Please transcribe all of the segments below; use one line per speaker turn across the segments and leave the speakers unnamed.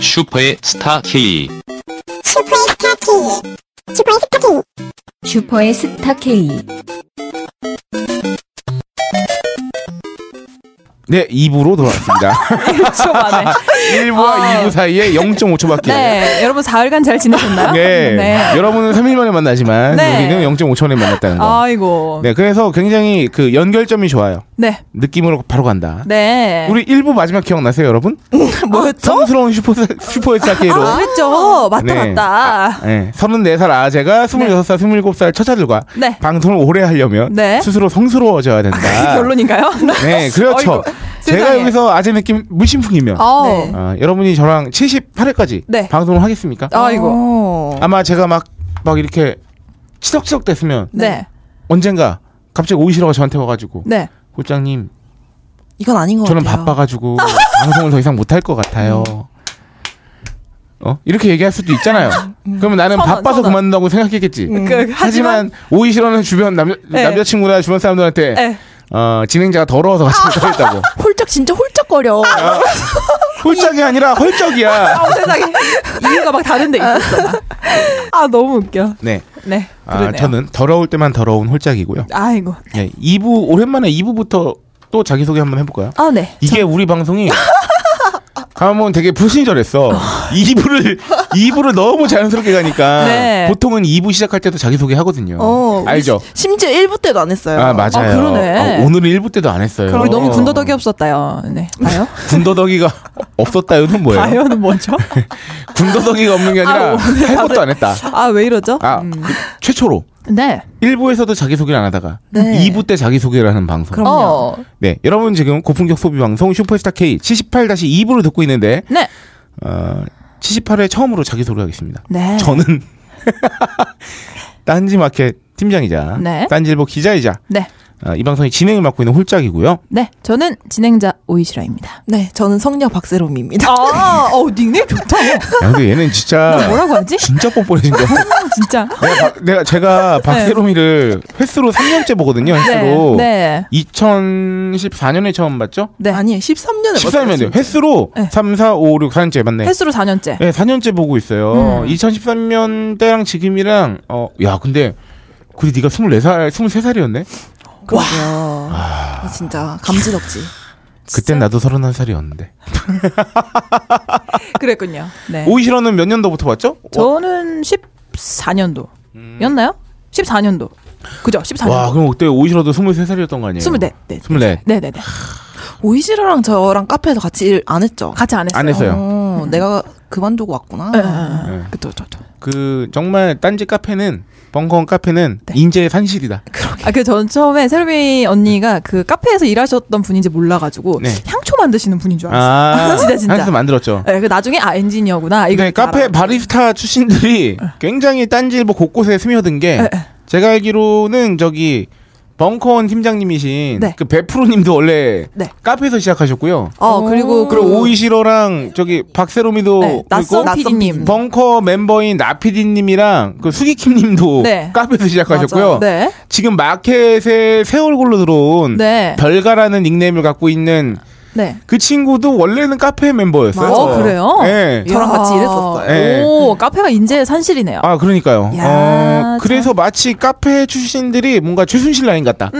슈퍼의 스타 K.
슈퍼의 스타 K. 슈퍼의 스타 K.
슈퍼의 스타 K.
네, 2부로 돌아왔습니다.
1초 만에.
1부와
아.
2부 사이에 0.5초밖에.
네. 여러분 4일간 잘 지내셨나요?
네.
네.
여러분은 3일 만에 만나지만
네.
우리는 0.5초에 만났다는 거.
아이고. 네.
네, 그래서 굉장히 그 연결점이 좋아요.
네.
느낌으로 바로 간다. 우리 1부 마지막 기억나세요, 여러분?
뭐였죠?
성스러운 슈퍼 슈퍼의 스타케이로.
어? 아, 그랬죠. 맞다,
네.
맞다.
네, 34살 아재가 26살, 27살 처자들과
네.
방송을 오래 하려면
네.
스스로 성스러워져야 된다.
그게 결론인가요?
네, 그렇죠.
어이구,
제가
세상에.
여기서 아재 느낌 무심풍이면
아우.
네.
아, 여러분이 저랑 78회까지
네.
방송을 하겠습니까?
아이고.
오.
아마 제가 막, 막 이렇게 치덕치덕 됐으면
네.
언젠가 갑자기 오이시러가 저한테 와가지고
네.
국장님
이건 아닌 것
저는
같아요.
바빠가지고 방송을 더 이상 못할 것 같아요. 어 이렇게 얘기할 수도 있잖아요.
음,
그러면 나는
선언,
바빠서
선언.
그만둔다고 생각했겠지.
그,
하지만, 오이시러는 주변 남,
네.
남자친구나 주변 사람들한테
네.
어, 진행자가 더러워서 같이 못하겠다고.
아.
아.
홀쩍 진짜 홀쩍거려.
홀짝이 아니라 헐적이야.
아, 세상에. 이유가 막 다른 데 있었어. 막. 아, 너무 웃겨.
네.
네.
아,
그러네요.
저는 더러울 때만 더러운 홀짝이고요.
아이고.
네, 2부 오랜만에 2부부터 또 자기소개 한번 해볼까요?
아, 네.
이게 우리 방송이 한번 되게 불신절했어. 2부를 2부를 너무 자연스럽게 가니까
네.
보통은 2부 시작할 때도 자기소개 하거든요.
어,
알죠?
심지어 1부 때도 안 했어요.
아 맞아요.
아, 그러네.
어, 오늘은 1부 때도 안 했어요.
그럼 우리 너무 군더더기 없었다요. 네. 아요?
군더더기가 없었다요는 뭐예요?
아요는 뭐죠?
군더더기가 없는 게 아니라
아, 오늘
할
다들-
것도 안 했다.
아, 왜 이러죠?
아
음.
그 최초로
네.
1부에서도 자기소개를 안 하다가
네.
2부 때 자기소개를 하는 방송.
그럼요.
어.
네, 여러분 지금 고품격 소비 방송 슈퍼스타 K 78-2부를 듣고 있는데
네.
어, 78회 처음으로 자기소개하겠습니다.
네.
저는 딴지마켓 팀장이자
네.
딴지일보 기자이자
네.
어, 이 방송의 진행을 맡고 있는 홀짝이고요.
네. 저는 진행자 오이시라입니다.
네, 저는 성녀 박세롬입니다.
아, 어, 닉네임 좋다. 어,
야, 근데 얘는 진짜
뭐라고 하지?
진짜 뻔뻔해진 거. 같아.
진짜.
내가, 박- 내가 제가 박세롬이를 횟수로 3년째 보거든요. 횟수로
네.
2014년에 처음 봤죠?
네.
아니, 13년에
14년 돼요. 횟수로
네.
3, 4, 5, 6, 4년째 맞네.
횟수로 4년째.
네, 4년째 보고 있어요.
음.
2013년 때랑 지금이랑 어, 야, 근데 그래 네가 24살, 23살이었네.
그러게요. 아, 진짜 감지덕지.
그땐 나도 31살이었는데.
그랬군요. 네.
오이시러는 어. 몇 년도부터 봤죠? 어,
저는 14년도. 였나요? 14년도. 그죠? 14년도.
음. 와, 그- 그럼 그때 오이시러도 23살이었던 거 아니에요?
24. 네.
24.
네, 네, 네.
오이시라랑 저랑 카페에서 같이 일 안 했죠?
같이 안 했어요.
안 했어요.
어, 내가 그만두고 왔구나.
예, 예, 예.
네.
그죠, 저, 저.
그 정말 딴지 카페는 벙커원 카페는 인재의 산실이다.
아, 네. 그 전 처음에 세르비 언니가 그 카페에서 일하셨던 분인지 몰라가지고
네.
향초 만드시는 분인 줄 알았어요.
아,
진짜, 진짜.
한수 만들었죠.
예, 그 나중에 아 엔지니어구나. 이거
네, 카페
알아요.
바리스타 출신들이 굉장히 딴지일보 곳곳에 스며든 게
네, 네.
제가 알기로는 저기 벙커원 팀장님이신
네.
그 베프로님도 원래
네.
카페에서 시작하셨고요.
어
오.
그리고 그
그리고 오이시러랑 저기 박세롬이도
네, 낯선
있고
PD님.
벙커 멤버인 나피디님이랑 그 수기킴님도
네.
카페에서 시작하셨고요.
네.
지금 마켓에 새 얼굴로 들어온
네.
별가라는 닉네임을 갖고 있는
네.
그 친구도 원래는 카페 멤버였어요.
맞아.
어 그래요?
네.
저랑
이야.
같이 일했었어요.
예.
오 카페가 인제 산실이네요.
아 그러니까요.
야,
어,
참.
그래서 마치 카페 출신들이 뭔가 최순실 라인 같다.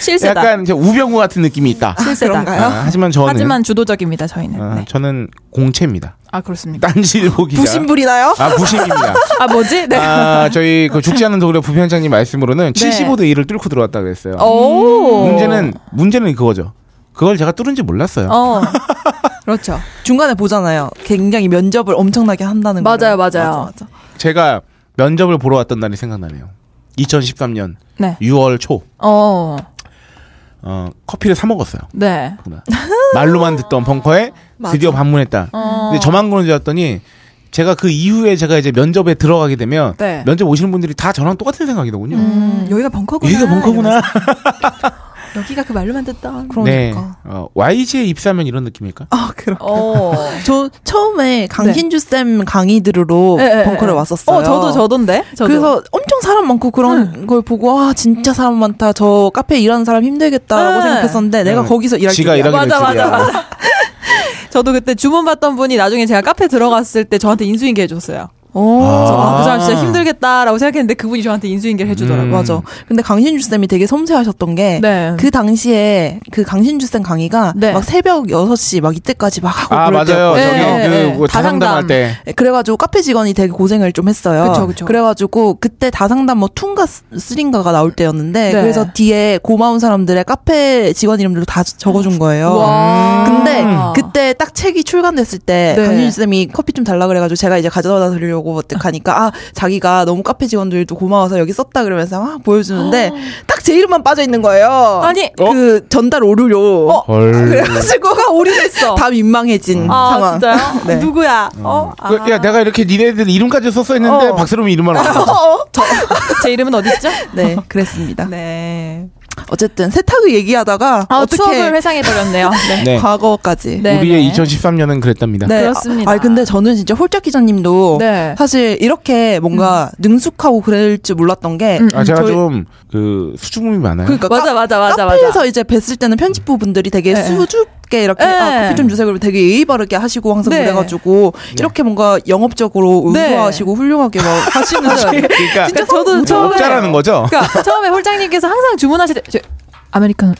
실세다.
약간 이제 우병우 같은 느낌이 있다.
실세다.
아,
그런가요?
하지만 저는
하지만 주도적입니다 저희는.
아,
네.
저는 공채입니다.
아 그렇습니까?
딴지일보 기자.
부심부리나요?
아 부심입니다.
아 뭐지? 네.
아, 저희 그 죽지 않은 도구의 부편장님 말씀으로는
네.
75대 1을 뚫고 들어왔다 그랬어요.
오.
문제는 문제는 그거죠. 그걸 제가 뚫은지 몰랐어요.
어. 그렇죠.
중간에 보잖아요. 굉장히 면접을 엄청나게 한다는 거.
맞아요, 맞아요.
맞아, 맞아.
제가 면접을 보러 왔던 날이 생각나네요. 2013년
네.
6월 초
어.
어, 커피를 사 먹었어요.
네.
그날. 말로만 듣던 벙커에 드디어 방문했다. 근데 저만 그런 줄 알았더니 제가 그 이후에 제가 이제 면접에 들어가게 되면
네.
면접 오시는 분들이 다 저랑 똑같은 생각이더군요.
음, 여기가 벙커구나.
이게 벙커구나.
이러면서. 여기가 그 말로만 듣던.
네.
그러니까.
어, YG에 입사하면 이런 느낌일까?
아, 그럼. 네.
어.
저 처음에 강신주 쌤 강의 들으러
예, 예,
벙커를
예.
왔었어요.
어, 저도 저던데. 저도.
그래서 엄청 사람 많고 그런 걸 보고 아 진짜 사람 많다 저 카페 일하는 사람 힘들겠다라고
네.
생각했었는데 내가
음,
거기서
아,
일할
지가
줄이야.
일하게 될
맞아,
줄이야.
맞아, 저도 그때 주문받던 분이 나중에 제가 카페 들어갔을 때 저한테 인수인계 해줬어요.
오.
그래서 아, 그 사람 진짜 힘들겠다라고 생각했는데 그분이 저한테 인수인계를
음.
해주더라고요.
맞아. 근데 강신주 쌤이 되게 섬세하셨던 게.
네.
그 당시에 그 강신주 쌤 강의가
네.
막 새벽 6시 막 이때까지 막 하고
아
그럴
맞아요.
때였거든요.
저기
예, 예,
그, 그
예.
다상담할 때.
그래가지고 카페 직원이 되게 고생을 좀 했어요.
그쵸, 그쵸.
래가지고 그때 다상담 뭐 툰가 쓰린가가 나올 때였는데
네.
그래서 뒤에 고마운 사람들의 카페 직원 이름들로 다 적어준 거예요.
와.
근데 그때 딱 책이 출간됐을 때
음. 네.
강윤주 쌤이 커피 좀 달라 그래가지고 제가 이제 가져다 드리려고 어떡하니까 아 자기가 너무 카페 직원들도 고마워서 여기 썼다 그러면서 막 보여주는데 딱 제 이름만 빠져 있는 거예요.
아. 아니.
그 전달 오류로
어?
헐.
그래가지고
누가 오류했어.
다 민망해진
아
상황.
진짜요?
네.
누구야? 어? 아.
그, 야 내가 이렇게 니네들 이름까지 썼어 했는데
어.
박세롬이 이름만 안 써.
저, 제 이름은 어딨죠?
네, 그랬습니다.
네.
어쨌든 세탁을 얘기하다가
아,
어떻게
추억을 회상해 버렸네요. 네.
네.
과거까지.
네,
우리의
네.
2013년은 그랬답니다.
네. 그렇습니다.
아 아니, 근데 저는 진짜 홀짝 기자님도
네.
사실 이렇게 뭔가 능숙하고 그럴 줄 몰랐던 게
음.
아 제가
저희-
좀 그 수줍음이 많아요.
그러니까
맞아
까-
맞아 맞아
카페에서
맞아.
이제 뵀을 때는 편집부분들이 되게
네.
수줍게 이렇게 아,
네.
커피 좀 주세요 그러면 되게 예의 바르게 하시고 항상
네.
그래가지고 이렇게 뭔가 영업적으로
네.
우수하시고 훌륭하게 막 하시는
그러니까
그러니까 저도 처음에
목자라는 거죠.
그러니까 처음에 홀장님께서 항상 주문하실 때 저- 아메리카노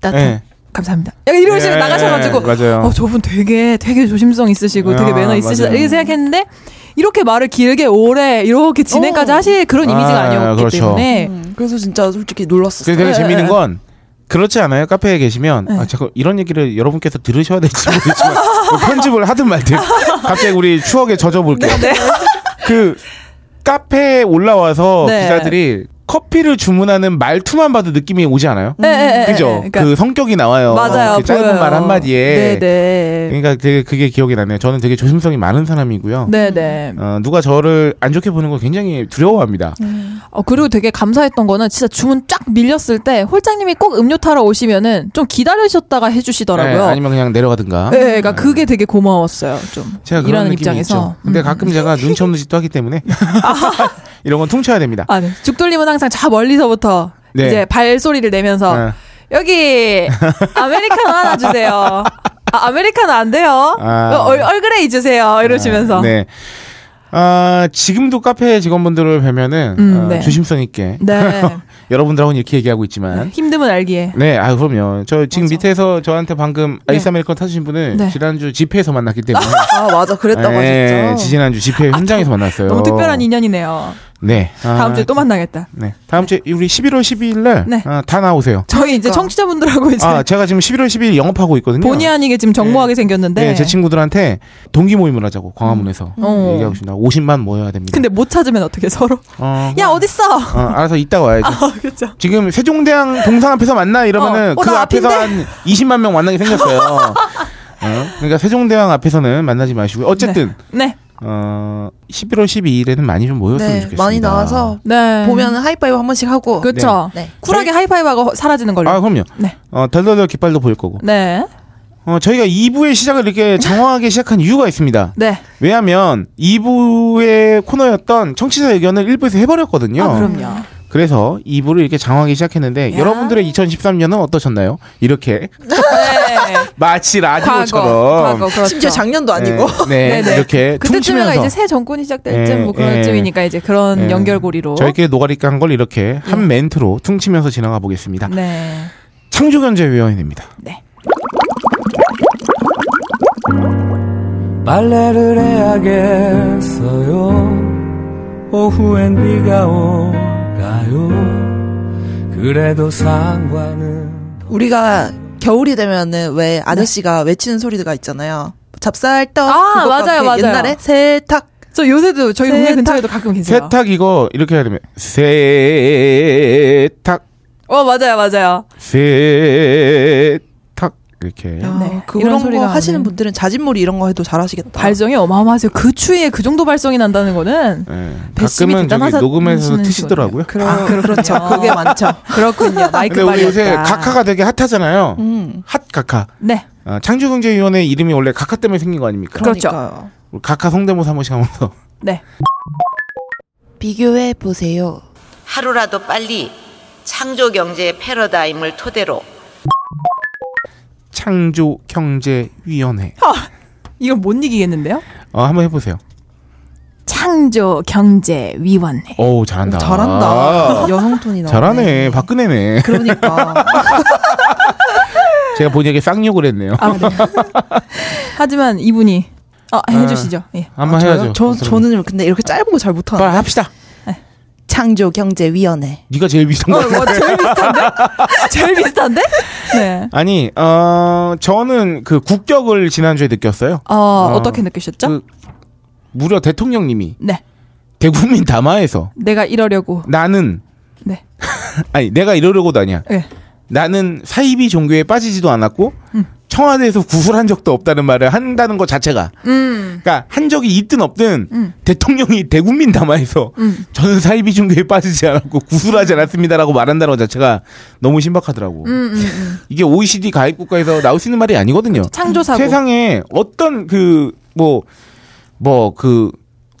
따뜻
예.
감사합니다. 약간 이런 식으로
예,
나가셔가지고
예, 맞아요.
어 저분 되게 되게 조심성 있으시고 되게
아,
매너 있으시다
맞아요.
이렇게 생각했는데 이렇게 말을 길게 오래 이렇게 진행까지
어.
하실 그런
아,
이미지가 아니었기
그렇죠.
때문에
음, 그래서 진짜 솔직히 놀랐었어요.
그래서 되게
예,
재미있는
예.
건 그렇지 않아요? 카페에 계시면
네.
아, 자꾸 이런 얘기를 여러분께서 들으셔야 될지 모르겠지만 뭐 편집을 하든 말든 갑자기 우리 추억에 젖어볼게요.
네,
그 카페에 올라와서
네.
기자들이 커피를 주문하는 말투만 봐도 느낌이 오지 않아요?
예, 예, 예,
그죠?
예.
그 성격이 나와요.
맞아요.
그 짧은
보여요.
말 한마디에.
네네.
그러니까 되게 그게 기억이 나네요. 저는 되게 조심성이 많은 사람이고요.
네네.
어, 누가 저를 안 좋게 보는 걸 굉장히 두려워합니다.
어, 그리고 되게 감사했던 거는 진짜 주문 쫙 밀렸을 때 홀장님이 꼭 음료 타러 오시면은 좀 기다리셨다가 해주시더라고요.
네, 아니면 그냥 내려가든가.
네, 그러니까 그게 되게 고마웠어요. 좀
제가 그런
일하는
느낌이
입장에서.
있죠. 근데
음.
가끔 제가 눈치 없는 짓도 하기 때문에 이런 건 퉁쳐야 됩니다.
아, 네. 죽돌림은 항상 저 멀리서부터
네.
이제 발소리를 내면서
아,
여기 아메리카노 하나 주세요. 아, 아메리카노 안 돼요. 어,
아.
얼, 얼그레이 주세요. 이러시면서.
네. 아, 지금도 카페 직원분들을 뵈면은
음,
아,
네.
조심성 있게
네.
여러분들하고는 이렇게 얘기하고 있지만
힘듦은 알기에.
네, 아 그럼요. 저 지금 밑에서 저한테 방금 아이스 아메리카노 타주신 분을
네.
지난주 집회에서 만났기 때문에
아 맞아 그랬다고
네,
하셨죠.
지난주 집회 현장에서 만났어요.
아, 너무 특별한 인연이네요.
네. 아,
다음 주에 또 만나겠다.
네. 다음 주에 우리 11월 12일 날
네.
아, 다 나오세요.
저희 이제
그러니까.
청취자분들하고 이제
아, 제가 지금 11월 12일 영업하고 있거든요.
본의 아니게 지금 정모하게 생겼는데.
네, 제 친구들한테 동기 모임을 하자고 광화문에서
어.
얘기하고 싶다. 50만 모여야 됩니다.
근데 못 찾으면 어떻게 서로?
어,
야 어딨어?
어, 알아서 이따 와야지.
아 그렇죠.
지금 세종대왕 동상 앞에서 만나 이러면은
어, 어,
그
나
앞에서 한 20만 명 만나게 생겼어요. 어, 그러니까 세종대왕 앞에서는 만나지 마시고요. 어쨌든
네.
어, 11월 12일에는 많이 좀 모였으면
네
좋겠습니다.
많이 나와서
네.
보면 하이파이브 한 번씩 하고.
그렇죠.
네.
쿨하게 하이파이브하고 사라지는 걸로.
아 그럼요.
네.
어, 덜덜덜 깃발도 보일 거고.
네.
어, 저희가 2부의 시작을 이렇게 장황하게 시작한 이유가 있습니다.
네.
왜냐하면 2부의 코너였던 청취자 의견을 1부에서 해버렸거든요.
아, 그럼요.
그래서 2부를 이렇게 장황하게 시작했는데
야.
여러분들의 2013년은 어떠셨나요? 이렇게
네.
마치
과거.
라디오처럼
과거. 그렇죠.
심지어 작년도
네,
아니고.
네,
네네.
이렇게
그때쯤에가
퉁치면서
이제 새 정권이 시작될 쯤, 뭐
예,
그런
예.
쯤이니까 이제 그런
예.
연결고리로.
저희끼리 노가리 깐 걸 이렇게 한
예.
멘트로 퉁치면서 지나가 보겠습니다.
네.
창조경제위원회입니다.
빨래를 해야겠어요. 오후엔 비가 오가요. 그래도 상관은
우리가 겨울이 되면은 왜 아저씨가 외치는 소리가 있잖아요. 잡쌀떡
아,
그것과
맞아요,
함께
맞아요.
옛날에 세탁
저 요새도 저희
세탁.
동네 근처에도 가끔 계세요.
세탁 이거 이렇게 해야 되면 세탁
어, 맞아요, 맞아요.
세탁 이렇게
야,
네,
그
이런
이런 거
소리가
하시는
나네요.
분들은 자진몰이 이런 거 해도 잘하시겠다.
발정이 어마어마하세요. 그 추위에 그 정도 발성이 난다는 거는.
예,
배심이
가끔은 저기
대단하다-
녹음해서
하시는
트시더라고요.
그러, 아, 그렇죠. 그게 많죠.
그렇군요. 마이크
근데 우리
빨이
요새 각하가 되게 핫하잖아요.
음.
음,
핫 각하.
네.
아, 창조경제위원회 이름이 원래 각하 때문에 생긴 거 아닙니까?
그렇죠.
그러니까요.
우리 각하 성대모사 한 번씩 하면서
네.
비교해 보세요.
하루라도 빨리 창조 경제의 패러다임을 토대로
창조경제위원회.
이건 못 이기겠는데요?
어, 한번 해보세요.
창조 경제 위원회.
어우 잘한다.
잘한다.
아,
여성 톤이 나.
잘하네. 박근혜네.
그러니까.
제가 본인에게 쌍욕을 했네요.
아, 네. 하지만 이분이 아,
네.
해주시죠. 예.
아,
한번
저요?
아, 해야죠. 아.
저 저는 근데 이렇게 짧은 거 잘 못하는.
빨리 합시다.
창조 경제 위원회.
네가 제일 비슷한
어.
거. 같아.
뭐, 제일 비슷한데? 제일 비슷한데? 네.
아니, 어, 저는 그 국격을 지난주에 느꼈어요.
어,
어,
어떻게 느끼셨죠?
그 무려 대통령님이
네.
대국민 담화에서
내가 이러려고.
나는
네.
아니 내가 이러려고도 아니야.
네.
나는 사이비 종교에 빠지지도 않았고
음.
청와대에서 구술한 적도 없다는 말을 한다는 것 자체가
음.
그러니까 한 적이 있든 없든
음.
대통령이 대국민 담화에서
음.
저는 사이비 종교에 빠지지 않았고 구술하지 않았습니다라고 말한다는 것 자체가 너무 신박하더라고.
음, 음, 음.
이게 OECD 가입 국가에서 나올 수 있는 말이 아니거든요.
창조사고.
세상에 어떤 그 뭐 뭐 그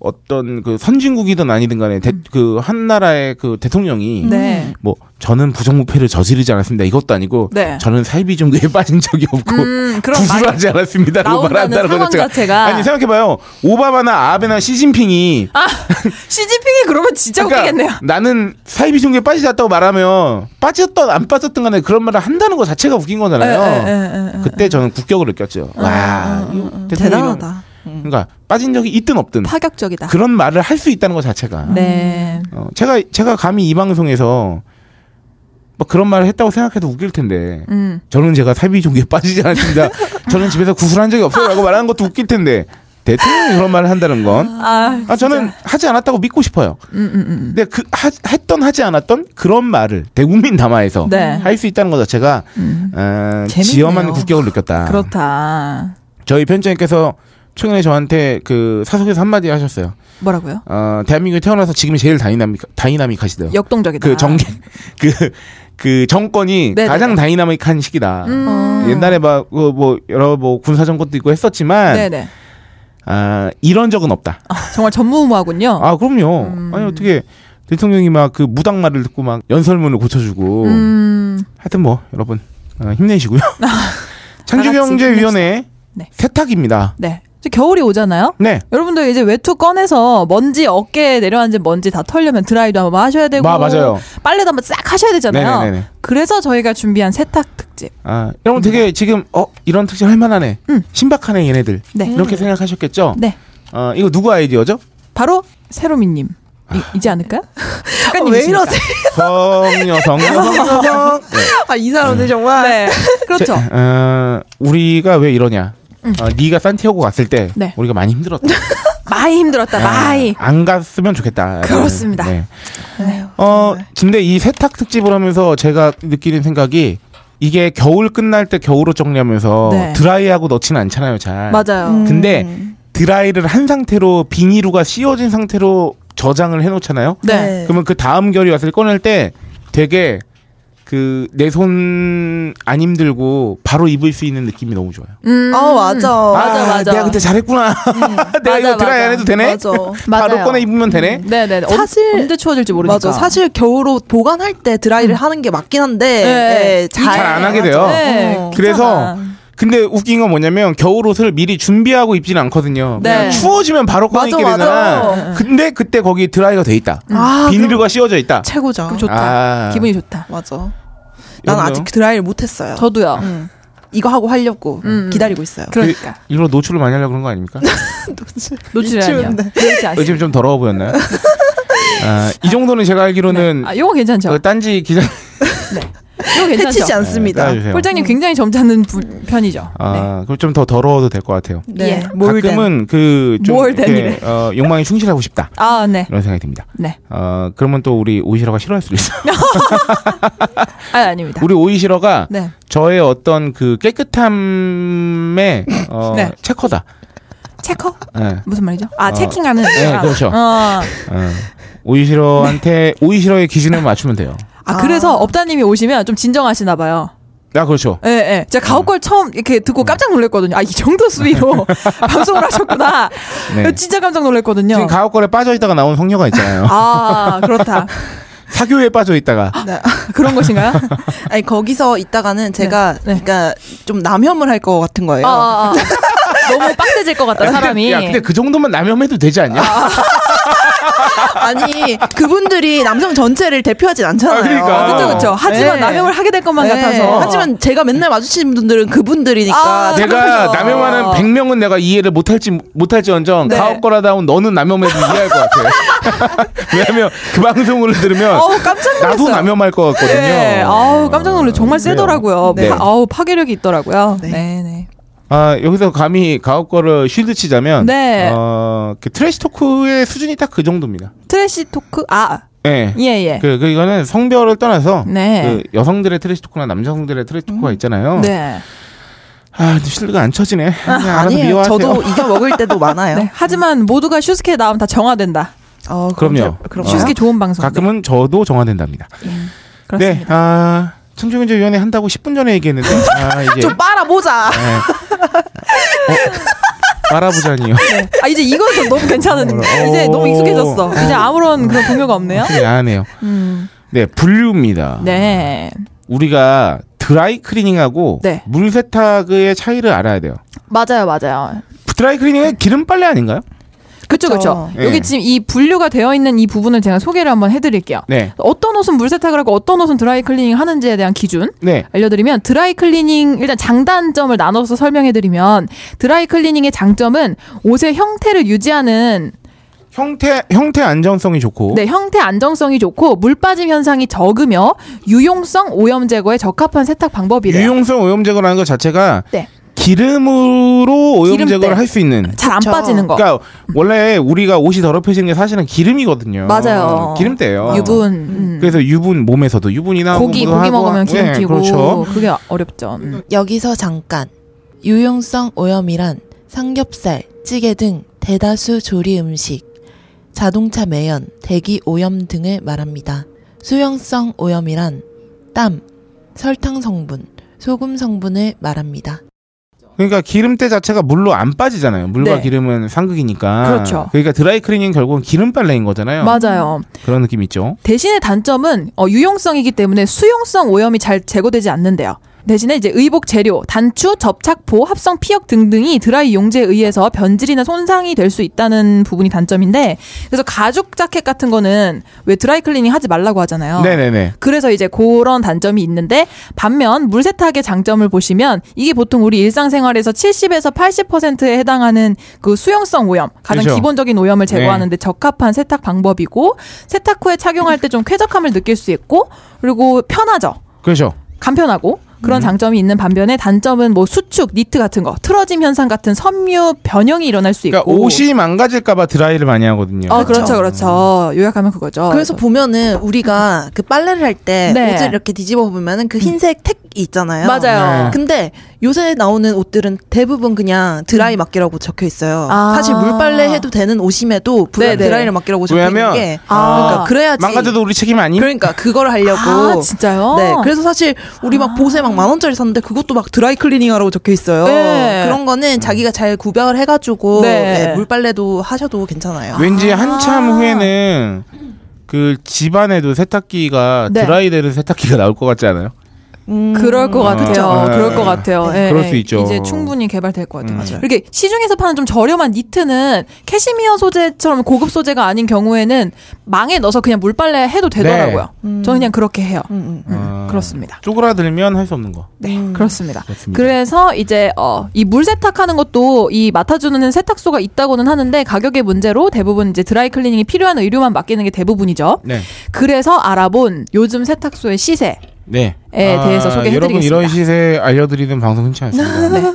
어떤 그 선진국이든 아니든 간에 그 한 나라의 그 대통령이
네.
뭐 저는 부정부패를 저지르지 않았습니다. 이것도 아니고
네.
저는 사이비 종교에 빠진 적이 없고
음, 그런
구술하지 않았습니다라고
나온다는
말한다는 것
상황
자체가.
자체가.
아니 생각해봐요 오바마나 아베나 시진핑이
아, 시진핑이 그러면 진짜
그러니까
웃기겠네요.
나는 사이비 종교에 빠지지 않았다고 말하면 빠졌던 안 빠졌던 간에 그런 말을 한다는 것 자체가 웃긴 거잖아요.
에, 음, 에, 에, 에, 에.
그때 저는 국격을 느꼈죠. 와 이거 대통령이
대단하다. 음.
그러니까 빠진 적이 있든 없든
음. 파격적이다.
그런 말을 할 수 있다는 것 자체가
네.
어, 제가 제가 감히 이 방송에서 막 그런 말을 했다고 생각해도 웃길 텐데
음.
저는 제가 사이비 종교에 빠지지 않았습니다. 저는 집에서 구술한 적이 없어요라고 말하는 것도 웃길 텐데 대통령이 그런 말을 한다는 건
아,
아, 저는 하지 않았다고 믿고 싶어요.
음, 음, 음.
근데 그 하- 했던 하지 않았던 그런 말을 대국민 담화에서
네. 음.
할 수 있다는 것 자체가 어,
재밌네요.
지엄한 국격을 느꼈다.
그렇다.
저희 편집장님께서 최근에 저한테 그 사석에서 한마디 하셨어요.
뭐라고요?
어, 대한민국에 태어나서 지금이 제일 다이나믹 다이나믹하시대요.
역동적이다.
그 정계 그, 그 정권이
네네.
가장 다이나믹한 시기다.
음.
옛날에 막 뭐 여러 뭐 군사 정권도 있고 했었지만
네네.
아, 이런 적은 없다.
아, 정말 전무후무하군요.
아 그럼요.
음.
아니 어떻게 대통령이 막 그 무당 말을 듣고 막 연설문을 고쳐주고
음. 아,
하여튼 뭐 여러분 어, 힘내시고요. 창조경제위원회
네.
세탁입니다.
네. 이제 겨울이 오잖아요.
네.
여러분들 이제 외투 꺼내서 먼지 어깨에 내려앉은 먼지 다 털려면 드라이도 한번 하셔야 되고
마- 맞아요.
빨래도 한번 싹 하셔야 되잖아요.
네네네네.
그래서 저희가 준비한 세탁 특집.
아, 여러분 되게
음.
지금 어 이런 특집 할만하네. 신박하네 얘네들.
네.
이렇게 생각하셨겠죠?
네.
어, 이거 누구 아이디어죠?
바로 세로미 님.
아.
이, 지 않을까요?
왜
작가님이시니까.
이러세요?
성여성 여성.
아, 이
음.
사람들 정말.
네. 그렇죠.
어, 우리가 왜 이러냐? 어, 네가 산티아고 갔을 때
음. 네.
우리가 많이 힘들었다.
많이
아.
힘들었다. 많이.
안 갔으면 좋겠다.
그렇습니다.
네. 어, 근데 이 세탁 특집을 하면서 제가 느끼는 생각이 이게 겨울 끝날 때 겨울옷 정리하면서
네.
드라이하고 넣지는 않잖아요, 잘.
맞아요.
음.
근데 드라이를 한 상태로 비닐루가 씌워진 상태로 저장을 해놓잖아요.
네.
그러면 그 다음 결이 왔을 때 꺼낼 때 되게 그 내 손 안 힘들고 바로 입을 수 있는 느낌이 너무 좋아요.
음.
아, 맞아.
맞아,
아,
맞아. 음,
내가 그때 잘했구나. 내가
맞아,
이거 드라이 안
맞아.
해도 되네.
맞아.
바로
맞아요.
꺼내 입으면 되네.
네, 네.
사실-
언제 추워질지 모르니까. 음.
맞아. 사실 겨울옷 보관할 때 드라이를 하는 게 맞긴 한데
네.
예, 잘,
잘안 하게 돼요.
네.
어.
그래서
괜찮아.
근데 웃긴 건 뭐냐면 겨울 옷을 미리 준비하고 입지는 않거든요.
네.
그냥 추워지면 바로 꺼내
맞아,
입게
맞아.
되잖아. 근데 그때 거기 드라이가 돼 있다.
음.
아, 그럼
비닐류가 씌워져 있다.
최고죠.
그럼 좋다.
아. 그
기분이 좋다.
맞아. 난
여러분.
아직 드라이를 못했어요.
저도요.
음. 이거 하고 하려고
음.
기다리고 있어요.
그러니까.
일부러 노출을 많이 하려고 그런 거 아닙니까? 그
노출이라니요.
미치겠네.
그렇지
어,
않습니다.
지금 좀 더러워 보였나요? 아, 이 정도는 제가 알기로는
아, 요거 괜찮죠. 네.
어, 딴지 기자
요거 괜찮죠.
해치지 않습니다.
주세요.
홀장님 굉장히 점잖은 부- 편이죠. 네.
아, 그럼 좀 더 더러워도 될 것 같아요.
네.
예.
가끔은 그좀
뭘 댄이래.
어, 욕망에 충실하고 싶다
네. 아, 네.
이런 생각이 듭니다.
네.
어, 그러면 또 우리 오이시러가 싫어할 수도 있어. 요
아, 아닙니다.
우리 오이시러가
네.
저의 어떤 그 깨끗함의 어,
네.
체커다.
체커?
예.
무슨 말이죠? 아,
어.
체킹하는.
네,
아,
그렇죠.
어.
어, 오이시러한테 오이시러의 기준을 맞추면 돼요.
아, 그래서 업다님이 오시면 좀 진정하시나 봐요.
아 그렇죠.
예, 예. 제가 가옥걸 처음 이렇게 듣고 깜짝 놀랐거든요. 아, 이 정도 수위로 방송을 하셨구나.
네.
진짜 깜짝 놀랐거든요.
지금 가옥걸에 빠져 있다가 나온 성녀가 있잖아요.
아, 그렇다.
사교에 빠져 있다가
네.
그런 것인가요?
네.
아니 거기서 있다가는 제가
네.
그러니까 좀 남염을 할 것 같은 거예요.
아, 아, 아. 너무 빡세질 것 같다 사람이. 아,
야, 근데 그 정도만 남염해도 되지 않냐?
아니 그분들이 남성 전체를 대표하진 않잖아요.
아, 그러니까.
그쵸 그쵸. 하지만
네.
남용을 하게 될 것만
네.
같아서.
하지만 제가 맨날 마주치는 분들은 그분들이니까
아,
내가
그렇죠.
남염하는 100명은 내가 이해를 못할지 못할지언정
네.
가옥거라다운 너는 남염해도 이해할 것 같아. 왜냐면 그 방송을 들으면
어우 깜짝 놀랐어요.
나도 남염할 것 같거든요. 어.
네. 아우 깜짝 놀래 정말
그래요.
세더라고요.
네.
파- 아우 파괴력이 있더라고요.
네.
네. 네.
아 여기서 감히 가옥거를 쉴드 치자면
네.
어, 그 트래시 토크의 수준이 딱 그 정도입니다.
트래시 토크 아
예.
예, 예.
그, 그 이거는 성별을 떠나서
네.
그 여성들의 트래시 토크나 남성들의 트래시 토크가 있잖아요.
네.
아 실드가 안 쳐지네. 그냥 알아서
아니에요.
미워하세요.
저도 이겨 먹을 때도 많아요.
네. 하지만 모두가 슈스케 나오면 다 정화된다.
어,
그럼요.
그럼
어.
슈스케 좋은 방송.
가끔은 저도 정화된답니다.
그렇습니다.
네, 아, 청소년제위원회 한다고 10분 전에 얘기했는데, 아, 이게.
좀 빨아보자.
네. 어, 알아보자니요.
아 이제 이건 좀 너무 괜찮은.
어,
이제
어,
너무 익숙해졌어.
어.
이제 아무런 그런 동요가 없네요.
되게 야하네요.
음.
네, 분류입니다.
네.
우리가 드라이 클리닝하고
네.
물 세탁의 차이를 알아야 돼요.
맞아요, 맞아요.
드라이 클리닝은 기름 빨래 아닌가요?
그쵸, 그쵸.
예.
여기 지금 이 분류가 되어 있는 이 부분을 제가 소개를 한번 해드릴게요.
네.
어떤 옷은 물 세탁을 하고 어떤 옷은 드라이 클리닝 하는지에 대한 기준.
네.
알려드리면 드라이 클리닝 일단 장단점을 나눠서 설명해드리면 드라이 클리닝의 장점은 옷의 형태를 유지하는
형태, 형태 안정성이 좋고.
네, 형태 안정성이 좋고 물 빠짐 현상이 적으며 유용성 오염 제거에 적합한 세탁 방법이래요.
유용성 오염 제거라는 것 자체가
네.
기름으로 오염
기름
제거를
때.
할 수 있는.
잘 안
그쵸.
빠지는 거.
그러니까 원래 우리가 옷이 더럽혀지는 게 사실은 기름이거든요.
맞아요.
기름때예요.
유분. 음.
그래서 유분 몸에서도 유분이 나오고
고기
뭐도
고기
하고,
먹으면 기름
예,
튀고
그렇죠.
그게 어렵죠. 음.
여기서 잠깐. 유용성 오염이란 삼겹살, 찌개 등 대다수 조리 음식, 자동차 매연, 대기 오염 등을 말합니다. 수용성 오염이란 땀, 설탕 성분, 소금 성분을 말합니다.
그러니까 기름때 자체가 물로 안 빠지잖아요. 물과
네.
기름은 상극이니까.
그렇죠.
러니까 드라이 클리닝 결국은 기름 빨래인 거잖아요.
맞아요.
그런 느낌 있죠.
대신에 단점은 어, 유용성이기 때문에 수용성 오염이 잘 제거되지 않는데요. 대신에 이제 의복 재료, 단추, 접착포, 합성 피혁 등등이 드라이 용제에 의해서 변질이나 손상이 될 수 있다는 부분이 단점인데 그래서 가죽 자켓 같은 거는 왜 드라이 클리닝 하지 말라고 하잖아요.
네네네.
그래서 이제 그런 단점이 있는데 반면 물세탁의 장점을 보시면 이게 보통 우리 일상생활에서 70에서 80%에 해당하는 그 수용성 오염 가장
그렇죠. 네.
기본적인 오염을 제거하는데 적합한 세탁 방법이고 세탁 후에 착용할 때 좀 쾌적함을 느낄 수 있고 그리고 편하죠
그렇죠.
간편하고 그런
음.
장점이 있는 반면에 단점은 뭐 수축 니트 같은 거 틀어짐 현상 같은 섬유 변형이 일어날 수 있고
그러니까 옷이 망가질까봐 드라이를 많이 하거든요.
어 그렇죠 그렇죠 요약하면
어,
그거죠
그래서 보면은 우리가 그 빨래를 할 때
네.
옷을 이렇게 뒤집어 보면은 그 흰색 택 있잖아요.
맞아요
네.
근데 요새 나오는 옷들은 대부분 그냥 드라이 맡기라고 적혀 있어요.
음. 아.
사실 물빨래 해도 되는 옷임에도 부-
네네.
드라이를 맡기라고 적혀 있는
왜냐면-
게
아.
그러니까 그래야지
망가져도 우리 책임 아니?
그러니까 그걸 하려고
아 진짜요 아.
네, 그래서 사실 우리 막 보세 막 만 원짜리 샀는데 그것도 막 드라이 클리닝하라고 적혀 있어요.
네.
그런 거는 자기가 잘 구별을 해가지고
네.
네, 물빨래도 하셔도 괜찮아요.
왠지 한참 후에는 그 집안에도 세탁기가
네.
드라이되는 세탁기가 나올 것 같지 않아요?
음.
그럴 것
아,
같아요.
네.
그럴 것 같아요. 예,
그럴
예.
수 있죠.
이제 충분히 개발될 것 같아요.
음.
맞아요.
이렇게 시중에서 파는 좀 저렴한 니트는 캐시미어 소재처럼 고급 소재가 아닌 경우에는 망에 넣어서 그냥 물빨래 해도 되더라고요. 저는 그냥 그렇게 해요.
음,
음,
네. 아.
그렇습니다.
쪼그라들면 할 수 없는 거.
네, 그렇습니다.
그렇습니다.
그래서 이제 어, 이 물 세탁하는 것도 이 맡아주는 세탁소가 있다고는 하는데 가격의 문제로 대부분 이제 드라이 클리닝이 필요한 의류만 맡기는 게 대부분이죠.
네.
그래서 알아본 요즘 세탁소의 시세.
네.
에 대해서
여러분
소개해드리겠습니다. 네.
이런 시세 알려드리는 방송 흔치 않습니다.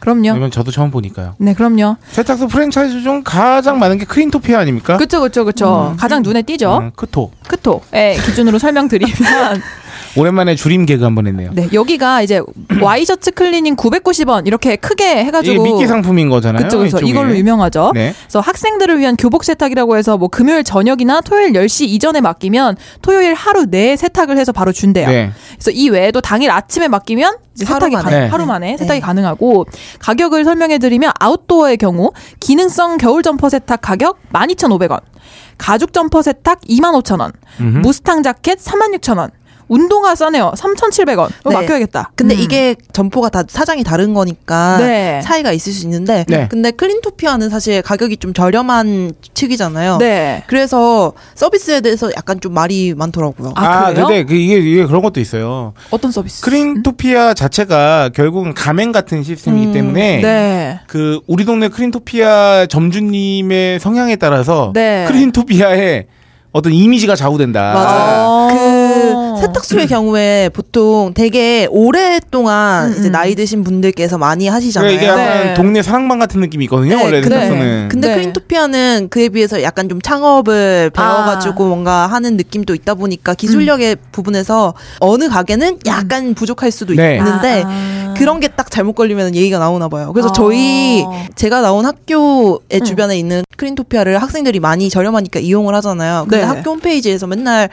그럼요.
왜냐면 저도 처음 보니까요.
네, 그럼요.
세탁소 프랜차이즈 중 가장 많은 게 크린토피아 아닙니까?
그쵸, 그쵸, 그쵸. 가장 눈에 띄죠.
음, 크토.
크토의 예, 기준으로 설명드리면,
오랜만에 줄임 개그 한 번 했네요.
네, 여기가 이제 와이셔츠 클리닝 990원 이렇게 크게
이게
해가지고.
미끼 상품인 거잖아요.
그쵸, 그쵸.
이쪽에.
이걸로 유명하죠.
네.
그래서 학생들을 위한 교복 세탁이라고 해서 뭐 금요일 저녁이나 토요일 10시 이전에 맡기면 토요일 하루 내에 세탁을 해서 바로 준대요.
네.
그래서 이 외에도 당일 아침에 맡기면 이제
하루
세탁이
만에.
가능,
네.
하루 만에 세탁이 가능하고 가격을 설명해드리면 아웃도어의 경우 기능성 겨울 점퍼 세탁 가격 12,500원, 가죽 점퍼 세탁 25,000원, 무스탕 자켓 36,000원. 운동화 싸네요. 3,700원. 이거
네.
맡겨야겠다.
근데
음.
이게 점포가 다 사장이 다른 거니까
네.
차이가 있을 수 있는데
네.
근데 클린토피아는 사실 가격이 좀 저렴한 측이잖아요.
네.
그래서 서비스에 대해서 약간 좀 말이 많더라고요.
아, 그래요?
근데 그 이게 이게 그런 것도 있어요.
어떤 서비스?
크린토피아 자체가 결국은 가맹 같은 시스템이기 때문에
음. 네.
그 우리 동네 크린토피아 점주님의 성향에 따라서
네.
크린토피아의 어떤 이미지가 좌우된다.
맞아요.
아. 음.
그 세탁소의 경우에 보통 되게 오랫동안
음,
이제 나이 드신 분들께서 많이
그러니까
하시잖아요.
이게 약간
네.
동네 사랑방 같은 느낌이 있거든요.
네,
원래
근데-
세탁소는.
근데
네.
크린토피아는 그에 비해서 약간 좀 창업을 배워가지고
아.
뭔가 하는 느낌도 있다 보니까 기술력의
음.
부분에서 어느 가게는 약간 부족할 수도
네.
있는데
아.
그런 게 딱 잘못 걸리면 얘기가 나오나 봐요. 그래서
아. 네.
저희 제가 나온 학교의 주변에 있는 크린토피아를 학생들이 많이 저렴하니까 이용을 하잖아요. 근데
네.
학교 홈페이지에서 맨날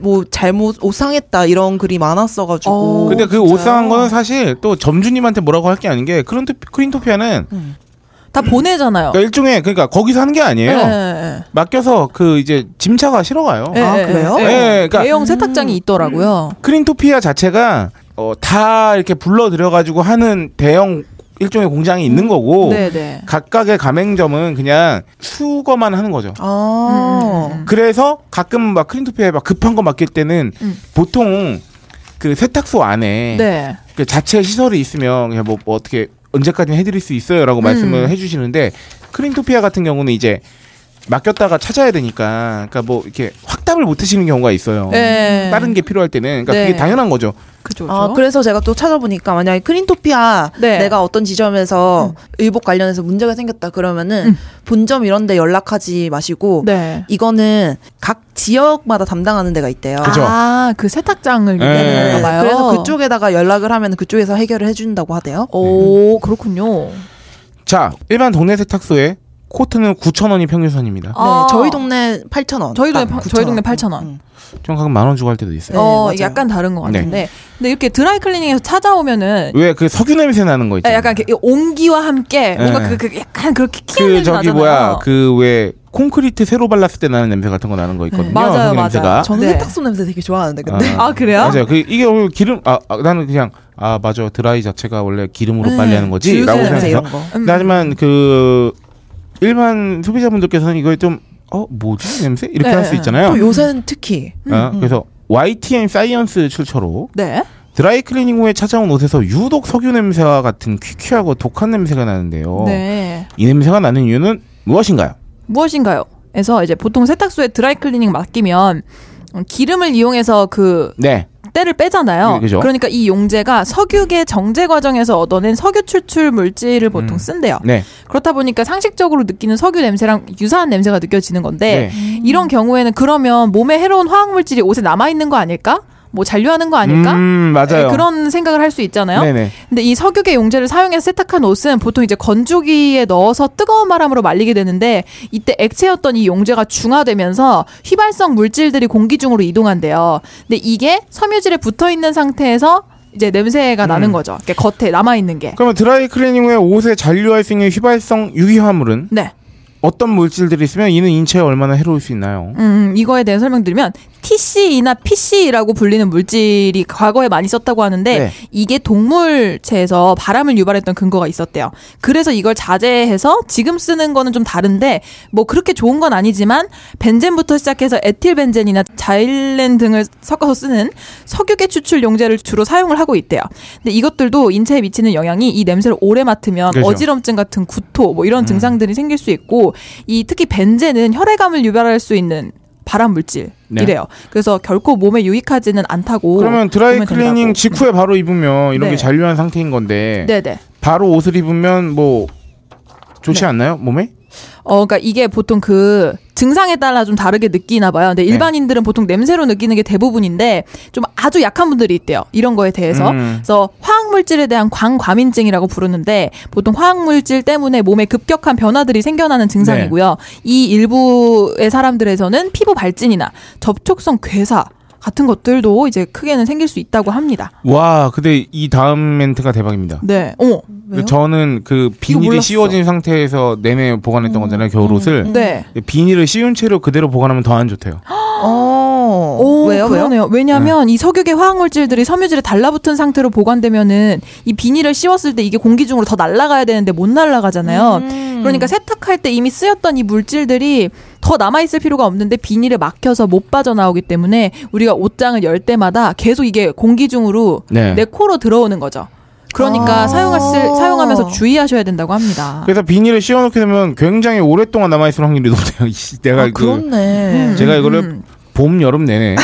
뭐 잘못 옷 상했다 이런 글이 많았어가지고
어.
근데 그 옷상한 거는 사실 또 점주님한테 뭐라고 할 게 아닌 게 크린토피, 크린토피아는
음.
다 보내잖아요.
그러니까 일종의 그러니까 거기서 하는 게 아니에요.
네.
예.
맡겨서 그 이제 짐차가 실어가요.
예,
아,
예,
그래요?
예.
예, 그러니까-
대형 세탁장이 있더라고요.
크린토피아 자체가 어, 다 이렇게 불러들여가지고 하는 대형 일종의 공장이 있는 거고
네, 네.
각각의 가맹점은 그냥 수거만 하는 거죠.
아.
음, 음, 음.
그래서 가끔 막 크린토피아에 막 급한 거 맡길 때는
음.
보통 그 세탁소 안에
네.
그 자체 시설이 있으면 그냥 뭐, 뭐 어떻게 언제까지 해드릴 수 있어요라고
음.
말씀을 해주시는데 크린토피아 같은 경우는 이제 맡겼다가 찾아야 되니까 그러니까 뭐 이렇게 확답을 못 하시는 경우가 있어요.
네.
다른 게 필요할 때는 그러니까
네.
그게 당연한 거죠.
그죠.
아,
그죠?
그래서 제가 또 찾아보니까 만약에 크린토피아
그렇죠. 네.
내가 어떤 지점에서 의복 관련해서 문제가 생겼다 그러면은
음.
본점 이런 데 연락하지 마시고
네.
이거는 각 지역마다 담당하는 데가 있대요.
그죠.
아, 그 세탁장을
네.
얘기하는
네,
건가 봐요.
그래서 그쪽에다가 연락을 하면 그쪽에서 해결을 해준다고 하대요.
오,
음.
그렇군요.
자 일반 동네 세탁소에 코트는 9천 원이 평균선입니다.
아.
네, 저희 동네 8,000원. 음.
저희 동네 파- 저희 동네 8,000원.
좀 가끔 만원 주고 할 때도 있어요.
어,
네, 맞아요.
이게 약간 다른 것
네.
같은데. 근데 이렇게 드라이 클리닝에서 찾아오면은
왜 그 석유 냄새 나는 거 있잖아요.
약간 이렇게 온기와 함께 뭔가
네.
그, 그 약간 그렇게 키는
그
냄새
저기
나잖아요.
뭐야 그 왜 콘크리트 새로 발랐을 때 나는 냄새 같은 거 나는 거 있거든요.
네. 맞아요,
석유
맞아요.
냄새가.
저는
네.
세탁소 냄새 되게 좋아하는데 근데
아, 그래요?
맞아요. 그 이게 오늘 기름 아, 아, 나는 그냥 아 맞아 드라이 자체가 원래 기름으로
네.
빨래하는
주유소
거지라고
냄새
생각해서.
이런 거.
음.
하지만 그 일반 소비자분들께서는 이걸 좀 어 뭐지 냄새 이렇게
네, 음,
할 수
네.
있잖아요.
또 요새는 특히
어, 그래서 YTN 사이언스 출처로
네.
드라이 클리닝 후에 찾아온 옷에서 유독 석유 냄새와 같은 퀴퀴하고 독한 냄새가 나는데요.
네.
이 냄새가 나는 이유는 무엇인가요?
무엇인가요? 에서 이제 보통 세탁소에 드라이 클리닝 맡기면 음, 기름을 이용해서 그
네.
때를 빼잖아요.
네, 그죠.
러니까이 용제가 석유계 정제 과정에서 얻어낸 석유 출출 물질을 보통
음.
쓴대요.
네.
그렇다 보니까 상식적으로 느끼는 석유 냄새랑 유사한 냄새가 느껴지는
네.
건데 이런 경우에는 그러면 몸에 해로운 화학 물질이 옷에 남아 있는 거 아닐까? 뭐 잔류하는 거 아닐까?
음, 맞아요.
네, 그런 생각을 할 수 있잖아요.
네네.
근데 이 석유계 용제를 사용해서 세탁한 옷은 보통 이제 건조기에 넣어서 뜨거운 바람으로 말리게 되는데 이때 액체였던 이 용제가 중화되면서 휘발성 물질들이 공기 중으로 이동한대요. 근데 이게 섬유질에 붙어 있는 상태에서 이제 냄새가
음.
나는 거죠. 이렇게 겉에 남아 있는 게.
그러면 드라이 클리닝 후에 옷에 잔류할 수 있는 휘발성 유기화물은
네.
어떤 물질들이 있으면 이는 인체에 얼마나 해로울 수 있나요?
음, 이거에 대해 설명드리면 TCE나 PC라고 불리는 물질이 과거에 많이 썼다고 하는데
네.
이게 동물체에서 바람을 유발했던 근거가 있었대요. 그래서 이걸 자제해서 지금 쓰는 거는 좀 다른데 뭐 그렇게 좋은 건 아니지만 벤젠부터 시작해서 에틸벤젠이나 자일렌 등을 섞어서 쓰는 석유계 추출 용제를 주로 사용을 하고 있대요. 근데 이것들도 인체에 미치는 영향이 이 냄새를 오래 맡으면
그렇죠. 음.
음, 어지럼증 같은 구토 뭐 이런 증상들이 생길 수 있고 이 특히 벤젠은 혈액암을 유발할 수 있는 발암 물질이래요.
네.
그래서 결코 몸에 유익하지는 않다고.
그러면 드라이
보면 된다고.
클리닝 직후에 바로 입으면 이런
네.
게 잔류한 상태인 건데
네네.
바로 옷을 입으면 뭐 좋지
네.
않나요? 몸에?
어, 그러니까 이게 보통 그 증상에 따라 좀 다르게 느끼나 봐요. 근데 일반인들은 보통 냄새로 느끼는 게 대부분인데 좀 아주 약한 분들이 있대요. 이런 거에 대해서.
음.
그래서 화학물질에 대한 광과민증이라고 부르는데 보통 화학물질 때문에 몸에 급격한 변화들이 생겨나는 증상이고요. 이 일부의 사람들에서는 피부 발진이나 접촉성 괴사 같은 것들도 이제 크게는 생길 수 있다고 합니다.
와, 근데 이 다음 멘트가 대박입니다.
네. 어.
왜요?
저는 그 비닐이
몰랐어. 음,
씌워진 상태에서 내내 보관했던 거잖아요, 겨울 옷을.
네.
비닐을 씌운 채로 그대로 보관하면 더 안 좋대요.
어.
오,
왜요? 왜요?
그러네요. 왜냐하면 이 석유계 화학물질들이 섬유질에 달라붙은 상태로 보관되면은 이 비닐을 씌웠을 때 이게 공기 중으로 더 날아가야 되는데 못 날아가잖아요.
음.
그러니까 세탁할 때 이미 쓰였던 이 물질들이 더 남아 있을 필요가 없는데 비닐에 막혀서 못 빠져나오기 때문에 우리가 옷장을 열 때마다 계속 이게 공기 중으로
네.
내 코로 들어오는 거죠. 그러니까
아.
사용할 수- 사용하면서 주의하셔야 된다고 합니다.
아. 그래서 비닐을 씌워놓게 되면 굉장히 오랫동안 남아있을 확률이 높네요. 이씨, 내가
아,
그
그렇네.
음,
제가 이거를
음.
봄 여름 내내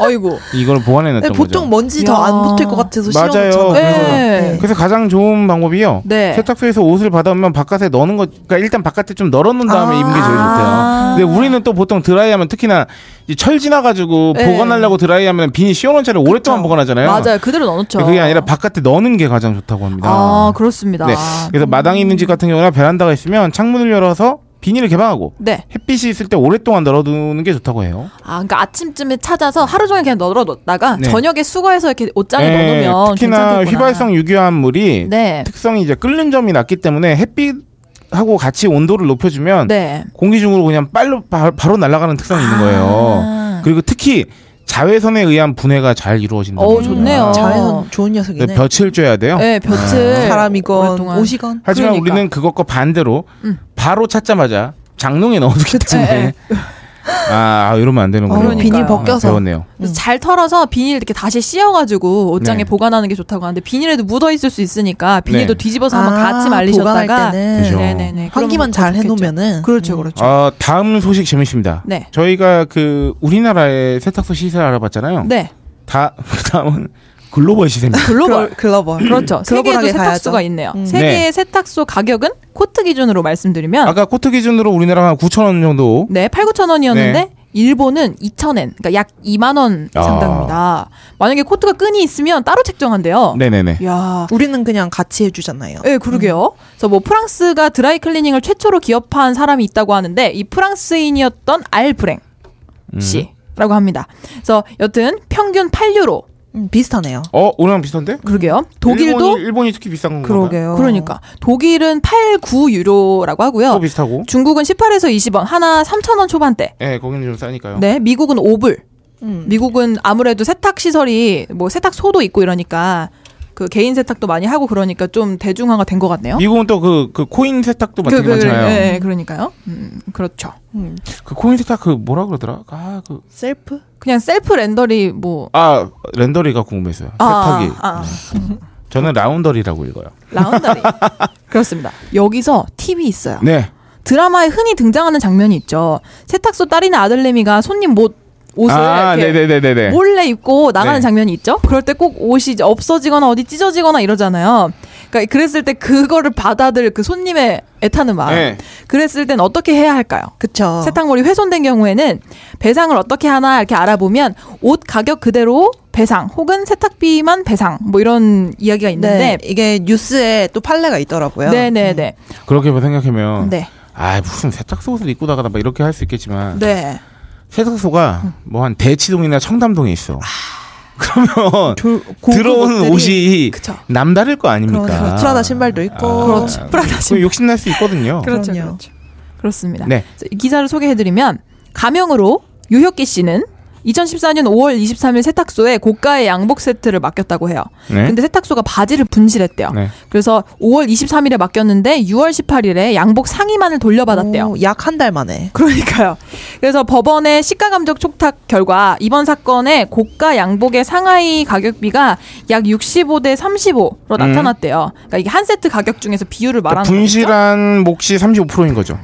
어이구.
이걸
네,
네, 보관해놨던
보통
뭐-
거죠.
먼지 더
야.
안 붙을 것 같아서
맞아요.
싫어하잖아요.
네.
그래서 가장 좋은 방법이요.
네.
세탁소에서 옷을 받아오면 바깥에 넣는 거, 그러니까 일단 바깥에 좀 널어놓은 다음에
아.
입는 게 제일 좋대요. 근데 우리는 또 보통 드라이하면 특히나 이철 지나가지고
네.
보관하려고 드라이하면 비닐 씌워놓은 채를 오랫동안 보관하잖아요.
맞아요. 그대로 넣어놓죠.
근데 네. 그게 아니라 바깥에 넣는 게 가장 좋다고 합니다.
아, 그렇습니다.
네. 그래서 마당이 있는 집 같은 경우나 베란다가 있으면 창문을 열어서 비닐을 개방하고
네.
햇빛이 있을 때 오랫동안 널어두는 게 좋다고 해요.
아, 그러니까 아침쯤에 찾아서 하루 종일 그냥 넣어 놓다가
네.
저녁에 수거해서 이렇게 옷장에
네,
넣어놓으면
특히나
괜찮겠구나.
휘발성 유기화합물이
네.
특성이 이제 끓는 점이 낮기 때문에 햇빛하고 같이 온도를 높여주면
네.
공기 중으로 그냥 빨로 바, 로 날아가는 특성이 있는 거예요.
아.
그리고 특히 자외선에 의한 분해가 잘 이루어진다.
어, 좋네요.
자외선 아, 좋은 녀석이네.
볕을 쬐야 돼요.
네, 볕을
사람이건
오랫동안.
옷이건
하지만
그러니까.
우리는 그것과 반대로
음. 네.
바로 찾자마자 장롱에 넣어두기 때문에 아, 아, 이러면 안 되는군요.
어, 비닐
그러니까요.
벗겨서
배웠네요.
그래서
음.
잘 털어서 비닐 이렇게 다시 씌워가지고 옷장에
네.
보관하는 게 좋다고 하는데 비닐에도 묻어 있을 수 있으니까 비닐도
네.
뒤집어서 한번
아,
같이
보관할
말리셨다가
때는
그죠.
네네네
환기만
그러면
잘
더 좋겠죠.
해놓으면은 음,
그렇죠 그렇죠
아, 다음 소식 재밌습니다.
네.
저희가 그 우리나라의 세탁소 시세 알아봤잖아요.
네
다 그다음은 글로벌 시세입니다.
글로벌
글- 글로벌 음,
그렇죠. 세계에도
글로벌하게
세탁소가
가야죠.
있네요.
음.
세계의 세탁소 가격은 코트 기준으로 말씀드리면
아까 코트 기준으로 우리나라 한 9천 원 정도.
네, 8, 9천 원이었는데 일본은 2,000엔. 그러니까 약 2만 원
아.
상당입니다. 만약에 코트가 끈이 있으면 따로 책정한대요.
네네네.
야.
우리는 그냥 같이 해주잖아요.
예, 그러게요. 그래서 뭐 프랑스가 드라이 클리닝을 최초로 기업화한 사람이 있다고 하는데 이 프랑스인이었던 알 브랭
음.
씨라고 합니다. 그래서 여튼 평균 8유로.
음, 비슷하네요.
어, 우리랑 비슷한데?
그러게요. 독일도
음. 일본이, 일본이 특히 비싼 건가? 봐요.
그러니까 독일은 8, 9유로라고
또
하고요.
비슷하고.
중국은 18에서 20원, 하나 3,000원 초반대.
예, 거기는 좀 싸니까요.
네, 미국은 5불. 미국은 아무래도 세탁 시설이 뭐 세탁소도 있고 이러니까 그 개인 세탁도 많이 하고 그러니까 좀 대중화가 된 것 같네요.
미국은 또 그 그 코인 세탁도
그,
되게
그,
많잖아요.
예, 예, 그러니까요. 음, 그렇죠.
그 코인 세탁 그 뭐라 그러더라? 아, 그
셀프?
그냥 셀프 렌더리 뭐
아, 렌더리가 궁금했어요.
아,
세탁이.
아, 아.
네. 저는 라운더리라고 읽어요.
라운더리 그렇습니다. 여기서 팁이 있어요.
네.
드라마에 흔히 등장하는 장면이 있죠. 세탁소 딸이나 아들내미가 손님 못 옷을
아,
이렇게
네네네네네.
몰래 입고 나가는
네.
장면이 있죠. 그럴 때 꼭 옷이 이제 없어지거나 어디 찢어지거나 이러잖아요. 그러니까 그랬을 때 그거를 받아들 그 손님의 애타는 마음.
네.
그랬을 땐 어떻게 해야 할까요?
그쵸.
세탁물이 훼손된 경우에는 배상을 어떻게 하나 이렇게 알아보면 옷 가격 그대로 배상 혹은 세탁비만 배상 뭐 이런 이야기가 있는데
네, 이게 뉴스에 또 판례가 있더라고요.
네, 네, 네.
그렇게 생각하면
네.
아, 무슨 세탁소 옷을 입고 나가다 막 이렇게 할 수 있겠지만
네.
세탁소가 뭐 한 대치동이나 청담동에 있어.
아.
그러면
조- 고급
들어오는
옷들이-
옷이
그쵸.
남다를 거 아닙니까? 아.
그렇죠. 프라다 신발도 있고.
그렇죠. 프라다 신발.
욕심 날 수 있거든요.
그렇죠.
그럼요.
그렇죠. 그렇습니다.
네.
그래서 이 기사를 소개해드리면 가명으로 유혁기 씨는 2014년 5월 23일 세탁소에 고가의 양복 세트를 맡겼다고 해요.
네.
근데 세탁소가 바지를 분실했대요.
네.
그래서 5월 23일에 맡겼는데 6월 18일에 양복 상의만을 돌려받았대요.
약 한 달 만에.
그러니까요. 그래서 법원의 시가감정 촉탁 결과 이번 사건의 고가 양복의 상하이 가격비가 약 65대 35로 나타났대요. 그러니까 이게 한 세트 가격 중에서
음.
비율을
그러니까
말하는 거죠.
분실한 몫이 35%인 거죠.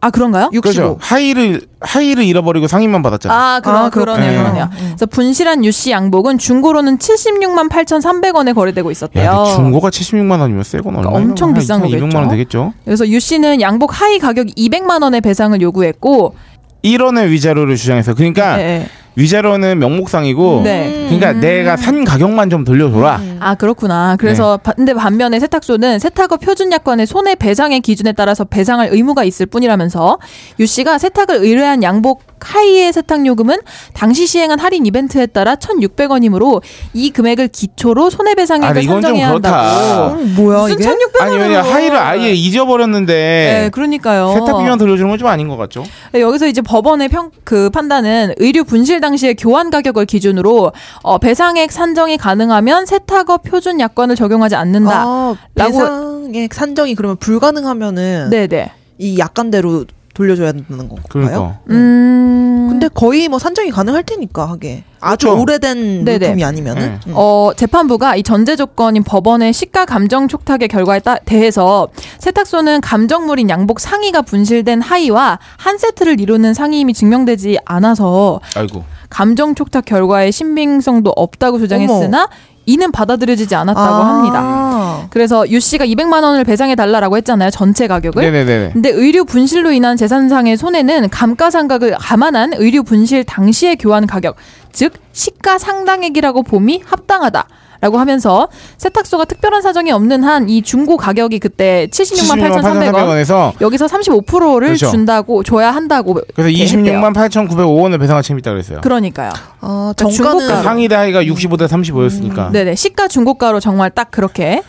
아 그런가요?
그렇죠. 하의를 하의를 잃어버리고 상의만 받았잖아요.
아, 그러,
아,
그러네요.
그렇군요.
그러네요. 그래서 분실한 유씨 양복은 중고로는 76만 8,300원에 거래되고
야,
있었대요.
근데 중고가 76만 원이면 새건 얼마?
그러니까 엄청 비싼 거겠죠?
200만 원 되겠죠.
그래서 유씨는 양복 하의 가격 200만 원의 배상을 요구했고
1원의 위자료를 주장해서 그러니까
네.
위자료는 명목상이고
네.
그러니까 내가 산 가격만 좀 돌려줘라.
아 그렇구나. 그래서
네.
바- 근데 반면에 세탁소는 세탁업 표준약관의 손해 배상의 기준에 따라서 배상할 의무가 있을 뿐이라면서 유 씨가 세탁을 의뢰한 양복 카이의 세탁 요금은 당시 시행한 할인 이벤트에 따라 1,600원이므로 이 금액을 기초로 손해배상액을
아니, 이건 좀
산정해야
그렇다.
한다고.
어, 뭐야
무슨
이게?
1,600원?
아니 왜냐 하이를 아예
네,
잊어버렸는데
그러니까요.
예. 세탁비만 돌려주는 건 좀 아닌 것 같죠?
네, 여기서 이제 법원의 평, 그 판단은 의류 분실 당시의 교환 가격을 기준으로 어, 배상액 산정이 가능하면 세탁업 표준 약관을 적용하지 않는다.
아,
라고-
배상의 산정이 그러면 불가능하면은
네네.
이 약간대로 돌려줘야 된다는 건가요?
그러니까.
음.
근데 거의 뭐 산정이 가능할 테니까 하게 아주
그렇죠.
오래된
네네.
물품이 아니면은 음.
어, 재판부가 이 전제 조건인 법원의 시가 감정 촉탁의 결과에 따, 대해서 세탁소는 감정물인 양복 상의가 분실된 하의와 한 세트를 이루는 상의임이 증명되지 않아서
아이고.
감정 촉탁 결과의 신빙성도 없다고 주장했으나 이는 받아들여지지 않았다고
아.
합니다. 그래서 유 씨가 200만 원을 배상해 달라라고 했잖아요. 전체 가격을.
네네네.
근데 의류 분실로 인한 재산상의 손해는 감가상각을 감안한 의류 분실 당시의 교환 가격, 즉 시가 상당액이라고 봄이 합당하다. 라고 하면서 세탁소가 특별한 사정이 없는 한 이 중고 가격이 그때 76만 8,300원
86,8,300원에서
여기서 35%를
그렇죠.
준다고 줘야 한다고
그래서
이렇게 했대요.
26만 8,905원을 배상할 책임있다 그랬어요.
그러니까요.
아,
그러니까 중고가-
정가는
상위 다이가 65대 35였으니까.
네네 시가 중고가로 정말 딱 그렇게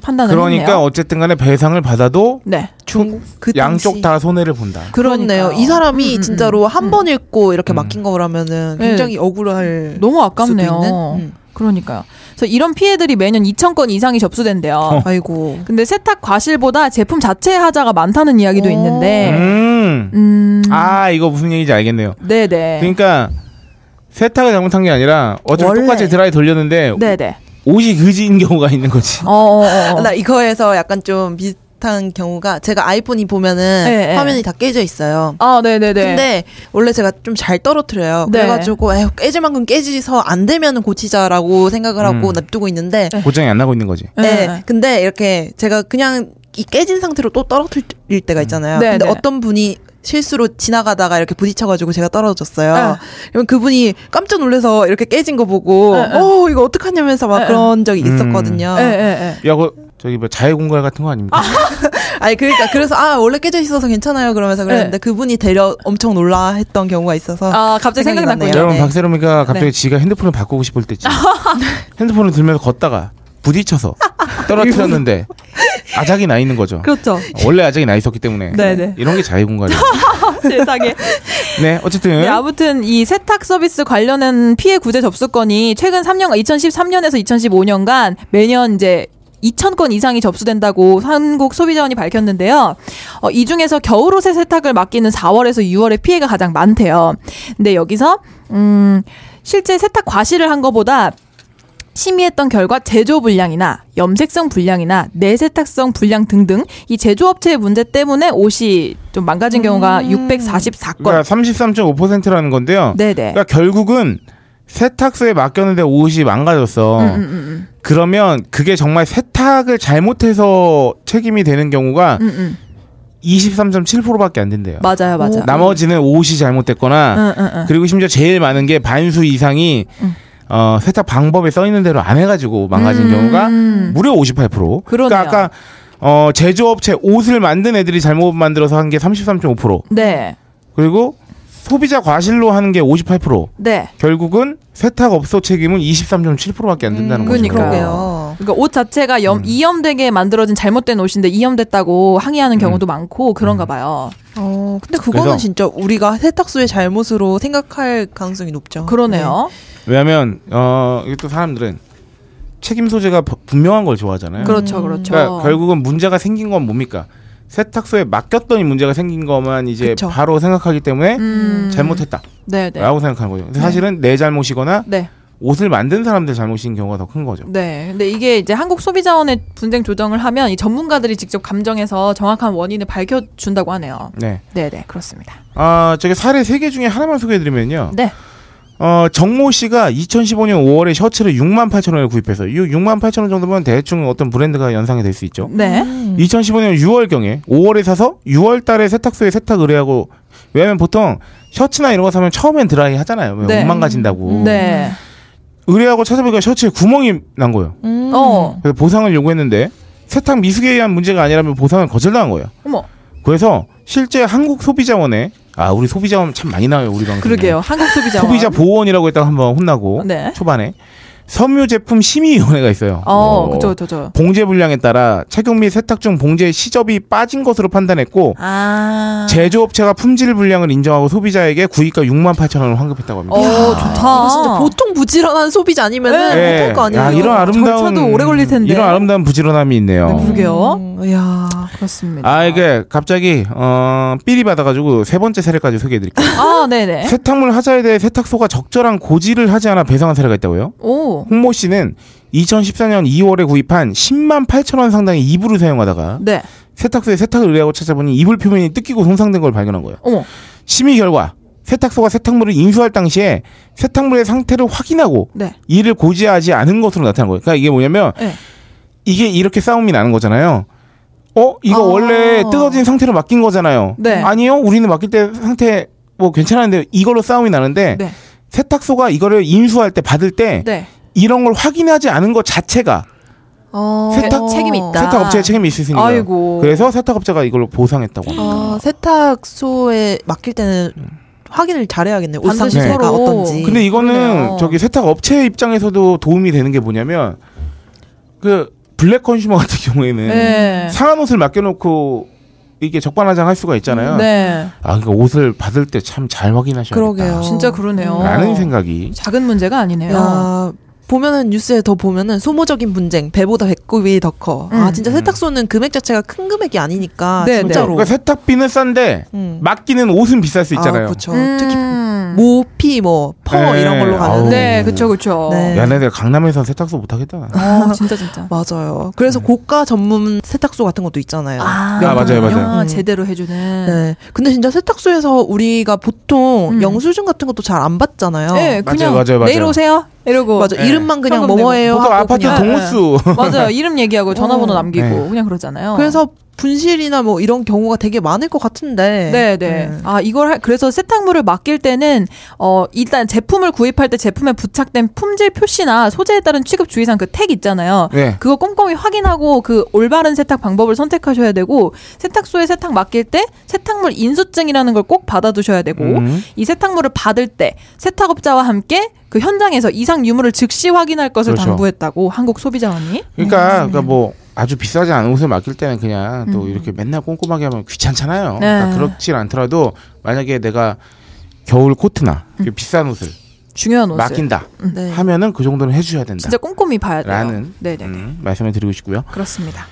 판단을
그러니까
했네요.
어쨌든 간에 배상을 받아도
네.
중, 그
양쪽
당시-
다 손해를 본다.
그렇네요.
그러니까요.
이 사람이
음, 음,
진짜로 한
음.
번 읽고 이렇게 맡긴 거라면은
네.
굉장히 억울할
너무
수도 있는.
아깝네요.
음.
그러니까요. 그래서 이런 피해들이 매년 2,000건 이상이 접수된대요.
어.
아이고.
근데 세탁 과실보다 제품 자체 하자가 많다는 이야기도
오.
있는데,
음.
네. 음,
아 이거 무슨 얘기인지 알겠네요.
네네.
그러니까 세탁을 잘못한 게 아니라 어차피
원래.
똑같이 드라이 돌렸는데
네네.
옷이 그지인 경우가 있는 거지.
어, 어, 어.
나 이거에서 약간 좀 비슷한 경우가 제가 아이폰이 보면은
네, 네.
화면이 다 깨져 있어요.
아, 네네네.
근데 원래 제가 좀 잘 떨어뜨려요.
네.
그래가지고 에휴, 깨질 만큼 깨지서 안 되면은 고치자라고 생각을 하고
음.
냅두고 있는데
고장이 안 나고 있는 거지.
네.
네. 근데 이렇게 제가 그냥 이 깨진 상태로 또 떨어뜨릴 때가 있잖아요.
음. 네,
근데
네.
어떤 분이 실수로 지나가다가 이렇게 부딪혀가지고 제가 떨어졌어요.
네.
그러면 그분이 깜짝 놀라서 이렇게 깨진 거 보고,
네, 네.
어, 이거 어떡하냐면서 막
네,
그런 적이
음.
있었거든요.
예, 예, 예.
야, 그 저기 뭐 자해 공갈 같은 거 아닙니까?
아니, 그러니까 그래서, 아, 원래 깨져 있어서 괜찮아요. 그러면서 그랬는데
네.
그분이 데려 엄청 놀라 했던 경우가 있어서.
아, 갑자기
생각이
생각났군요.
났네요.
여러분
네.
박세롬이가 갑자기 지가 핸드폰을 바꾸고 싶을 때지. 핸드폰을 들면서 걷다가 부딪혀서 떨어뜨렸는데 아작이 나 있는 거죠.
그렇죠.
원래 아작이 나 있었기 때문에
네네.
이런 게 자해 공갈이에요.
세상에.
네, 어쨌든
네, 아무튼 이 세탁 서비스 관련한 피해 구제 접수 건이 최근 3년간 2013년에서 2015년간 매년 이제 2,000건 이상이 접수된다고 한국 소비자원이 밝혔는데요. 어, 이 중에서 겨울옷의 세탁을 맡기는 4월에서 6월에 피해가 가장 많대요. 근데 여기서 음, 실제 세탁 과실을 한 거보다 심의했던 결과 제조 불량이나 염색성 불량이나 내세탁성 불량 등등 이 제조업체의 문제 때문에 옷이 좀 망가진 경우가 644건.
그러니까 33.5%라는 건데요.
네네.
그러니까 결국은 세탁소에 맡겼는데 옷이 망가졌어.
음,
그러면 그게 정말 세탁을 잘못해서 책임이 되는 경우가
음, 음.
23.7%밖에 안 된대요.
맞아요, 맞아요.
나머지는 옷이 잘못됐거나
응, 응, 응.
그리고 심지어 제일 많은 게 반수 이상이 어, 세탁 방법에 써 있는 대로 안 해가지고 망가진 경우가 무려 58%.
음. 그러네요.
그러니까 아까 어, 제조업체 옷을 만든 애들이 잘못 만들어서 한 게 33.5%.
네,
그리고 소비자 과실로 하는 게 58%.
네.
결국은 세탁업소 책임은 23.7%밖에 안 된다는 거죠.
음, 그러니까요.
그러게요.
그러니까 옷 자체가
음.
염, 이염되게 만들어진 잘못된 옷인데 이염됐다고
음.
항의하는 경우도 많고 그런가 봐요.
어, 근데 그거는
그래서-
진짜 우리가 세탁소의 잘못으로 생각할 가능성이 높죠.
그러네요.
왜냐하면 어, 이게 또 사람들은 책임 소재가 부- 분명한 걸 좋아하잖아요.
그렇죠, 그렇죠.
러니까 결국은 문제가 생긴 건 뭡니까? 세탁소에 맡겼더니 문제가 생긴 것만 이제
그쵸.
바로 생각하기 때문에
음,
잘못했다라고
네, 네.
생각하는 거죠. 근데 사실은 내 잘못이거나
네,
옷을 만든 사람들 잘못인 경우가 더 큰 거죠.
네. 근데 이게 이제 한국 소비자원의 분쟁 조정을 하면 이 전문가들이 직접 감정해서 정확한 원인을 밝혀준다고 하네요.
네.
네, 네, 그렇습니다.
아, 저기 사례 세 개 중에 하나만 소개해드리면요.
네,
어, 정모 씨가 2015년 5월에 셔츠를 6만 8천 원에 구입해서 이 6만 8천 원 정도면 대충 어떤 브랜드가 연상이 될 수 있죠.
네.
2015년 6월경에 5월에 사서 6월 달에 세탁소에 세탁 의뢰하고 왜냐면 보통 셔츠나 이런 거 사면 처음엔 드라이 하잖아요. 왜
네.
옷만 가진다고.
네.
의뢰하고 찾아보니까 셔츠에 구멍이 난 거예요.
네. 음.
어,
그래서 보상을 요구했는데 세탁 미숙에 의한 문제가 아니라면 보상을 거절당한 거예요.
어머.
그래서 실제 한국소비자원에 아 우리 소비자원 참 많이 나와요 우리 방송.
그러게요. 한국 소비자.
소비자 보호원이라고 했다가 한번 혼나고
네.
초반에 섬유 제품 심의위원회가 있어요.
어,
어.
그죠, 그죠, 그죠.
봉제 분량에 따라 착용 및 세탁 중 봉제 시접이 빠진 것으로 판단했고
아.
제조업체가 품질 불량을 인정하고 소비자에게 구입가 6만 8천 원을 환급했다고 합니다.
어,
이야,
좋다.
이거 진짜 보통 부지런한 소비자 아니면은
네.
예.
못할 거 아니에요.
야, 이런 아름다운
절차도 오래 걸릴 텐데.
이런 아름다운 부지런함이 있네요.
네, 그러게요.
음, 야.
그렇습니다.
아 이게 갑자기 어 삘이 받아가지고 세 번째 사례까지 소개해드릴게요.
아, 네네.
세탁물 하자에 대해 세탁소가 적절한 고지를 하지 않아 배상한 사례가 있다고요?
오.
홍모 씨는 2014년 2월에 구입한 10만 8천 원 상당의 이불을 사용하다가
네.
세탁소에 세탁을 의뢰하고 찾아보니 이불 표면이 뜯기고 손상된 걸 발견한 거예요.
어머.
심의 결과 세탁소가 세탁물을 인수할 당시에 세탁물의 상태를 확인하고
네.
이를 고지하지 않은 것으로 나타난 거예요. 그러니까 이게 뭐냐면
네.
이게 이렇게 싸움이 나는 거잖아요. 어 이거
아.
원래 뜯어진 상태로 맡긴 거잖아요.
네.
아니요, 우리는 맡길 때 상태 뭐 괜찮았는데 이걸로 싸움이 나는데
네.
세탁소가 이거를 인수할 때 받을 때
네.
이런 걸 확인하지 않은 것 자체가
어.
세탁-
책임이 있다.
세탁업체의 책임이 있을 수 있는 거예요.
아이고.
그래서 세탁업체가 이걸로 보상했다고. 합니다.
아, 세탁소에 맡길 때는 확인을 잘해야겠네요. 옷
반드시
상태가
서로.
어떤지.
근데 이거는
그러네요.
저기 세탁업체 입장에서도 도움이 되는 게 뭐냐면 그 블랙 컨슈머 같은 경우에는
네.
상한 옷을 맡겨놓고 이게 적반하장 할 수가 있잖아요.
네.
아, 그러니까 옷을 받을 때 참 잘 확인하셔야겠다.
그러게요. 음.
진짜 그러네요.
라는 생각이.
작은 문제가 아니네요.
야, 보면은 뉴스에 더 보면은 소모적인 분쟁 배보다 배꼽이 더 커. 아
음.
진짜 세탁소는 금액 자체가 큰 금액이 아니니까
네,
진짜로.
그러니까 세탁비는 싼데
음.
맡기는 옷은 비쌀 수 있잖아요.
아, 그렇죠.
음.
특히 뭐 모피 뭐퍼
네.
이런 걸로 가는. 데
네, 그쵸, 그쵸.
네.
야, 내가 강남에서 세탁소 못하겠다. 나.
아, 진짜, 진짜. 네.
맞아요. 그래서 고가 전문 세탁소 같은 것도 있잖아요. 음.
아, 맞아요, 맞아요.
아, 제대로 해주는.
네. 근데 진짜 세탁소에서 우리가 보통
음.
영수증 같은 것도 잘 안 받잖아요.
맞아요,
네, 그냥
맞아요, 맞아요.
내일 오세요. 이러고
어. 맞아.
네.
이름만 그냥
현금
뭐뭐예요.
보통
하고
아파트
그냥.
동호수.
맞아요. 이름 얘기하고 전화번호
어.
남기고
네.
그냥 그러잖아요.
그래서 분실이나 뭐 이런 경우가 되게 많을 것 같은데.
네, 네. 아, 이걸 할, 그래서 세탁물을 맡길 때는 어, 일단 제품을 구입할 때 제품에 부착된 품질 표시나 소재에 따른 취급 주의사항 그 택 있잖아요.
네.
그거 꼼꼼히 확인하고 그 올바른 세탁 방법을 선택하셔야 되고 세탁소에 세탁 맡길 때 세탁물 인수증이라는 걸 꼭 받아두셔야 되고
음.
이 세탁물을 받을 때 세탁업자와 함께 그 현장에서 이상 유무를 즉시 확인할 것을
그렇죠.
당부했다고 한국 소비자원이
그러니까, 그러니까 뭐 아주 비싸지 않은 옷을 맡길 때는 그냥
음.
또 이렇게 맨날 꼼꼼하게 하면 귀찮잖아요.
네.
그러니까 그렇지 않더라도 만약에 내가 겨울 코트나
음.
이렇게 비싼 옷을
중요한 옷을
맡긴다
네.
하면은 그 정도는 해줘야 된다.
진짜 꼼꼼히 봐야 돼요.
라는
네네
음, 말씀을 드리고 싶고요.
그렇습니다.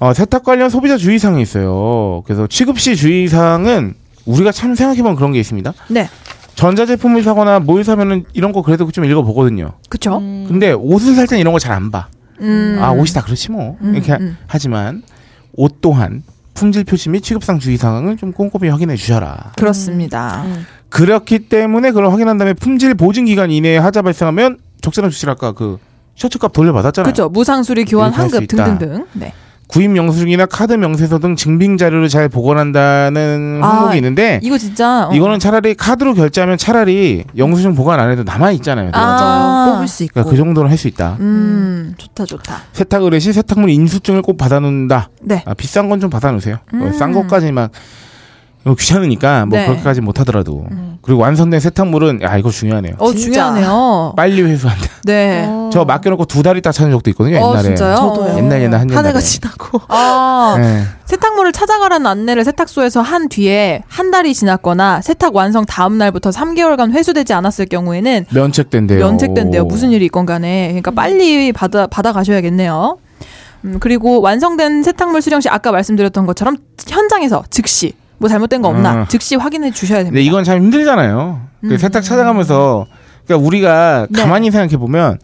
어, 세탁 관련 소비자 주의사항이 있어요. 그래서 취급 시 주의사항은 우리가 참 생각해보면 그런 게 있습니다.
네,
전자제품을 사거나 뭘 사면은 이런 거 그래도 좀 읽어보거든요.
그쵸?
음.
근데 옷을 살 땐 이런 거 잘 안 봐.
음.
아, 옷이 다 그렇지 뭐.
음,
이렇게
음.
하지만 옷 또한 품질 표시 및 취급상 주의사항을 좀 꼼꼼히 확인해 주셔라.
그렇습니다.
음.
그렇기 때문에 그걸 확인한 다음에 품질 보증 기간 이내에 하자 발생하면 적절한 조치를 아까 그 셔츠값
음.
돌려받았잖아요.
그렇죠. 무상수리 교환
이렇게 할수
환급
있다.
등등등. 네.
구입 영수증이나 카드 명세서 등 증빙 자료를 잘 보관한다는
아,
항목이 있는데
이거 진짜 어.
네. 이거는 차라리 카드로 결제하면 차라리 영수증 보관 안 해도 남아 있잖아요.
아. 어.
맞아요. 뽑을 수 있고.
그러니까 그 정도는 할 수 있다.
음, 좋다 좋다.
세탁 의뢰 시 세탁물 인수증을 꼭 받아놓는다.
네.
아, 비싼 건 좀 받아놓으세요. 뭐
음.
싼 것까지만 이거 귀찮으니까 뭐
네. 음.
그렇게까지 못 하더라도 그리고 완성된 세탁물은 야 이거 중요하네요.
어
진짜.
중요하네요.
빨리 회수한다.
네.
저 맡겨놓고 두 달 있다 찾은 적도 있거든요.
어
옛날에
진짜요?
저도요.
어.
옛날 옛날
한
한 옛날에.
해가 지나고.
아
예.
세탁물을 찾아가라는 안내를 세탁소에서 한 뒤에 한 달이 지났거나 세탁 완성 다음 날부터 3개월간 회수되지 않았을 경우에는
면책된대요.
면책된대요. 무슨 일이 있건 간에. 그러니까 빨리 받아, 받아가셔야겠네요. 음, 그리고 완성된 세탁물 수령 시 아까 말씀드렸던 것처럼 현장에서 즉시 뭐 잘못된 거 없나
음.
즉시 확인해 주셔야 됩니다.
근데 네, 이건 참 힘들잖아요. 그 세탁 찾아가면서 그러니까 우리가
음. 네.
가만히 생각해 보면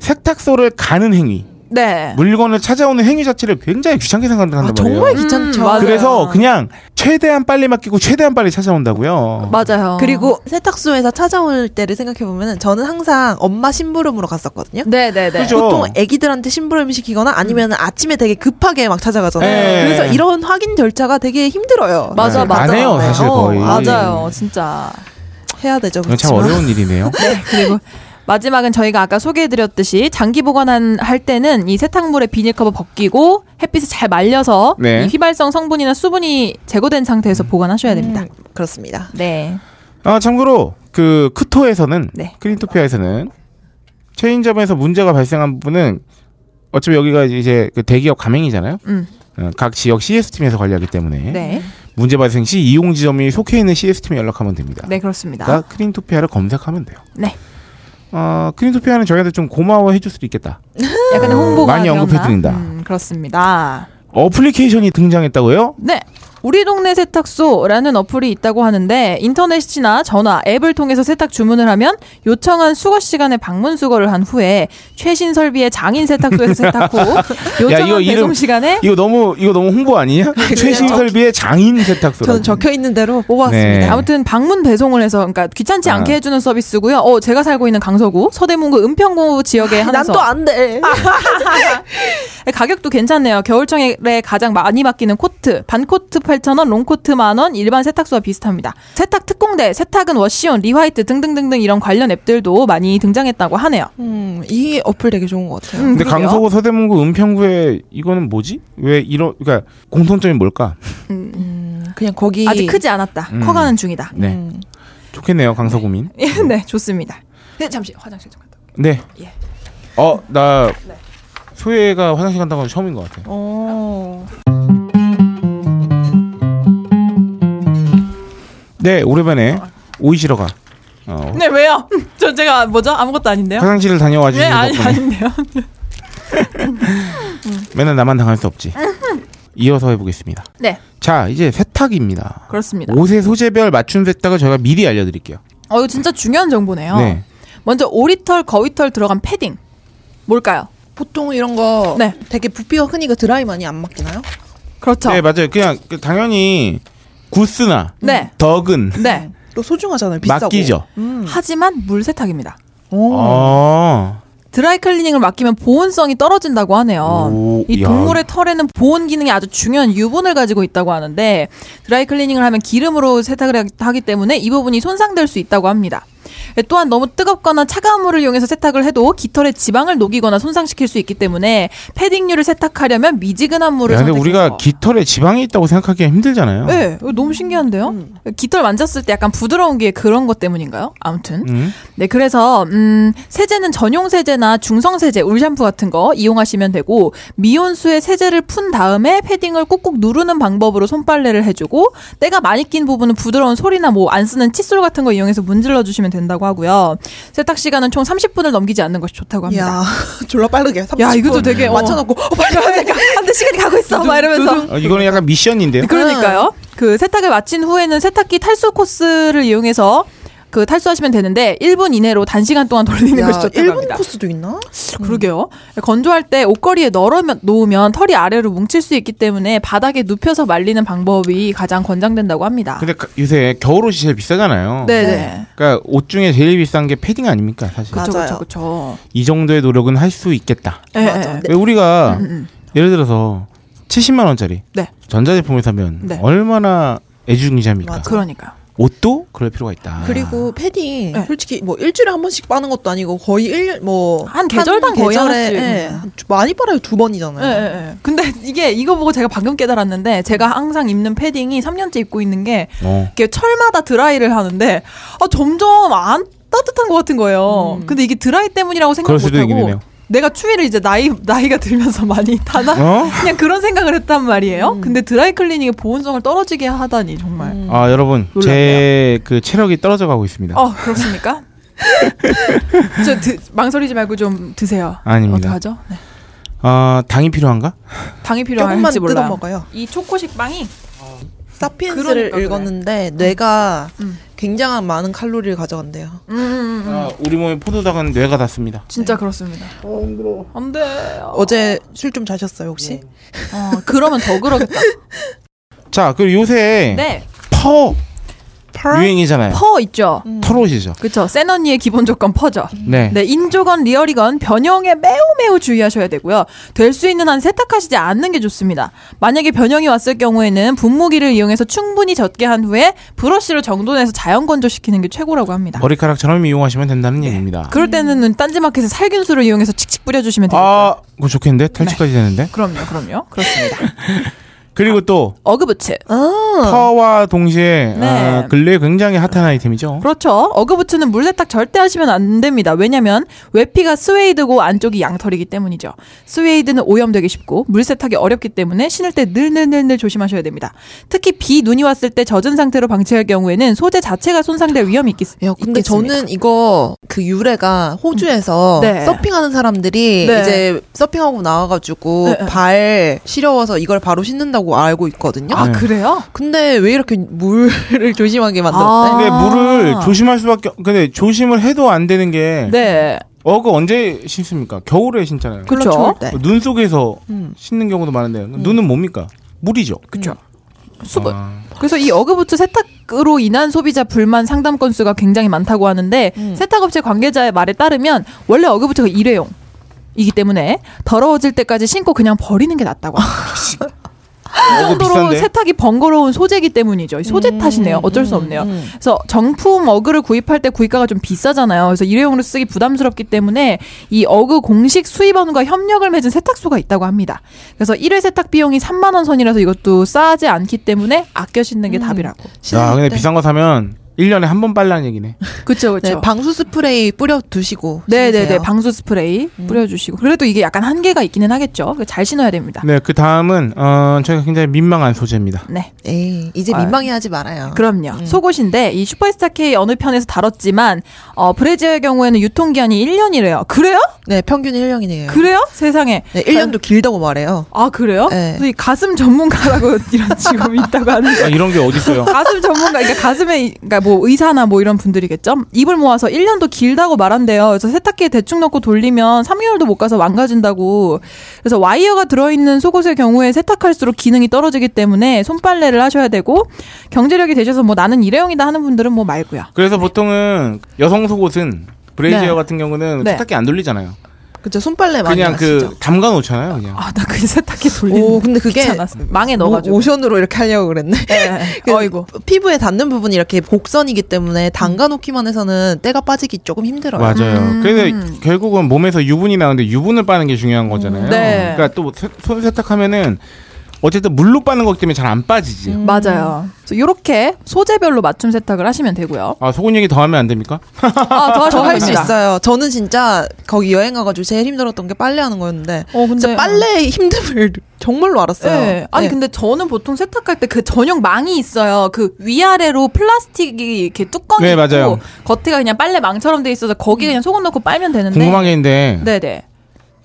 세탁소를 가는 행위,
네.
물건을 찾아오는 행위 자체를 굉장히 귀찮게 생각한단
아,
말이에요.
정말 귀찮죠.
음, 맞아요.
그래서 그냥 최대한 빨리 맡기고 최대한 빨리 찾아온다고요.
맞아요.
그리고 세탁소에서 찾아올 때를 생각해 보면은 저는 항상 엄마 심부름으로 갔었거든요.
네네네.
그죠?
보통 아기들한테 심부름 시키거나 아니면
음.
아침에 되게 급하게 막 찾아가잖아요.
예.
그래서 이런 확인 절차가 되게 힘들어요.
네. 맞아
네,
맞아.
안 해요, 사실
어,
거의.
맞아요. 진짜.
해야 되죠.
이건 참
그렇지만.
어려운 일이네요.
그리고 마지막은 저희가 아까 소개해드렸듯이 장기 보관한 할 때는 이 세탁물에 비닐 커버 벗기고 햇빛에 잘 말려서
네.
이 휘발성 성분이나 수분이 제거된 상태에서 보관하셔야 됩니다.
그렇습니다.
음. 네.
아 참고로 그 크토에서는
네.
크린토피아에서는 체인점에서 문제가 발생한 부분은 어차피 여기가 이제 그 대기업 가맹이잖아요.
음.
어, 각 지역 CS 팀에서 관리하기 때문에
네.
문제 발생 시 이용 지점이 속해 있는 CS 팀에 연락하면 됩니다.
네, 그렇습니다.
그러니까 크린토피아를 검색하면 돼요.
네.
어, 크린토피아는 저희한테 좀 고마워해 줄 수도 있겠다.
약간의 홍보가
많이
되었나?
언급해드린다.
음, 그렇습니다.
어플리케이션이 등장했다고요?
네. 우리 동네 세탁소라는 어플이 있다고 하는데 인터넷이나 전화, 앱을 통해서 세탁 주문을 하면 요청한 수거 시간에 방문 수거를 한 후에 최신 설비의 장인 세탁소에서 세탁 후 요청한
이거 이름-
배송 시간에
이거 너무 이거 너무 홍보 아니냐? 최신 설비의 장인 세탁소.
저는 적혀 있는 대로 뭐
음,
뽑았습니다.
네.
아무튼 방문 배송을 해서 그러니까 귀찮지 않게
아.
해주는 서비스고요. 어 제가 살고 있는 강서구, 서대문구, 은평구 지역에
난
한해서 예,
또 안 돼.
가격도 괜찮네요. 겨울철에 가장 많이 바뀌는 코트, 반코트 8,000원, 롱코트 만원, 일반 세탁소와 비슷합니다. 세탁 특공대, 세탁은 워시온, 리화이트 등등등등 이런 관련 앱들도 많이 등장했다고 하네요.
음, 이 어플 되게 좋은 것 같아요.
음,
근데
그래요?
강서구 서대문구 은평구에 이거는 뭐지? 왜 이런 그러니까 공통점이 뭘까?
그냥 거기
아직 크지 않았다.
음.
음, 커가는 중이다.
네. 좋겠네요, 강서구민.
네, 좋습니다. 네, 잠시 화장실 좀 갔다.
네.
예.
어, 나 소혜가 화장실 간다고 는 처음인 것 같아.
어.
네, 오랜만에 오이시러가 어,
네, 왜요? 저 제가 뭐죠? 아무것도 아닌데요?
화장실을 다녀와
네,
주신
아니,
덕분에
아닌데요.
맨날 나만 당할 수 없지. 이어서 해보겠습니다.
네,
자, 이제 세탁입니다.
그렇습니다.
옷의 소재별 맞춤 세탁을 저희가 미리 알려드릴게요.
어, 이거 진짜 중요한 정보네요.
네.
먼저 오리털, 거위털 들어간 패딩. 뭘까요?
보통 이런 거
네.
되게 부피가 크니까 드라이 많이 안 맡기나요?
그렇죠.
네, 맞아요. 그냥 그 당연히 구스나
네.
덕은
네.
또 소중하잖아요. 비싸고.
맡기죠.
음. 하지만 물 세탁입니다.
어.
드라이 클리닝을 맡기면 보온성이 떨어진다고 하네요.
오,
이
야.
동물의 털에는 보온 기능이 아주 중요한 유분을 가지고 있다고 하는데 드라이 클리닝을 하면 기름으로 세탁을 하기 때문에 이 부분이 손상될 수 있다고 합니다. 예, 또한 너무 뜨겁거나 차가운 물을 이용해서 세탁을 해도 깃털의 지방을 녹이거나 손상시킬 수 있기 때문에 패딩류를 세탁하려면 미지근한 물을
야, 근데
선택해서-
우리가 깃털에 지방이 있다고 생각하기 힘들잖아요.
네, 이거 너무 신기한데요. 깃털 만졌을 때 약간 부드러운 게 그런 것 때문인가요? 아무튼
음.
네, 그래서 음, 세제는 전용 세제나 중성 세제, 울 샴푸 같은 거 이용하시면 되고 미온수에 세제를 푼 다음에 패딩을 꾹꾹 누르는 방법으로 손빨래를 해주고 때가 많이 낀 부분은 부드러운 소리나 뭐 안 쓰는 칫솔 같은 거 이용해서 문질러 주시면 된다고 하고요. 세탁 시간은 총 30분을 넘기지 않는 것이 좋다고 합니다.
야, 졸라 빠르게. 30분
야, 이것도 되게, 어.
맞춰놓고 어, 빨리 빨리 빨리.
안돼 시간이 가고 있어 막 이러면서
어, 이거는 약간 미션인데요.
그러니까요.
음.
그 세탁을 마친 후에는 세탁기 탈수 코스를 이용해서 그 탈수하시면 되는데 1분 이내로 단시간 동안 돌리는
야,
것이 좋다고
일본
합니다.
코스도 있나?
그러게요. 건조할 때 옷걸이에 널어 놓으면 털이 아래로 뭉칠 수 있기 때문에 바닥에 눕혀서 말리는 방법이 가장 권장된다고 합니다.
근데 가- 요새 겨울옷이 제일 비싸잖아요.
네네.
그러니까 옷 중에 제일 비싼 게 패딩 아닙니까 사실.
맞-
그쵸,
맞아요. 네.
그쵸, 그쵸.
이 정도의 노력은 할 수 있겠다.
예,
맞아.
예.
왜 우리가
음.
예를 들어서 70만 원짜리
네.
전자제품을 사면
네.
얼마나 애중이자입니까?
맞아.
그러니까요.
옷도 그럴 필요가 있다.
그리고 패딩
네.
솔직히 뭐 일주일에 한 번씩 빠는 것도 아니고 거의 일뭐한 예,
한 계절당 거의 하나씩. 네.
많이 빨아요 두 번이잖아요.
예, 예, 예. 근데 이게 이거 보고 제가 방금 깨달았는데 제가 항상 입는 패딩이 3년째 입고 있는 게
어.
이게 철마다 드라이를 하는데 아, 점점 안 따뜻한 것 같은 거예요. 근데 이게 드라이 때문이라고 생각
그럴 수도 있긴
못하고
해요.
내가 추위를 이제 나이 나이가 들면서 많이 타나
어?
그냥 그런 생각을 했단 말이에요. 근데 드라이 클리닝의 보온성을 떨어지게 하다니 정말.
아 여러분 제
음. 놀랍네요.
그 체력이 떨어져 가고 있습니다.
어 그렇습니까? 저 드, 망설이지 말고 좀 드세요.
아닙니다.
어떡하죠? 네.
아 당이 필요한가?
조금만
당이
뜯어
필요할지 몰라요.
먹어요.
이 초코식 빵이
사피엔스를
그러니까 그래.
읽었는데 뇌가
음.
굉장한 많은 칼로리를 가져간대요.
음, 음, 네. 음.
아, 우리 몸에 포도당은 뇌가 닿습니다.
진짜 그렇습니다.
어,
안돼.
어. 제 술 좀 자셨어요 혹시?
네. 어, 그러면 더 그러겠다.
네. 자 그리고 요새
네.
퍼 유행이잖아요. 음.
퍼 있죠.
털옷이죠.
그렇죠. 센 언니의 기본 조건 퍼죠.
네.
네, 인조건 리얼이건 변형에 매우 매우 주의하셔야 되고요. 될 수 있는 한 세탁하시지 않는 게 좋습니다. 만약에 변형이 왔을 경우에는 분무기를 이용해서 충분히 젖게 한 후에 브러쉬로 정돈해서 자연 건조시키는 게 최고라고 합니다.
머리카락처럼 이용하시면 된다는 얘기입니다.
네. 그럴 때는 딴지마켓에 살균수를 이용해서 칙칙 뿌려주시면 되겠죠.
아, 그거 좋겠는데? 탈취까지 되는데?
그럼요, 그럼요. 그렇습니다.
그리고 또,
어그부츠.
아.
파와 동시에,
네.
아, 근래 에 굉장히 핫한 아이템이죠.
그렇죠. 어그부츠는 물 세탁 절대 하시면 안 됩니다. 왜냐면 외피가 스웨이드고 안쪽이 양털이기 때문이죠. 스웨이드는 오염되기 쉽고 물 세탁이 어렵기 때문에 신을 때 늘늘늘늘 조심하셔야 됩니다. 특히 비 눈이 왔을 때 젖은 상태로 방치할 경우에는 소재 자체가 손상될 위험이 있겠,
야, 근데
있겠습니다.
저는 이거 그 유래가 호주에서
네.
서핑하는 사람들이
네.
이제 서핑하고 나와가지고
네, 네.
발 시려워서 이걸 바로 씻는다고 알고 있거든요.
아 그래요?
근데 왜 이렇게 물을 조심하게 만들었대?
아.
근데 물을 조심할 수밖에, 없- 근데 조심을 해도 안 되는 게,
네.
어그 언제 신습니까? 겨울에 신잖아요.
그렇죠. 음.
추울 때.
눈 속에서 씻는 경우도 많은데, 눈은 뭡니까? 물이죠. 아.
그렇죠. 수분. 그래서 이 어그부츠 세탁으로 인한 소비자 불만 상담 건수가 굉장히 많다고 하는데
음.
세탁업체 관계자의 말에 따르면 원래 어그부츠가 일회용. 이기 때문에 더러워질 때까지 신고 그냥 버리는 게 낫다고. 합니다. 이
어그
정도로
비싼데?
세탁이 번거로운 소재기 때문이죠. 이 소재 탓이네요. 어쩔 수 없네요. 그래서 정품 어그를 구입할 때 구입가가 좀 비싸잖아요. 그래서 일회용으로 쓰기 부담스럽기 때문에 이 어그 공식 수입원과 협력을 맺은 세탁소가 있다고 합니다. 그래서 일회 세탁 비용이 3만 원 선이라서 이것도 싸지 않기 때문에 아껴 씻는 네. 게 답이라고.
야, 근데
씻는데.
비싼 거 사면, 1년에 한 번 빨라는 얘기네.
그렇죠,
네, 방수 스프레이 뿌려 두시고.
네네네
씻으세요.
방수 스프레이 뿌려주시고 그래도 이게 약간 한계가 있기는 하겠죠. 잘 신어야 됩니다.
네, 그 다음은, 어, 저희가 굉장히 민망한 소재입니다.
네.
예, 에이, 이제 민망해하지 말아요.
그럼요. 속옷인데 이 슈퍼스타 K 어느 편에서 다뤘지만 어 브래지아의 경우에는 유통 기한이 1년이래요. 그래요?
네, 평균 1년이네요.
그래요? 세상에.
네, 1년도 길다고 말해요.
아 그래요?
네.
그래서 이 가슴 전문가라고 이런 직업이 있다고 하는데
아, 이런 게 어딨어요?
가슴 전문가, 그러니까 가슴에, 이- 그러니까 뭐 의사나 뭐 이런 분들이겠죠? 입을 모아서 1년도 길다고 말한대요. 그래서 세탁기에 대충 넣고 돌리면 3개월도 못 가서 망가진다고. 그래서 와이어가 들어있는 속옷의 경우에 세탁할수록 기능이 떨어지기 때문에 손빨래를 하셔야 되고, 경제력이 되셔서 뭐 나는 일회용이다 하는 분들은 뭐 말고요.
그래서 보통은 여성 속옷은 브레이지어
네.
같은 경우는
네.
세탁기 안 돌리잖아요.
그죠 손빨래 많이
그냥
하시죠.
그 담가 놓잖아요. 그냥.
아, 나 그냥 세탁기 돌리는
오, 근데 그게
귀찮았어. 망에 넣어가지고.
오, 오션으로 이렇게 하려고 그랬네. 그
어이구. 음.
피부에 닿는 부분이 이렇게 곡선이기 때문에 담가 놓기만 해서는 때가 빠지기 조금 힘들어요.
맞아요. 그래서
음.
결국은 몸에서 유분이 나오는데 유분을 빠는 게 중요한 거잖아요.
네.
그러니까 또 손 세탁하면은 어쨌든 물로 빠는 거기 때문에 잘 안 빠지지.
음.
맞아요. 그래서 이렇게 소재별로 맞춤 세탁을 하시면 되고요.
아 속옷 얘기 더 하면 안 됩니까?
아, 더 하셔도
저 할 수
됩니다.
있어요. 저는 진짜 거기 여행 가가지고 제일 힘들었던 게 빨래하는 거였는데
어, 근데-
진짜 빨래의 힘듦을 정말로 알았어요.
네. 아니 근데 저는 보통 세탁할 때 그 전용 망이 있어요. 그 위아래로 플라스틱이 이렇게 뚜껑이
네,
있고
맞아요.
겉에가 그냥 빨래망처럼 돼 있어서 거기 그냥 속옷 넣고 빨면
네.
되는데.
궁금한 게 있는데
네네.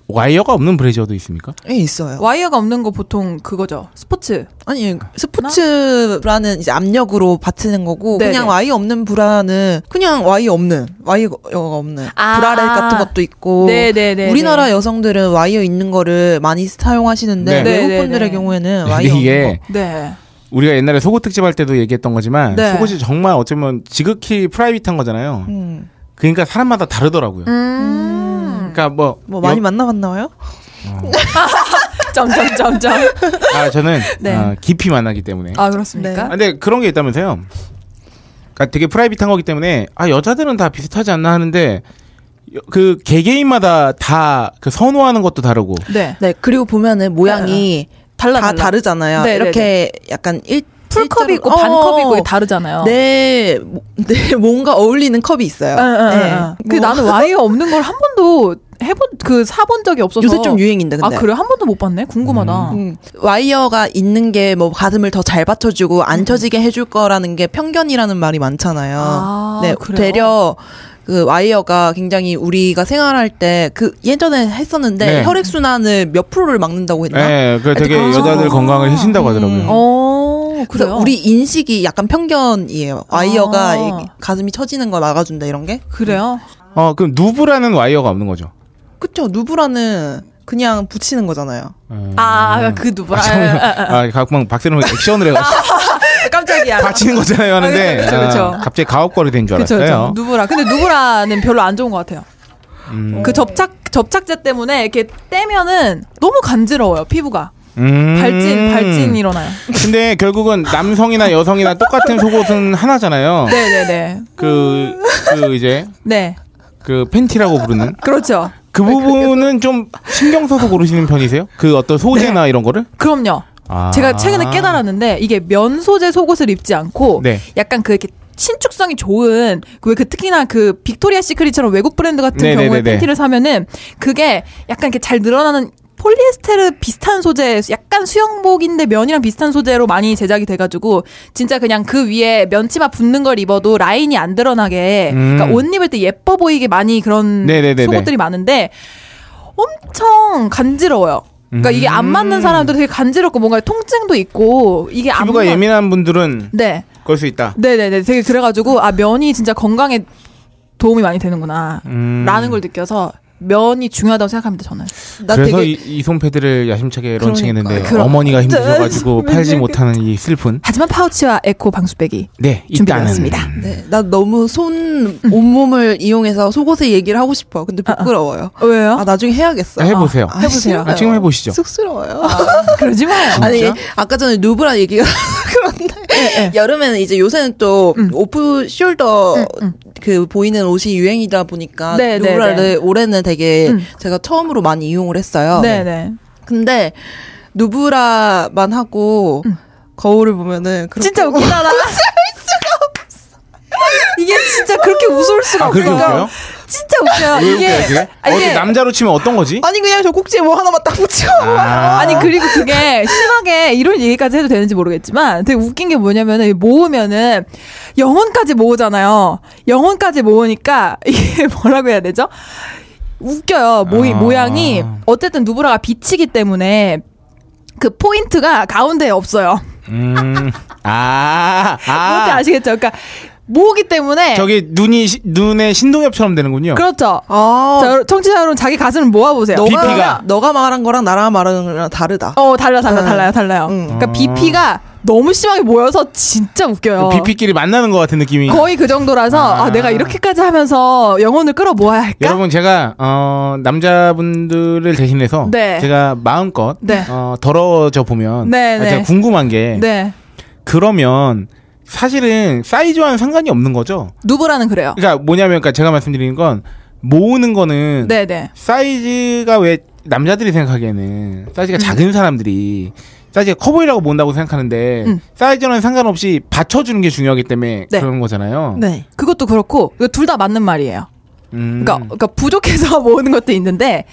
와이어가 없는 브래지어도 있습니까?
예, 있어요.
와이어가 없는 거 보통 그거죠. 스포츠.
아니 스포츠 브라는 이제 압력으로 받치는 거고
네네.
그냥 와이 없는 브라는 그냥 와이 없는 와이어가 없는
아.
브라렛 같은 것도 있고
네네네.
우리나라 여성들은 와이어 있는 거를 많이 사용하시는데
네.
외국분들의
네네네.
경우에는
근데
와이어
이게
없는
네.
우리가 옛날에 속옷 특집 할 때도 얘기했던 거지만
네.
속옷이 정말 어쩌면 지극히 프라이빗한 거잖아요.
거. 음.
그러니까 사람마다 다르더라고요.
음.
그러니까 뭐,
뭐 많이
여-
만나봤나요?
점점점점.
아 저는
네.
어, 깊이 만나기 때문에.
아 그렇습니까?
아, 근데 그런 게 있다면서요? 그러니까 되게 프라이빗한 거기 때문에 아 여자들은 다 비슷하지 않나 하는데 여- 그 개개인마다 다 그 선호하는 것도 다르고
네.
네 그리고 보면은 모양이 네.
달라
다
달라.
다르잖아요.
네네네.
이렇게 약간 일 어.
풀컵이 있고 반컵이 있고 다르잖아요.
내내 네, 뭐, 뭔가 어울리는 컵이 있어요.
예, 예,
네.
예. 그
뭐-
나는 와이어 없는 걸 한 번도 해본 그 사본 적이 없어서
요새 좀 유행인데 근데
아 그래 한 번도 못 봤네. 궁금하다.
음, 와이어가 있는 게 뭐 가슴을 더 잘 받쳐주고 안
음.
처지게 해줄 거라는 게 편견이라는 말이 많잖아요.
아,
네,
그래요?
되려 그 와이어가 굉장히 우리가 생활할 때 그 예전에 했었는데
네.
혈액 순환을 몇 프로를 막는다고 했나?
예, 그 되게 여자들 건강을 해친다고 하더라고요.
아, 그렇죠. 음. 어,
그래서
그래요.
우리 인식이 약간 편견이에요. 와이어가
아.
이게 가슴이 처지는 걸 막아준다 이런 게.
그래요.
어 그럼 누브라는 와이어가 없는 거죠.
그쵸? 누브라는 그냥 붙이는 거잖아요.
아, 그 누구라. 아, 아, 아.
아, 각방 박세롬이 액션을 해가지고
깜짝이야. 이야기야.
다치는 거잖아요 하는데
그렇죠, 그쵸, 그쵸, 그쵸.
아, 갑자기 가업거리 된 줄
그렇죠, 그쵸, 그쵸.
알았어요.
누브라. 근데 누브라는 별로 안 좋은 것 같아요.
음.
그 접착 접착제 때문에 이렇게 떼면은 너무 간지러워요 피부가
음.
발진 발진 일어나요.
근데 결국은 남성이나 여성이나 똑같은 속옷은 하나잖아요.
네네네.
그, 그 이제
네
그 팬티라고 부르는
그렇죠.
그 부분은 좀 신경 써서 고르시는 편이세요? 그 어떤 소재나 이런 거를?
그럼요.
아.
네. 제가 최근에 깨달았는데 이게 면 소재 속옷을 입지 않고
네.
약간 그 이렇게 신축성이 좋은 그 왜 그 특히나 그 빅토리아 시크릿처럼 외국 브랜드 같은
네네네네.
경우에 팬티를 사면은 그게 약간 이렇게 잘 늘어나는 폴리에스테르 비슷한 소재, 약간 수영복인데 면이랑 비슷한 소재로 많이 제작이 돼가지고 진짜 그냥 그 위에 면치마 붙는 걸 입어도 라인이 안 드러나게
음.
그러니까 옷 입을 때 예뻐 보이게 많이 그런
네네네네.
속옷들이 많은데 엄청 간지러워요. 그러니까 이게 안 맞는 사람들 되게 간지럽고 뭔가 통증도 있고 이게 안
음. 피부가
맞-
아. 예민한 분들은
네,
그럴 수 있다.
네, 네, 네. 되게 그래가지고 아 면이 진짜 건강에 도움이 많이 되는구나.
음.
라는 걸 느껴서 면이 중요하다고 생각합니다. 저는.
나
그래서
되게
이, 이 손패드를 야심차게 런칭했는데
그러니까요. 네.
어머니가 힘드셔가지고 팔지 못하는 이 슬픈
하지만 파우치와 에코 방수백이
네 일단은
준비되었습니다.
네, 나 너무 손 온몸을 이용해서 속옷의 얘기를 하고 싶어. 근데
아,
부끄러워요.
왜요?
아 나중에 해야겠어.
네, 해보세요.
아, 해보세요.
아, 지금 해보시죠.
쑥스러워요.
그러지 마요.
아, 아니
진짜?
아까 전에 누브라 얘기가 그런데 여름에는 이제 요새는 또 오프 숄더 그 보이는 옷이 유행이다 보니까
네, 네,
누브라를
네.
올해는 되게
음.
제가 처음으로 많이 이용을 했어요.
네, 네.
근데 누브라만 하고 거울을 보면은 그렇게
진짜 웃기다. 나. 이게 진짜 그렇게 웃을 수가
아, 그렇게
없어요.
웃겨요?
진짜 웃겨요.
왜
이게
웃겨요, 그게?
아,
어, 남자로 치면 어떤 거지?
아니 그냥 저 꼭지에 뭐 하나만 딱 붙이고
아.
아니 그리고 그게 심하게 이런 얘기까지 해도 되는지 모르겠지만 되게 웃긴 게 뭐냐면은 모으면은 영혼까지 모으잖아요. 영혼까지 모으니까 이게 뭐라고 해야 되죠? 웃겨요. 모
아.
모양이 어쨌든 누브라가 비치기 때문에 그 포인트가 가운데에 없어요.
음. 아,
뭔지
아.
아시겠죠? 그러니까 모으기 때문에
저기 눈이 시- 눈에 신동엽처럼 되는군요.
그렇죠.
아
자, 여러- 청취자 여러분 자기 가슴을 모아보세요.
너가
BP가.
너가 말한 거랑 나랑 말하는 거랑 다르다.
어 달라 달라
응.
달라요 달라요.
음.
응.
그러니까 BP가 너무 심하게 모여서 진짜 웃겨요.
그 비피끼리 만나는 것 같은 느낌이.
거의 그 정도라서 아,
음. 아.
내가 이렇게까지 하면서 영혼을 끌어모아야 할까?
여러분 제가 어, 남자분들을 대신해서
네.
제가 마음껏
네.
어, 더러워져 보면
네,
아,
네.
제가 궁금한 게
네.
그러면 사실은 사이즈와는 상관이 없는 거죠.
누브라는 그래요.
그러니까 뭐냐면 그러니까 제가 말씀드리는 건 모으는 거는
네, 네.
사이즈가 왜 남자들이 생각하기에는
음.
사이즈가 작은 사람들이 사이즈가 커 보이라고 본다고 생각하는데
음.
사이즈는 상관없이 받쳐주는 게 중요하기 때문에
네.
그런 거잖아요.
네.
그것도 그렇고 이거 둘 다 맞는 말이에요.
음.
그러니까, 그러니까 부족해서 모으는 것도 있는데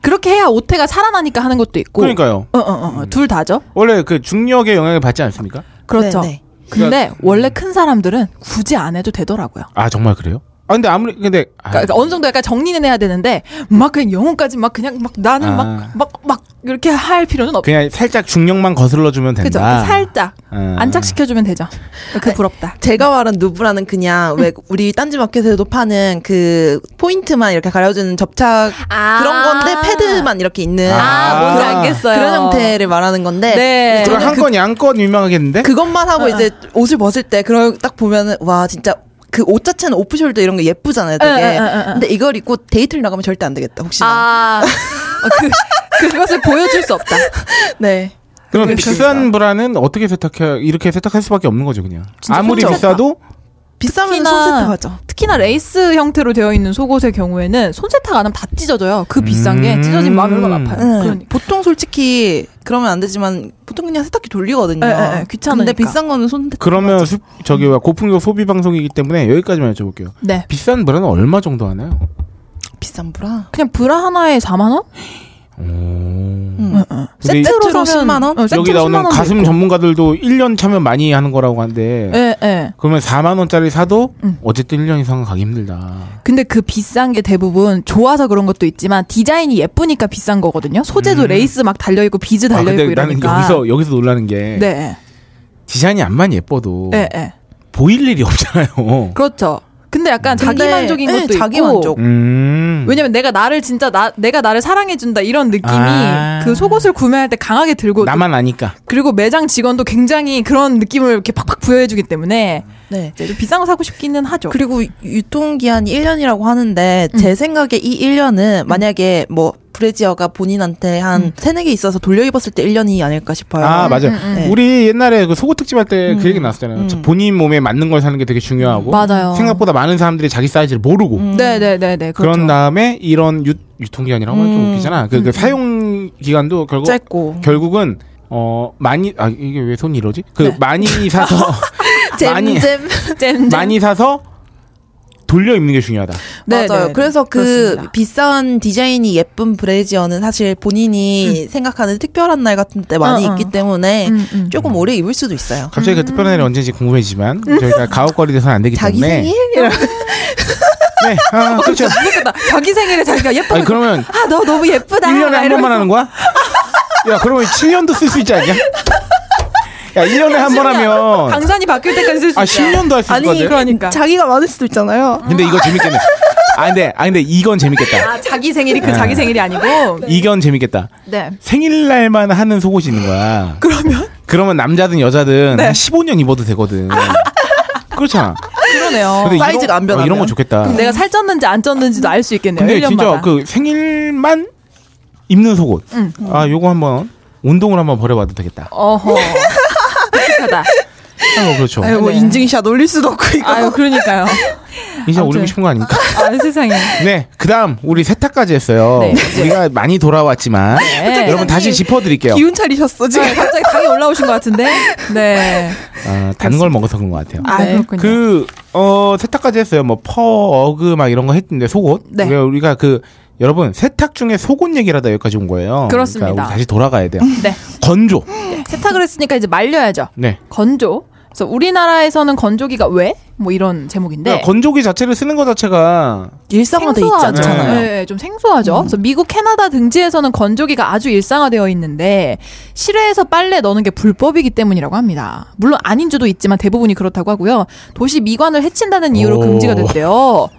그렇게 해야 오태가 살아나니까 하는 것도 있고.
그러니까요. 음.
어, 어, 어, 어. 둘 다죠.
원래 그 중력의 영향을 받지 않습니까?
그렇죠.
네, 네.
그러니까,
근데
음.
원래 큰 사람들은 굳이 안 해도 되더라고요.
아 정말 그래요? 아 근데 아무리 근데 아,
그러니까, 어느 정도 약간 정리는 해야 되는데 막 그냥 영혼까지 막 그냥 막 나는
아.
막 막 막 이렇게 할 필요는 없.
그냥 살짝 중력만 거슬러 주면 된다.
그죠? 살짝
아.
안착시켜주면 되죠.
아.
그 부럽다.
제가 말한 누브라는 그냥 왜
음.
우리 딴지 마켓에도 파는 그 포인트만 이렇게 가려주는 접착
아.
그런 건데 패드만 이렇게 있는
아, 뭔지
그런-
알겠어요.
그런 형태를 말하는 건데
네. 어.
그럼
저는
한
그-
건 양건 유명하겠는데?
그것만 하고 이제 옷을 벗을 때 그걸 딱 보면은 와 진짜 그 옷 자체는 오프숄더 이런 게 예쁘잖아요, 되게.
응, 응, 응, 응.
근데 이걸 입고 데이트를 나가면 절대 안 되겠다, 혹시. 나
아, 어, 그, 그것을 보여줄 수 없다.
네.
그럼 비싼 브라는 어떻게 세탁해 이렇게 세탁할 수밖에 없는 거죠 그냥.
진짜
아무리
그렇죠.
비싸도
비싸면 손세탁하죠.
특히나 레이스 형태로 되어 있는 속옷의 경우에는 손세탁 안 하면 다 찢어져요. 그 비싼 게 찢어진 마음이 얼마나 아파요.
응.
그러니까.
보통 솔직히 그러면 안 되지만 보통 그냥 세탁기 돌리거든요.
에, 에, 에,
근데
귀찮으니까.
비싼 거는 손세탁.
그러면 수, 저기 뭐야, 고품격 소비 방송이기 때문에 여기까지만 여쭤볼게요.
네.
비싼 브라는 얼마 정도 하나요?
비싼 브라.
그냥 브라 하나에 4만원?
근데
세트로 10만
어,
원?
여기 나오는 가슴 전문가들도 1년 차면 많이 하는 거라고 하는데
예, 예.
그러면 4만 원짜리 사도
음.
어쨌든 1년 이상은 가기 힘들다.
근데 그 비싼 게 대부분 좋아서 그런 것도 있지만 디자인이 예쁘니까 비싼 거거든요. 소재도 레이스 막 달려있고 비즈
음. 아,
달려있고
근데 나는
이러니까.
여기서 여기서 놀라는 게
네.
디자인이 안만 예뻐도
예, 예.
보일 일이 없잖아요.
그렇죠. 근데 약간
근데,
자기만족인
예,
것도
자기
있고
만족.
음.
왜냐면 내가 나를 진짜 나 내가 나를 사랑해 준다 이런 느낌이
아.
그 속옷을 구매할 때 강하게 들고
나만 아니까.
그리고 매장 직원도 굉장히 그런 느낌을 이렇게 팍팍 부여해 주기 때문에
네.
이제 좀 비싼 거 사고 싶기는 하죠.
그리고 유통기한이 1년이라고 하는데, 제 생각에 이 1년은 만약에 뭐, 브레지어가 본인한테 한 세네 개 있어서 돌려 입었을 때 1년이 아닐까 싶어요.
아 맞아요.
음.
우리 옛날에 그 속옷 특집 할 때 그 얘기 나왔잖아요. 저 본인 몸에 맞는 걸 사는 게 되게 중요하고
맞아요.
생각보다 많은 사람들이 자기 사이즈를 모르고
음,
음.
그런
네네네네 그렇죠.
다음에 이런 유, 유통기한이라고 하면 좀 웃기잖아. 그, 그 사용 기간도 결국
음, 짧고.
결국은 어 많이 아 이게 왜 손이 이러지? 그 많이 사서 많이
네. 잼잼.
잼, 잼.
많이 사서 돌려 입는 게 중요하다.
네, 네,
맞아요.
네.
그래서 그
그렇습니다.
비싼 디자인이 예쁜 브래지어는 사실 본인이 생각하는 특별한 날 같은 때 많이
어, 어.
있기 때문에
음, 음.
조금 오래 입을 수도 있어요.
갑자기 그 특별한 날이 언제인지 궁금해지만 저희가 가옥거리 돼서는 안 되기
음. 자기
때문에
생일?
네, 아, 그렇죠.
그러니까 자기 생일에 자기가 예쁘다.
아니 그러면
아 너 너무 예쁘다.
1년에
막
한 번만
이러면서.
하는 거야? 야, 그러면 7년도 쓸 수 있지 않냐? 야, 1년에 한 번 하면
강산이 바뀔 때까지 쓸 수
아,
있어.
10년도 할 수 있거든.
아니 그러니까
자기가 많을 수도 있잖아요.
근데 이거 재밌겠네. 아, 근데 아, 근데 이건 재밌겠다.
아, 자기 생일이
네.
그 자기 생일이 아니고
이건 재밌겠다.
네.
생일날만 하는 속옷이 있는 거야.
그러면 네.
그러면 남자든 여자든 한 15년 입어도 되거든. 그렇잖아.
그러네요.
근데
사이즈가 안
이런, 어, 이런 거
변하면.
좋겠다.
그럼 내가 살쪘는지 안 쪘는지도 알 수 있겠네요.
근데
1년마다.
진짜 그 생일만 입는 속옷. 아, 요거 한번 운동을 한번 벌여봐도 되겠다.
어허. 독특하다.
어, 그렇죠.
아유, 뭐 인증샷 올릴 수도 없고 이거.
아유 그러니까요.
인생
아무튼.
올리고 싶은 거 아닙니까?
아 세상에.
네, 그다음 우리 세탁까지 했어요.
네.
우리가 많이 돌아왔지만
네.
여러분 다시 짚어드릴게요.
기운 차리셨어 지금.
아, 갑자기 당이 올라오신 것 같은데. 네.
아, 단 걸 먹어서 그런 것 같아요.
아
네.
그렇군요.
그 어, 세탁까지 했어요. 뭐 퍼, 어그 막 이런 거 했는데 속옷.
네.
우리가, 우리가 그 여러분 세탁 중에 속옷 얘기를 하다 여기까지 온 거예요.
그렇습니다.
그러니까 우리 다시 돌아가야 돼요.
네.
건조.
세탁을 했으니까 이제 말려야죠.
네.
건조. 그래서 우리나라에서는 건조기가 왜? 뭐 이런 제목인데.
그러니까 건조기 자체를 쓰는 것 자체가
일상화돼 있지
생소하죠.
않잖아요.
네, 네, 좀 생소하죠. 그래서 미국, 캐나다 등지에서는 건조기가 아주 일상화되어 있는데 실외에서 빨래 넣는 게 불법이기 때문이라고 합니다. 물론 아닌 주도 있지만 대부분이 그렇다고 하고요. 도시 미관을 해친다는 이유로
오.
금지가 됐대요.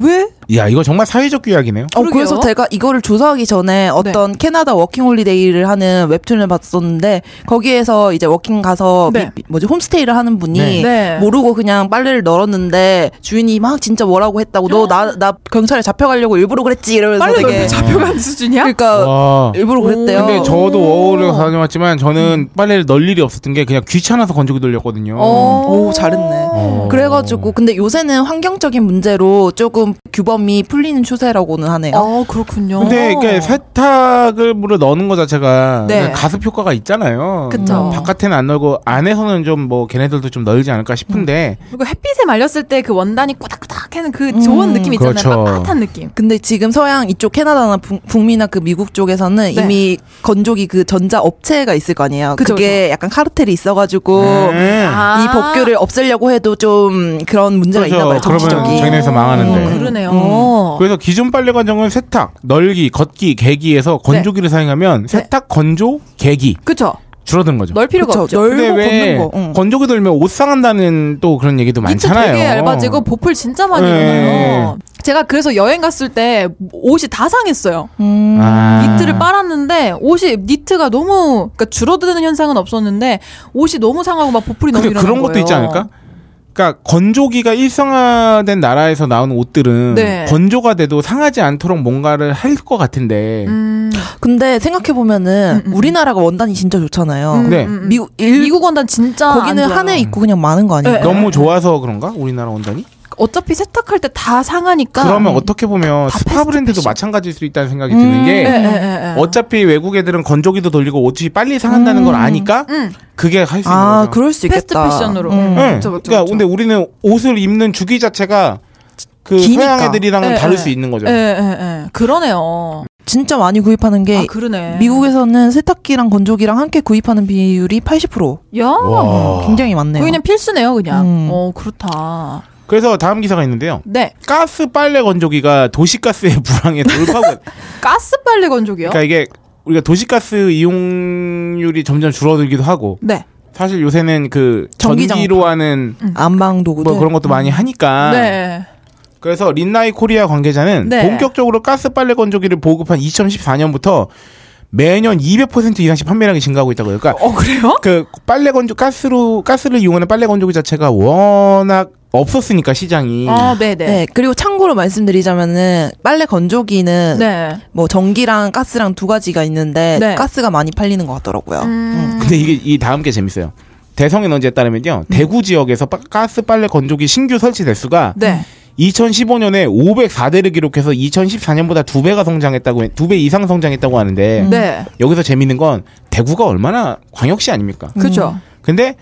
왜?
야 이거 정말 사회적 규약이네요.
어,
그러게요.
그래서 제가 이거를 조사하기 전에 어떤 캐나다 워킹홀리데이를 하는 웹툰을 봤었는데 거기에서 이제 워킹 가서
네.
미- 뭐지 홈스테이를 하는 분이
네.
네.
모르고 그냥 빨래를 널었는데 주인이 막 진짜 뭐라고 했다고 너 나 나 경찰에 잡혀가려고 일부러 그랬지 이러면서
빨래
되게
넣고 잡혀간 수준이야?
그러니까
와.
일부러 그랬대요.
근데 저도 워홀을 다녀왔지만 저는 빨래를 널 일이 없었던 게 그냥 귀찮아서 건조기 돌렸거든요.
어.
오 잘했네.
어.
어. 그래가지고 근데 요새는 환경적인 문제로 조금 규범이 풀리는 추세라고는 하네요.
어, 그렇군요.
근데 이게 세탁을 물에 넣는 것 자체가
네.
그냥 가습 효과가 있잖아요. 음,
그쵸.
바깥에는 안 널고 안에서는 좀 뭐 걔네들도 좀 널지 않을까 싶은데
그리고 햇빛에 말렸을 때 그 원단이 꼬닥꼬닥 하는 그 좋은 느낌 있잖아요.
그렇죠.
빳빳한 느낌.
근데 지금 서양 이쪽 캐나다나 북- 북미나 그 미국 쪽에서는
네.
이미 건조기 그 전자 업체가 있을 거 아니에요. 그
그죠,
게 약간 카르텔이 있어가지고
음.
아.
이 법규를 없애려고 해도 좀 그런 문제가 있나 봐요.
그렇죠. 그러면
정치적인.
자기네에서 망하는데. 음.
어, 그러네요.
그래서 기존 빨래 관정은 세탁, 널기, 걷기, 개기에서
네.
건조기를 사용하면 세탁, 건조, 개기
그쵸?
줄어든 거죠.
넣을 필요가
그쵸,
없죠.
근데
넓고
왜
걷는 거. 응.
건조기 돌면 옷 상한다는 또 그런 얘기도
니트
많잖아요.
뭐 되게 얇아지고 보풀 진짜 많이
네.
입어요. 제가 그래서 여행 갔을 때 옷이 다 상했어요.
음.
아.
니트를 빨았는데 옷이 니트가 너무 그러니까 줄어드는 현상은 없었는데 옷이 너무 상하고 막 보풀이 너무
근데
일어나는
그런 것도
거예요.
있지 않을까? 그러니까 건조기가 일상화된 나라에서 나오는 옷들은
네.
건조가 돼도 상하지 않도록 뭔가를 할 것 같은데
음,
근데 생각해 보면은 우리나라가 원단이 진짜 좋잖아요.
음,
네.
음, 음.
어. 미국 일
미국 원단 진짜
거기는
안 좋아요.
한 해 입고 그냥 마는 거 아니에요?
네.
너무 좋아서 그런가? 우리나라 원단이?
어차피 세탁할 때 다 상하니까 음.
그러면 어떻게 보면
다
스파
패스트
브랜드도
패션.
마찬가지일 수 있다는 생각이 드는 게
예, 예, 예, 예.
어차피 외국 애들은 건조기도 돌리고 옷이 빨리 상한다는 걸 아니까
음.
그게 할 수 있는
아
거죠.
그럴 수
패스트
있겠다.
패션으로.
음.
네.
그쵸, 그쵸,
그러니까
그쵸.
근데 우리는 옷을 입는 주기 자체가 그
기니까.
서양 애들이랑은
예,
다를
예.
수 있는 거죠.
예, 예, 예. 그러네요.
진짜 많이 구입하는 게
아 그러네.
미국에서는 세탁기랑 건조기랑 함께 구입하는 비율이 80%
야 음,
와.
굉장히 많네요.
그냥 필수네요, 그냥.
음.
어 그렇다.
그래서 다음 기사가 있는데요.
네.
가스 빨래 건조기가 도시가스의 불황에 돌파고
가스 빨래 건조기요?
그러니까 이게 우리가 도시가스 이용률이 점점 줄어들기도 하고
네.
사실 요새는 그
전기장판.
음.
네.
전기로 하는
안방 도구들
뭐 그런 것도 많이 하니까
네.
그래서 린나이 코리아 관계자는
네.
본격적으로 가스 빨래 건조기를 보급한 2014년부터 매년 200% 이상씩 판매량이 증가하고 있다고 해요. 그러니까
어 그래요?
그 빨래 건조 가스로 가스를 이용하는 빨래 건조기 자체가 워낙 없었으니까 시장이
아 네네.
네. 그리고 참고로 말씀드리자면은 빨래 건조기는
네.
뭐 전기랑 가스랑 두 가지가 있는데
네.
가스가 많이 팔리는 것 같더라고요.
음.
근데 이게 이 다음 게 재밌어요. 대성에너지에 따르면요.
네.
대구 지역에서 빠- 가스 빨래 건조기 신규 설치 대수가
네.
2015년에 504대를 기록해서 2014년보다 두 배가 성장했다고 두 배 이상 성장했다고 하는데
네.
여기서 재밌는 건 대구가 얼마나 광역시 아닙니까?
그죠.
근데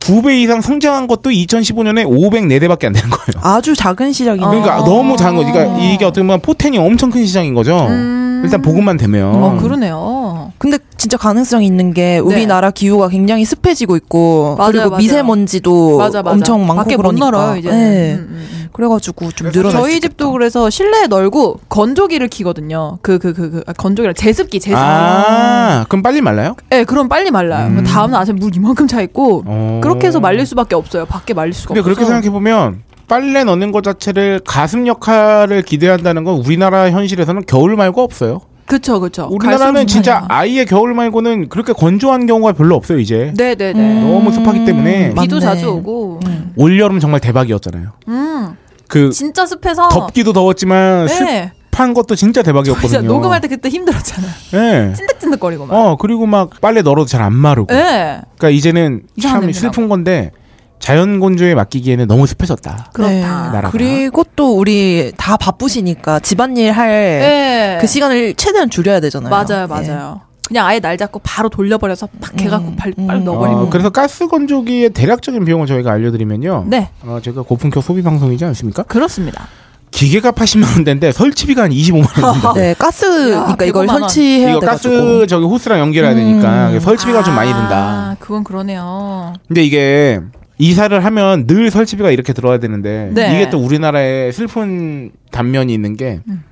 두 배 이상 성장한 것도 2015년에 504대밖에 안 되는 거예요.
아주 작은 시장이네요.
그러니까 너무 작은 거지. 그러니까 이게 어떻게 보면 포텐이 엄청 큰 시장인 거죠.
음.
일단 보급만 되면.
어 그러네요.
근데 진짜 가능성이 있는 게 우리나라 기후가 굉장히 습해지고 있고
네. 맞아요,
그리고
맞아요.
미세먼지도
맞아 맞아.
엄청 많고
밖에
그러니까.
못 널어요 이제.
네.
는 음, 음.
그래가지고 좀
그래서
늘어나.
저희 집도 그래서 실내에 널고 건조기를 키거든요. 그 그 그 그, 아, 건조기라 제습기 제습기.
아, 그럼 빨리 말라요?
네, 그럼 빨리 말라요.
음.
다음 날 아침에 물 이만큼 차 있고
어.
그렇게 해서 말릴 수밖에 없어요. 밖에 말릴 수가
근데
없어요.
그렇게 생각해 보면 빨래 넣는 것 자체를 가슴 역할을 기대한다는 건 우리나라 현실에서는 겨울 말고 없어요.
그쵸 그쵸.
우리나라는
갈수록
진짜
많아요.
아예 겨울 말고는 그렇게 건조한 경우가 별로 없어요 이제.
네, 네, 네.
너무 습하기 때문에
비도
맞네.
자주 오고. 음.
올 여름 정말 대박이었잖아요. 그
진짜 습해서
덥기도 더웠지만
음. 어. 네.
습한 것도 진짜
진짜
대박이었거든요.
녹음할 때 그때 힘들었잖아요.
예.
찐득찐득거리고 막.
어 그리고 막 빨래 널어도 잘 안 마르고.
네.
그러니까 이제는
이상한
참
냄새
슬픈 건데 자연 건조에 맡기기에는 너무 습해졌다.
그렇다.
그렇죠. 나라가.
네. 그리고 또 우리 다 바쁘시니까 집안일 할
네.
그 시간을 최대한 줄여야 되잖아요. 네.
맞아요, 맞아요. 그냥 아예 날 잡고 바로 돌려버려서 팍 해갖고 발, 빨리 넣어버리고.
음. 어, 그래서 가스 건조기의 대략적인 비용을 저희가 알려드리면요.
네.
어, 제가 고품격 소비 방송이지 않습니까?
그렇습니다.
기계가 80만 원대인데 설치비가 한 25만 원입니다.
네, 가스 그러니까 이걸
150만 원.
설치해야
이거
돼가지고. 음.
가스 저기 호스랑 연결해야 되니까 설치비가 좀 많이
아,
든다.
그건 그러네요.
근데 이게 이사를 하면 늘 설치비가 이렇게 들어야 되는데
네.
이게 또 우리나라의 슬픈 단면이 있는 게 그
음.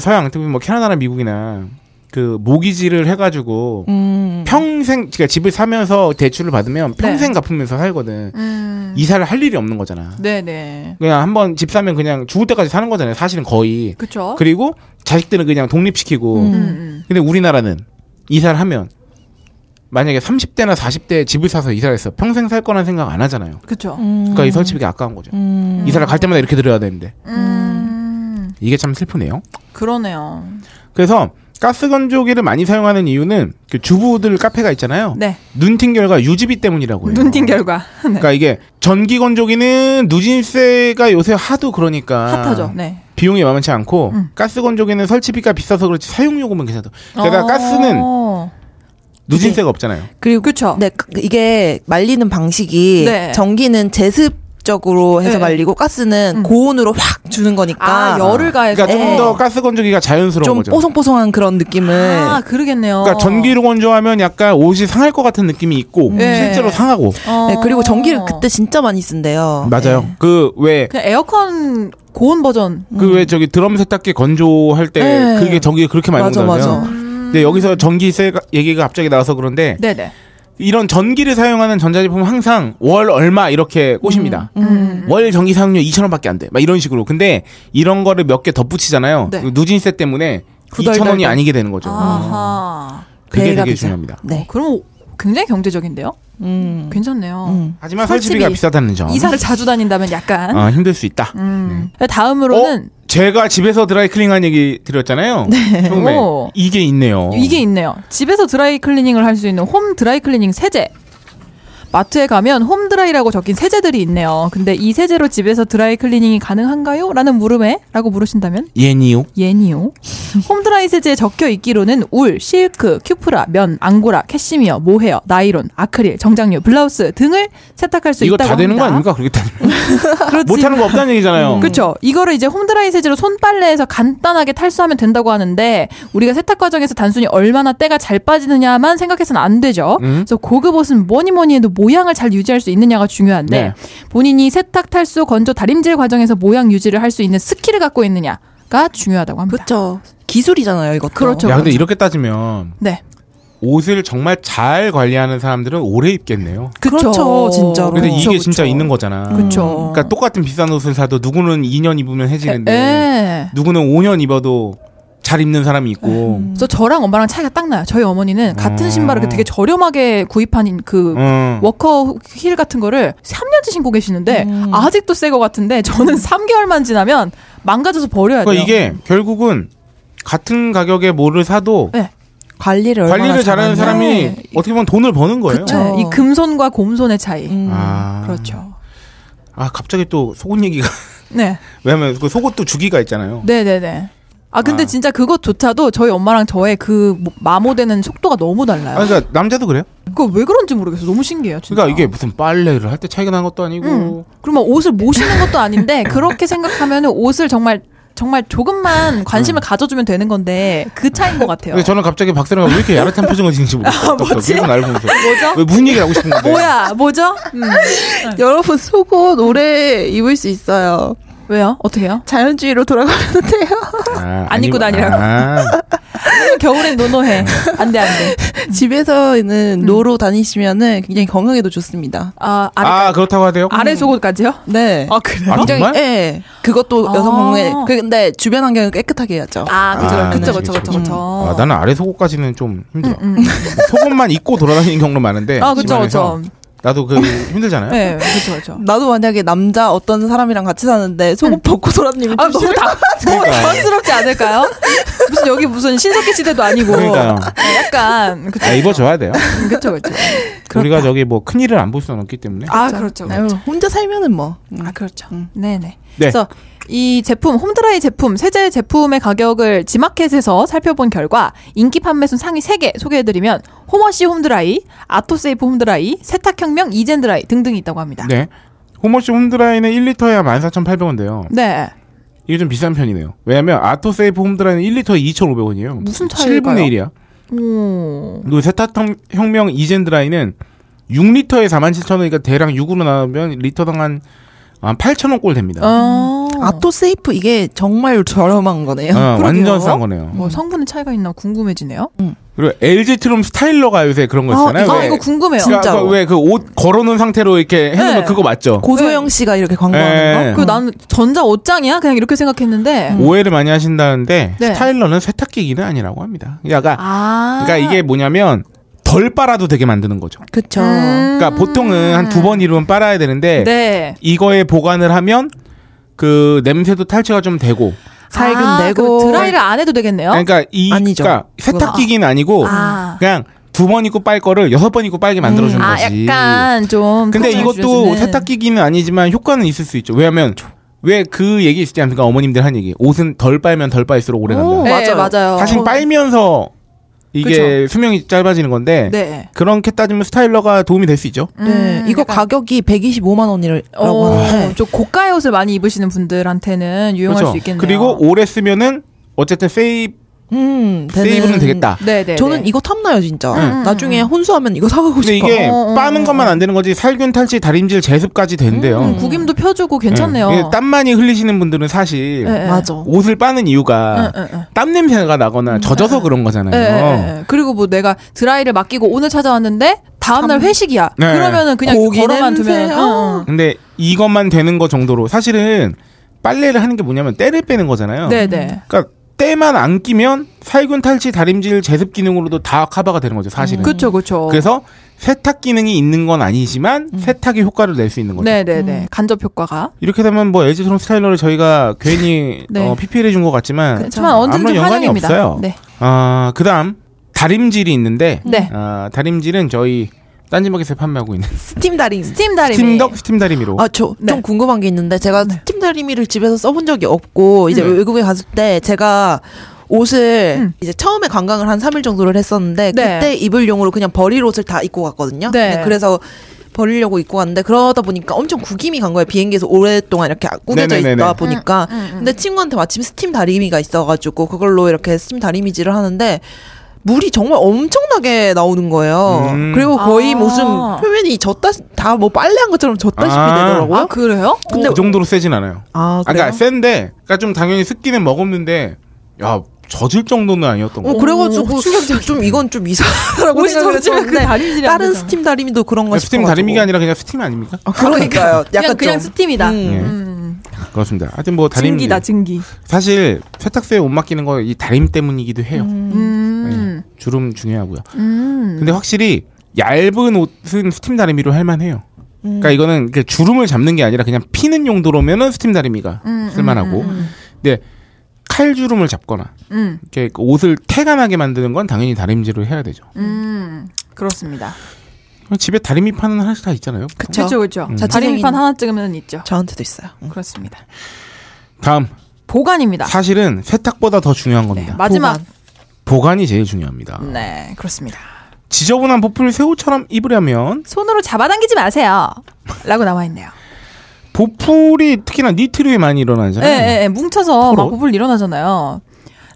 서양 특히 뭐 캐나다나 미국이나 그 모기지를 해가지고
음.
평생 그러니까 집을 사면서 대출을 받으면
네.
평생 갚으면서 살거든.
음.
이사를 할 일이 없는 거잖아.
네네.
그냥 한번 집 사면 그냥 죽을 때까지 사는 거잖아요. 사실은 거의.
그쵸?
그리고 자식들은 그냥 독립시키고.
어? 음, 음.
근데 우리나라는 이사를 하면 만약에 30대나 40대에 집을 사서 이사를 했어. 평생 살 거란 생각 안 하잖아요.
그쵸?
그러니까 이 설치비가 아까운 거죠.
음.
이사를 갈 때마다 이렇게 들어야 되는데.
음.
이게 참 슬프네요.
그러네요.
그래서 가스 건조기를 많이 사용하는 이유는 그 주부들 카페가 있잖아요.
네.
눈팅 결과 유지비 때문이라고 해요.
눈팅 결과. 네.
그러니까 이게 전기 건조기는 누진세가 요새 하도 그러니까
핫하죠. 네.
비용이 만만치 않고
음.
가스 건조기는 설치비가 비싸서 그렇지 사용요금은 괜찮다. 그러니까
어.
가스는 누진세가 없잖아요.
그리고 그쵸?
네, 그- 이게 말리는 방식이
어. 네.
전기는 제습적으로 해서
네.
말리고 가스는
음.
고온으로 확 주는 거니까
아, 열을 가해서.
그러니까 좀 더
네.
가스 건조기가 자연스러운
좀
거죠.
뽀송뽀송한 그런 느낌을
아, 그러겠네요.
그러니까 전기로 건조하면 약간 옷이 상할 것 같은 느낌이
음.
있고
네.
실제로 상하고
어.
네, 그리고 전기를 그때 진짜 많이 쓴대요.
맞아요. 그 왜 그 왜
그냥 에어컨 고온 버전.
저기 드럼 세탁기 건조할 때
음. 네.
그게 전기 그렇게 많이
맞아,
건조하잖아요.
맞아. 음.
근데 여기서 전기세 얘기가 갑자기 나와서 그런데
네네.
이런 전기를 사용하는 전자제품은 항상 월 얼마 이렇게
음,
꼬십니다.
음.
음. 월 전기 사용료 2천 원밖에 안 돼. 막 이런 식으로. 근데 이런 거를 몇 개 덧붙이잖아요. 그
네.
누진세 때문에
후덜덜덜.
2천 원이 아니게 되는 거죠. 음.
아하.
그게
배가
되게
비싸.
중요합니다.
네.
그럼 굉장히 경제적인데요?
음.
괜찮네요.
하지만
설치비.
설치비가 비싸다는 점.
이사를 자주 다닌다면 약간.
음. 아, 네. 어? 힘들 수 있다.
음. 다음으로는
제가 집에서 드라이클링한 얘기 드렸잖아요. 처음에
네. 오.
이게 있네요.
이게 있네요. 집에서 드라이 클리닝을 할 수 있는 홈 드라이 클리닝 세제. 마트에 가면 홈 드라이라고 적힌 세제들이 있네요. 근데 이 세제로 집에서 드라이 클리닝이 가능한가요? 라는 물음에 라고 물으신다면
예니요.
예니요. 홈드라이 세제에 적혀 있기로는 울, 실크, 큐프라, 면, 앙고라, 캐시미어, 모헤어, 나이론, 아크릴, 정장류, 블라우스 등을 세탁할 수
이거
있다고
다 되는 거
합니다.
아닙니까? 그렇게 되면.
그렇지만-
못하는 거 없다는 얘기잖아요.
그렇죠. 이거를 이제 홈드라이 세제로 손빨래해서 간단하게 탈수하면 된다고 하는데 우리가 세탁 과정에서 단순히 얼마나 때가 잘 빠지느냐만 생각해서는 안 되죠.
음.
그래서 고급 옷은 뭐니 뭐니 해도 모양을 잘 유지할 수 있느냐가 중요한데
네.
본인이 세탁, 탈수, 건조, 다림질 과정에서 모양 유지를 할 수 있는 스킬을 갖고 있느냐가 중요하다고 합니다.
그렇죠. 기술이잖아요, 이것도.
그렇죠.
야, 근데 이렇게 따지면
네.
옷을 정말 잘 관리하는 사람들은 오래 입겠네요.
그렇죠, 진짜로.
근데 이게
그쵸,
진짜
그쵸.
있는 거잖아.
그렇죠. 그쵸.
그러니까 똑같은 비싼 옷을 사도 누구는 2년 입으면 해지는데
예.
누구는 5년 입어도 잘 입는 사람이 있고
그래서 저랑 엄마랑 차이가 딱 나요. 저희 어머니는 같은 신발을 되게 저렴하게 구입한 그
음.
워커 힐 같은 거를 3년째 신고 계시는데 아직도 새 거 같은데 저는 3개월만 지나면 망가져서 버려야 돼요.
그러니까 이게 결국은 같은 가격에 뭐를 사도
네.
관리를 얼마나
관리를
잘하냐.
잘하는 사람이
네.
어떻게 보면 돈을 버는 거예요.
네, 이 금손과 곰손의 차이.
아,
음. 그렇죠.
아 갑자기 또 속옷 얘기가
네.
왜냐면 그 속옷도 주기가 있잖아요.
네네네. 아 근데
아.
진짜 그것조차도 저희 엄마랑 저의 그 모- 마모되는 속도가 너무 달라요.
아, 그러니까 남자도 그래요?
그거 왜 그런지 모르겠어. 너무 신기해요. 진짜.
그러니까 이게 무슨 빨래를 할 때 차이가 난 것도 아니고
그렇죠. 음. 그러면 옷을 모시는 것도 아닌데 그렇게 생각하면 옷을 정말 정말 조금만 관심을 가져주면 되는 건데 그 차인 것 같아요.
음. 근데 저는 갑자기 박세라가 왜 이렇게 야릇한 표정을 지는지 모르겠어요. 계속 날 보면서. 왜 무슨 얘기를 하고 싶은 건데.
아, 뭐야, 뭐죠? 음.
여러분 속옷 오래 입을 수 있어요.
왜요? 어떻게요?
자연주의로 돌아가면 돼요.
아,
안 입고
아니고-
다니라고.
아,
겨울엔 노노해. 안 돼, 안 돼.
집에서는 노로 다니시면은 굉장히 건강에도 좋습니다.
아, 아래,
아, 그렇다고 하대요?
아래 속옷까지요?
네.
아, 그래요?
아, 정말?
예. 네. 그것도
아.
여성 건강에. 그 근데 주변 환경을 깨끗하게 해야죠.
아,
아,
그쵸,
그치,
그쵸, 그쵸,
그치.
그쵸. 음,
아, 나는 아래 속옷까지는 좀 힘들어. 속옷만 입고 돌아다니는 경우도 많은데.
아, 그쵸,
집안에서
그쵸.
나도 그 힘들잖아요.
네, 그쵸, 그쵸.
나도 만약에 남자 어떤 사람이랑 같이 사는데 속옷 벗고 돌아다니면
아,
좀
너무
싫을 것
당, 너무
그러니까요.
당황스럽지 않을까요? 무슨 여기 무슨 신석기 시대도 아니고.
그러니까요.
네, 약간, 그쵸.
아, 입어줘야 돼요.
음, 그쵸, 그쵸.
우리가 저기 뭐 큰일을 안 볼 수는 없기 때문에.
아, 그렇죠.
같아요. 아유, 혼자 살면은 뭐.
아, 그렇죠. 네네.
네.
그래서 이 제품, 홈드라이 제품, 세제 제품의 가격을 지마켓에서 살펴본 결과 인기 판매순 상위 3개 소개해드리면 호머시 홈드라이, 아토세이프 홈드라이, 세탁혁명 이젠드라이 등등이 있다고 합니다.
네. 호머시 홈드라이는 1리터에야 14,800원대요.
네.
이게 좀 비싼 편이네요. 왜냐면 아토세이프 홈드라이는 1리터에 2,500원이에요.
무슨 차이일까요?
7분의 1이야.
오.
그리고 세탁혁명 이젠드라이는 6리터에 47,000원이니까 대략 6으로 나누면 리터당 한, 한 8,000원 꼴 됩니다.
어.
아토 세이프 이게 정말 저렴한 거네요.
어,
예, 그러게요.
완전 싼 거네요.
뭐 성분의 차이가 있나 궁금해지네요.
그리고 LG 트롬 스타일러가 요새 그런 거 있잖아요.
아,
왜-
이거 궁금해요.
그러니까
진짜로.
왜그 옷 걸어놓은 상태로 이렇게 해놓으면
네.
그거 맞죠?
고소영 씨가 이렇게 광고하는
예.
그 나는 전자 옷장이야? 그냥 이렇게 생각했는데.
오해를 많이 하신다는데
음. 네.
스타일러는 세탁기기는 아니라고 합니다. 그러니까,
아.
그러니까 이게 뭐냐면 덜 빨아도 되게 만드는 거죠.
거. 그쵸.
음.
그러니까 보통은 한 두 번 이루면 빨아야 되는데
네.
이거에 보관을 하면 그 냄새도 탈취가 좀 되고
살균
아,
내고.
그럼 드라이를 안 해도 되겠네요.
그러니까 이
아니죠.
그러니까 세탁기기는 아니고
어? 아.
그냥 두 번 입고 빨 거를 여섯 번 입고 빨게 만들어 주는
아
거지.
약간 좀
근데
포장을
이것도 뭐
줄여주는.
세탁기기는 아니지만 효과는 있을 수 있죠. 왜냐면
그렇죠.
왜 그 얘기 있지 않습니까? 어머님들 한 얘기. 옷은 덜 빨면 덜 빨수록 오래
오,
간다.
네, 맞아요.
사실 빨면서 이게 수명이 짧아지는 건데
네.
그렇게 따지면 스타일러가 도움이 될 수 있죠.
네.
음,
이거
약간-
가격이 125만 원이라고
어,
하는데.
좀 고가의 옷을 많이 입으시는 분들한테는 유용할 수 있겠네요.
아. 그렇죠? 그리고 오래 쓰면은 어쨌든 세이,
음, 되는-
세이브는 되겠다.
네, 네.
저는
네. 음,
이거 탐나요, 진짜. 나중에 혼수하면 이거 사가고
근데
싶어.
이게
어, 어,
빠는 것만 안 되는 거지 살균 탈취 다림질 제습까지 된대요.
음, 구김도 펴주고 괜찮네요.
예, 이게 땀 많이 흘리시는 분들은 사실
예, 예.
맞아.
옷을 빠는 이유가
예, 예, 예.
땀 냄새가 나거나 젖어서 그런 거잖아요.
예, 예,
어.
예. 그리고 뭐 내가 드라이를 맡기고 오늘 찾아왔는데 다음날 회식이야.
네.
그러면은 그냥
고기
걸어만
냄새,
두면
아.
근데 이것만 되는 거 정도로 사실은 빨래를 하는 게 뭐냐면 때를 빼는 거잖아요.
네, 네.
그러니까 때만 안 끼면 살균 탈취 다림질 제습 기능으로도 다 커버가 되는 거죠, 사실은.
그쵸그쵸
그래서 세탁 기능이 있는 건 아니지만 세탁의 효과를 낼 수 있는 거죠.
음. 네, 네, 네. 간접 효과가.
이렇게 되면 뭐 LG 트럼 스타일러를 저희가 괜히
네.
어, PPL 해준 것 같지만
그렇지만 언제든
아무런
좀
연관이
환영입니다.
없어요.
네.
아 그다음 다림질이 있는데
네.
아, 다림질은 저희 딴지마켓에서 판매하고 있는
스팀 다림.
스팀 다리미.
스팀덕 스팀 다리미로
아, 저,
네.
좀 궁금한 게 있는데, 제가 스팀 다리미를 집에서 써본 적이 없고, 이제
음.
외국에 갔을 때, 제가 옷을
음.
이제 처음에 관광을 한 3일 정도를 했었는데,
네.
그때 입을 용으로 그냥 버릴 옷을 다 입고 갔거든요.
네.
근데 그래서 버리려고 입고 갔는데, 그러다 보니까 엄청 구김이 간 거예요. 비행기에서 오랫동안 이렇게 구겨져
네네네네.
있다 보니까.
음,
근데 친구한테 마침 스팀 다리미가 있어가지고, 그걸로 이렇게 스팀 다리미질을 하는데, 물이 정말 엄청나게 나오는 거예요.
음.
그리고 거의
아.
무슨 표면이 졌다 다 뭐 빨래한 것처럼 졌다시피
아.
되더라고요.
아, 그래요?
그 정도로 세진 않아요.
아,
아, 그러니까 센데, 그러니까 좀 당연히 습기는 먹었는데, 야 젖을 정도는 아니었던 거.
어,
같아요.
그래가지고 좀 이건 좀 이상하다고
우리
생각을
젖으면 그
했는데
다림질이 안
다른
되잖아.
스팀 다리미도 그런 거
그러니까 스팀
싶어가지고.
다리미가 아니라 그냥 스팀 아닙니까?
아, 그러니까요. 약간
그냥 그냥
좀.
스팀이다.
음.
예.
음.
그렇습니다. 하여튼 뭐 다림
증기다 증기.
사실 세탁소에 옷 맡기는 거 이 다림 때문이기도 해요.
음.
예. 주름 중요하고요.
음.
근데 확실히 얇은 옷은 스팀 다리미로 할만해요. 그러니까 이거는 그 주름을 잡는 게 아니라 그냥 피는 용도로면은 스팀 다리미가
음,
쓸만하고. 근데 칼 주름을 잡거나
음.
이렇게 그 옷을 태감하게 만드는 건 당연히 다림질을 해야 되죠.
음. 그렇습니다.
집에 다리미 파는 하나씩 다 있잖아요.
그쵸.
그렇죠
음.
그렇죠.
자취생인-
다림판 하나 찍으면 있죠.
저한테도 있어요. 음.
그렇습니다.
다음
보관입니다.
사실은 세탁보다 더 중요한
네,
겁니다.
마지막.
보관이 제일 중요합니다.
네 그렇습니다.
지저분한 보풀을 새 옷처럼 입으려면
손으로 잡아당기지 마세요. 라고 나와 있네요.
보풀이 특히나 니트류에 많이
예,
일어나잖아요.
예, 예, 뭉쳐서
포로?
막 보풀 일어나잖아요.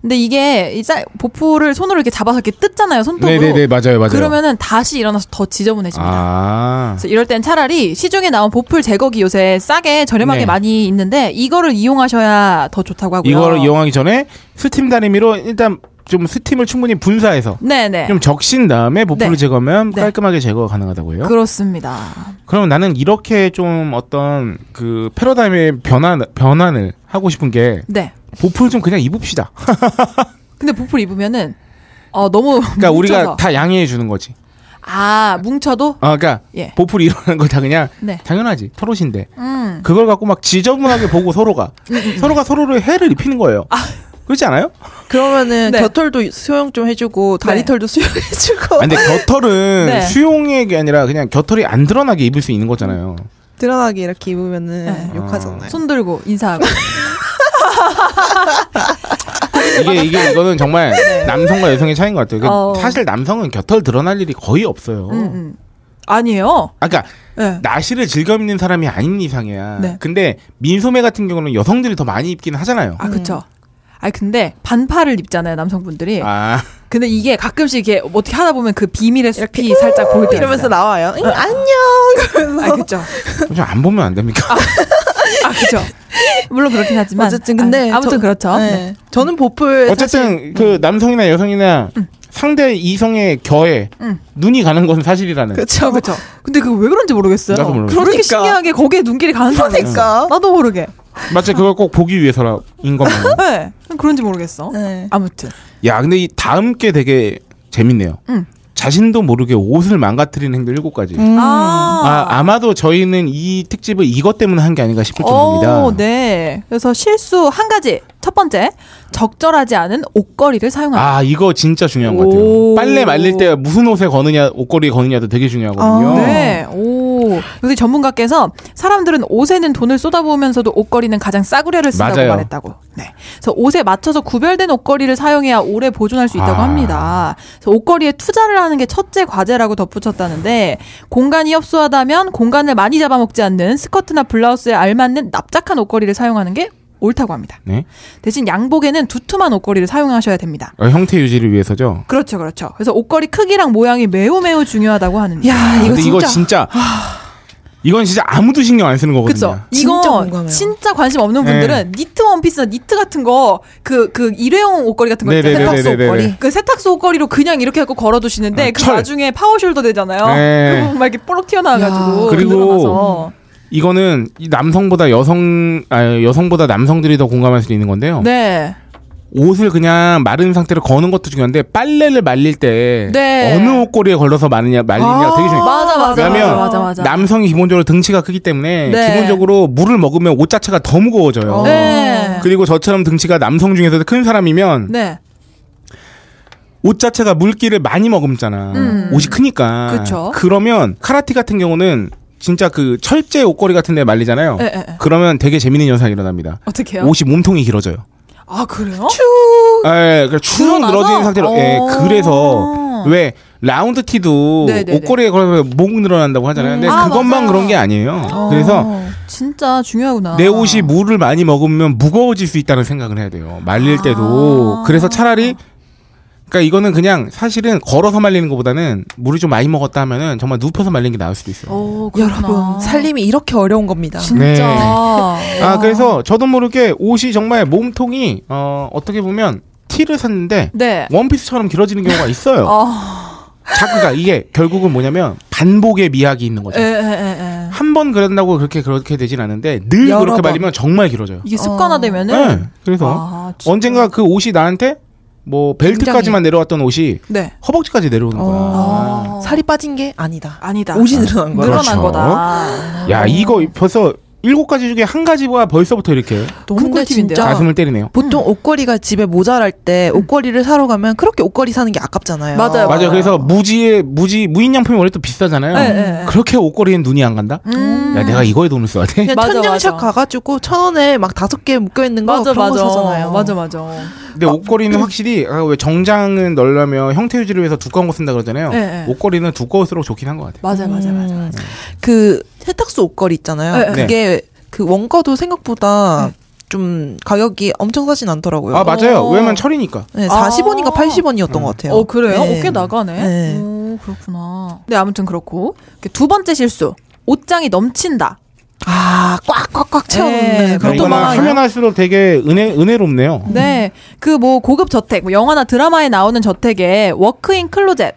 근데 이게 이 쌀- 보풀을 손으로 이렇게 잡아서 이렇게 뜯잖아요, 손톱으로.
네네네 맞아요 맞아요.
그러면은 다시 일어나서 더 지저분해집니다.
아
그래서 이럴 땐 차라리 시중에 나온 보풀 제거기 요새 싸게 저렴하게
네.
많이 있는데 이거를 이용하셔야 더 좋다고 하고요.
이거를 이용하기 전에 스팀 다리미로 일단 좀 스팀을 충분히 분사해서
네네.
좀 적신 다음에 보풀을
네.
제거하면
네. 그
깔끔하게 제거가 가능하다고 해요.
그렇습니다.
그럼 나는 이렇게 좀 어떤 그 패러다임의 변화 변환을 하고 싶은 게
네.
보풀 좀 그냥 입읍시다.
근데 보풀 입으면은 어 너무
그러니까 우리가
뭉쳐서.
다 양해해 주는 거지.
아 뭉쳐도
아, 그러니까
예.
보풀이 일어나는 걸 다 그냥
네.
당연하지 털옷인데
음.
그걸 갖고 막 지저분하게 보고 서로가 서로가 서로를 해를 입히는 거예요. 그렇지 않아요?
그러면은
네.
겨털도 수영 좀 해주고 다리털도 수영해주고
아니, 근데 겨털은
네.
수용의 게 아니라 그냥 겨털이 안 드러나게 입을 수 있는 거잖아요.
드러나게 이렇게 입으면은
네.
욕하잖아요.
손 들고 인사하고
이게 이게 이거는 정말 남성과 여성의 차이인 것 같아요. 그
네. 어.
사실 남성은 겨털 드러날 일이 거의 없어요.
음, 음. 아니에요.
아까 그러니까
네.
나시를 즐겨 입는 사람이 아닌 이상이야.
네.
근데 민소매 같은 경우는 여성들이 더 많이 입긴 하잖아요.
아 그쵸. 아니 근데 반팔을 입잖아요 남성분들이.
아.
근데 이게 가끔씩 이게 어떻게 하다 보면 그 비밀의 숲이 살짝 보일 때
이러면서 나와요.
네.
응, 안녕.
아 그죠.
좀 안 보면 안 됩니까?
아 그죠. 물론 그렇긴 하지만
어쨌든 근데
아, 무튼
저-
그렇죠.
네.
네.
저는 보풀
어쨌든
음.
그 남성이나 여성이나 상대 이성의 겨에
음.
눈이 가는 건 사실이라는.
아,
그렇죠.
그렇죠. 근데 그 왜 그런지 모르겠어요.
나도 모르겠어요.
그렇게
그러니까.
신기하게 거기에 눈길이 가는 사람
그러니까.
나도 모르게.
마치 그걸 꼭 보기 위해서인 것만.
네. 그런지 모르겠어.
네.
아무튼
야, 근데 이 다음 게 되게 재밌네요.
음.
자신도 모르게 옷을 망가뜨리는 행동 일곱 가지.
음.
아, 그
아.
아마도 저희는 이 특집을 이것 때문에 한 게 아닌가 싶을 정도입니다.
오, 어, 네. 그래서 실수 한 가지. 첫 번째, 적절하지 않은 옷걸이를 사용한다.
아, 이거 진짜 중요한 것 같아요.
오.
빨래 말릴 때 무슨 옷에 거느냐, 옷걸이에 거느냐도 되게 중요하거든요.
네. 오. 요새 전문가께서 사람들은 옷에는 돈을 쏟아부으면서도 옷걸이는 가장 싸구려를 쓴다고
맞아요.
말했다고. 네. 그래서 옷에 맞춰서 구별된 옷걸이를 사용해야 오래 보존할 수 있다고
아.
합니다. 그래서 옷걸이에 투자를 하는 게 첫째 과제라고 덧붙였다는데 공간이 협소하다면 공간을 많이 잡아먹지 않는 스커트나 블라우스에 알맞는 납작한 옷걸이를 사용하는 게 옳다고 합니다.
네?
대신 양복에는 두툼한 옷걸이를 사용하셔야 됩니다.
어, 형태 유지를 위해서죠.
그렇죠, 그렇죠. 그래서 옷걸이 크기랑 모양이 매우 매우 중요하다고 하는데.
야 이거
근데
진짜.
이거 진짜 이건 진짜 아무도 신경 안 쓰는 거거든요. 네.
그쵸.
진짜
이거 진짜,
공감해요.
관심 없는 분들은 니트 원피스나 니트 같은 거, 그, 그 일회용 옷걸이 같은 거 있잖아요.
네네네네네네.
세탁소 옷걸이. 그 세탁소 옷걸이로 그냥 이렇게 갖고 걸어두시는데,
아,
그
철.
나중에 파워숄더 되잖아요.
네.
그 부분 막 이렇게 뽀록 튀어나와가지고.
야. 그리고
늘어나서.
이거는 이 남성보다 여성 아 여성보다 남성들이 더 공감할 수 있는 건데요.
네.
옷을 그냥 마른 상태로 거는 것도 중요한데 빨래를 말릴 때
네.
어느 옷걸이에 걸러서 마느냐 말리냐 되게 중요해요.
맞아, 맞아, 맞아,
왜냐면
맞아, 맞아.
남성이 기본적으로 등치가 크기 때문에
네.
기본적으로 물을 먹으면 옷 자체가 더 무거워져요.
네.
어, 그리고 저처럼 등치가 남성 중에서도 큰 사람이면
네.
옷 자체가 물기를 많이 머금잖아.
음.
옷이 크니까.
그쵸.
러면 카라티 같은 경우는 진짜 그 철제 옷걸이 같은 데 말리잖아요.
에, 에, 에.
그러면 되게 재밌는 현상이 일어납니다.
예, 어떻게 해요?
옷이 몸통이 길어져요.
아, 그래요?
예, 그러니까 쭉
늘어나서?
늘어진 상태로. 예,
어.
그래서 왜 라운드 티도
네네네.
옷걸이에 걸면 목 늘어난다고 하잖아요. 근데
음. 아,
그것만
맞아요. 어.
그런 게 아니에요. 그래서
진짜 중요하구나.
내 옷이 물을 많이 먹으면 무거워질 수 있다는 생각을 해야 돼요. 말릴 때도.
아.
그래서 차라리 그러니까 이거는 그냥 사실은 걸어서 말리는 것보다는 물을 좀 많이 먹었다 하면은 정말 눕혀서 말리는 게 나을 수도 있어요.
오, 그렇구나.
여러분 살림이 이렇게 어려운 겁니다.
네.
진짜.
아, 그래서 저도 모르게 옷이 정말 몸통이 어, 어떻게 보면 티를 샀는데
네.
원피스처럼 길어지는 경우가 있어요.
어.
자그가 이게 결국은 뭐냐면 반복의 미학이 있는 거죠.
에, 에, 에, 에.
한 번 그런다고 그렇게 그렇게 되진 않은데 늘
여러
그렇게
번.
말리면 정말 길어져요.
이게 습관화되면은
네, 그래서
아, 진짜.
언젠가 그 옷이 나한테 뭐 벨트까지만 내려왔던 옷이
네.
허벅지까지 내려오는 거야.
어.
살이 빠진 게 아니다.
아니다.
옷이 늘어난 거야.
늘어난
그렇죠.
거다.
야 이거 벌써 일곱 가지 중에 한 가지가 벌써부터 이렇게
너무
근데
꿀팁인데요. 음.
진짜-
가슴을 때리네요.
보통 옷걸이가 집에 모자랄 때 옷걸이를 사러 가면 그렇게 옷걸이 사는 게 아깝잖아요.
맞아요.
맞아요. 그래서 무지의 무지 무인양품이 원래 또 비싸잖아요.
네, 네.
그렇게 옷걸이엔 눈이 안 간다.
음.
야 내가 이거에 돈을 써야 돼.
그냥
맞아,
천장샵
맞아.
가가지고 천 원에 막 다섯 개 묶여 있는 거
맞아
그런
맞아.
거 사잖아요.
맞아 맞아.
근데
어.
옷걸이는 확실히 아, 왜 정장은 넣으려면 형태 유지를 위해서 두꺼운 거 쓴다 그러잖아요.
네, 네.
옷걸이는 두꺼울수록 좋긴 한 것 같아요.
맞아 맞아 맞아.
음, 그 세탁소 옷걸이 있잖아요.
네.
네,
그게 그 원가도 생각보다 좀 가격이 엄청 싸진 않더라고요.
아 맞아요.
어.
왜냐면 철이니까.
네,
아.
40원인가 80원이었던 것 같아요.
어 그래요?
네.
어깨 나가네.
네.
오 그렇구나. 네 아무튼 그렇고 이렇게 두 번째 실수 옷장이 넘친다.
아, 꽉꽉꽉 채워놓는
네,
그런
그것도
이거는
많아요.
하면 할수록 되게 은혜 은혜롭네요.
네, 그 뭐 고급 저택, 뭐 영화나 드라마에 나오는 저택에 워크인 클로젯.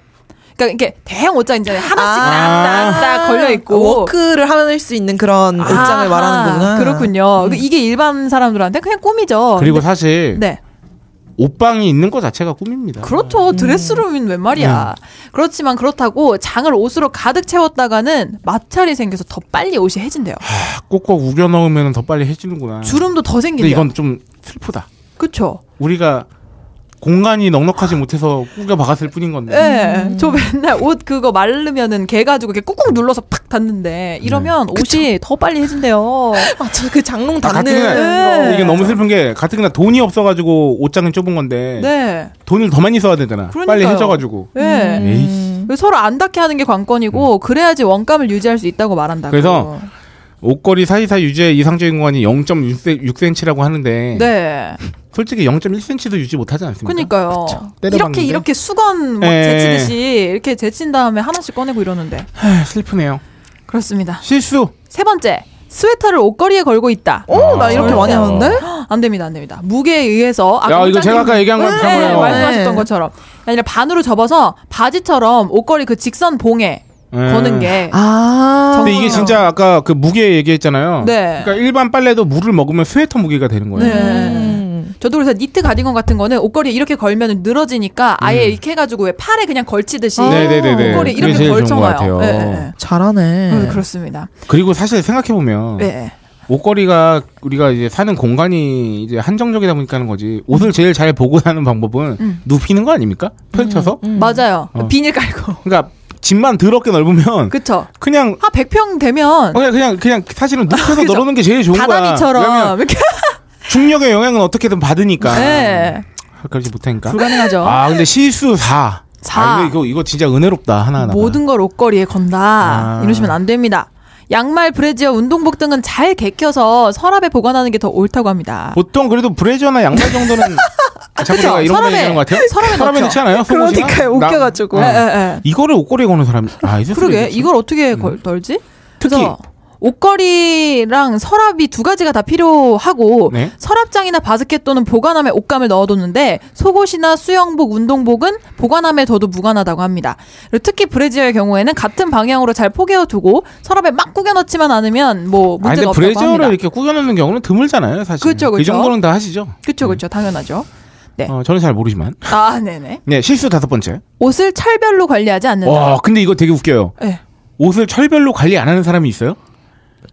그러니까 이게 대형 옷장 있잖아요. 하나씩
아.
딱딱딱 걸려 있고.
워크를 할 수 있는 그런
아.
옷장을 말하는구나.
그렇군요. 이게 일반 사람들한테 그냥 꿈이죠.
그리고 사실
어, 네.
옷방이 있는 것 자체가 꿈입니다.
그렇죠.
음.
드레스룸인 웬 말이야. 그렇지만 그렇다고 장을 옷으로 가득 채웠다가는 마찰이 생겨서 더 빨리 옷이 해진대요.
아. 꼭꼭 우겨 넣으면 더 빨리 해지는구나.
주름도 더
근데
생긴대요.
이건 좀 슬프다.
그쵸.
우리가 공간이
아.
넉넉하지 못해서 꾸겨 박았을 뿐인 건데.
예. 저 맨날 옷 그거 마르면은 개 가지고 이렇게 꾹꾹 눌러서 팍
네.
닿는데 이러면 옷이 더 빨리 해진대요.
아, 저 그 장롱
아, 같은
닫는
날
거.
이게 너무 슬픈 게 같은 날 돈이 없어가지고 옷장은 좁은 건데
네.
돈을 더 많이 써야 되잖아. 빨리
그러니까요.
해져가지고.
예.
음. 에이.
그래서 서로 안 닿게 하는 게 관건이고 그래야지 원감을 유지할 수 있다고 말한다고.
음. 그래서 옷걸이 사이사이 유지의 이상적인 공간이 0.6cm라고 하는데
네.
솔직히 0.1cm도 유지 못하지 않습니까?
그러니까요.
때려박는데?
이렇게 이렇게 수건 막
예.
제치듯이 이렇게 제친 다음에 하나씩 꺼내고 이러는데
하, 슬프네요.
그렇습니다.
실수.
세 번째 스웨터를 옷걸이에 걸고 있다.
어,
아,
나 이렇게 많이 하는데?
안 됩니다, 안 됩니다. 무게에 의해서
야 이거 제가 아까 얘기한 거랑
네,
비슷한 거예요.
말씀하셨던 것처럼 아니라 반으로 접어서 바지처럼 옷걸이 그 직선 봉에
예.
거는 게
아.
근데 이게 진짜 아까 그 무게 얘기했잖아요.
네.
그러니까 일반 빨래도 물을 먹으면 스웨터 무게가 되는 거예요.
네. 저도 그래서 니트 가디건 같은 거는 옷걸이에 이렇게 걸면 늘어지니까 아예 이렇게 해가지고 왜 팔에 그냥 걸치듯이
음. 네네네네.
아, 옷걸이
그게
이렇게
제일 좋은 것
걸쳐놔요.
같아요.
예, 예, 예.
잘하네.
어, 그렇습니다.
그리고 사실 생각해 보면
예, 예.
옷걸이가 우리가 이제 사는 공간이 이제 한정적이다 보니까 하는 거지. 옷을 제일 잘 보고 사는 방법은
음.
눕히는 거 아닙니까? 펼쳐서.
음.
맞아요.
어.
비닐 깔고.
그러니까 집만 더럽게 넓으면
그쵸.
그냥
한 100평 되면
그냥 그냥, 그냥 사실은 눕혀서
아, 그죠.
넣는 게 제일 어, 좋은 거야.
다다니처럼
왜냐면 그러니까.
이렇게.
중력의 영향은 어떻게든 받으니까. 음. 아,
네.
그렇지 못하니까.
불가능하죠.
아 근데 실수 4.
사.
아, 이거, 이거 이거 진짜 은혜롭다 하나 하나.
모든 걸 옷걸이에 건다.
아.
이러시면 안 됩니다. 양말, 브래지어, 운동복 등은 잘 개켜서 서랍에 보관하는 게 더 옳다고 합니다.
보통 그래도 브래지어나 양말 정도는 자꾸
아, 그쵸.
내가 이런 거
서랍에-
얘기하는 것 같아요.
서랍에 넣죠.
넣지 않아요? 속옷이나?
그러니까요,
나-
웃겨가지고.
어.
예, 예, 예.
이거를 옷걸이에 거는 사람이 아 이제
그러게
쓰레기지.
이걸 어떻게 걸, 덜지?
음. 특히.
그래서 옷걸이랑 서랍이 두 가지가 다 필요하고
네.
서랍장이나 바스켓 또는 보관함에 옷감을 넣어뒀는데 속옷이나 수영복, 운동복은 보관함에 둬도 무관하다고 합니다. 그리고 특히 브래지어의 경우에는 같은 방향으로 잘 포개어두고 서랍에 막 꾸겨넣지만 않으면 뭐
아
문제가
근데
없다고
브래지어를
합니다.
이렇게 꾸겨넣는 경우는 드물잖아요 사실.
그쵸,
그
그쵸.
정도는 다 하시죠.
그렇죠, 그렇죠, 당연하죠. 네.
어, 저는 잘 모르지만.
아, 네네.
네 실수 다섯 번째.
옷을 철별로 관리하지 않는다.
와 근데 이거 되게 웃겨요.
네.
옷을 철별로 관리 안 하는 사람이 있어요?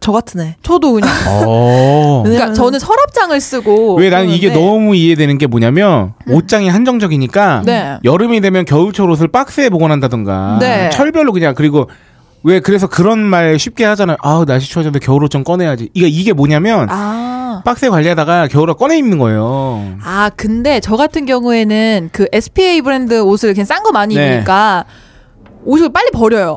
저 같은 애.
저도 그냥.
어.
음.
그러니까 저는 서랍장을 쓰고.
왜 나는 이게
그러는데 음.
너무 이해되는 게 뭐냐면 옷장이 한정적이니까
네.
여름이 되면 겨울철 옷을 박스에 보관한다던가
네.
철별로 그냥 그리고 왜 그래서 그런 말 쉽게 하잖아요. 아 날씨 추워졌는데 겨울옷 좀 꺼내야지. 이게 이게 뭐냐면
아.
박스에 관리하다가 겨울옷 꺼내 입는 거예요.
아, 근데 저 같은 경우에는 그 SPA 브랜드 옷을 그냥 싼 거 많이
네.
입으니까 옷을 빨리 버려요.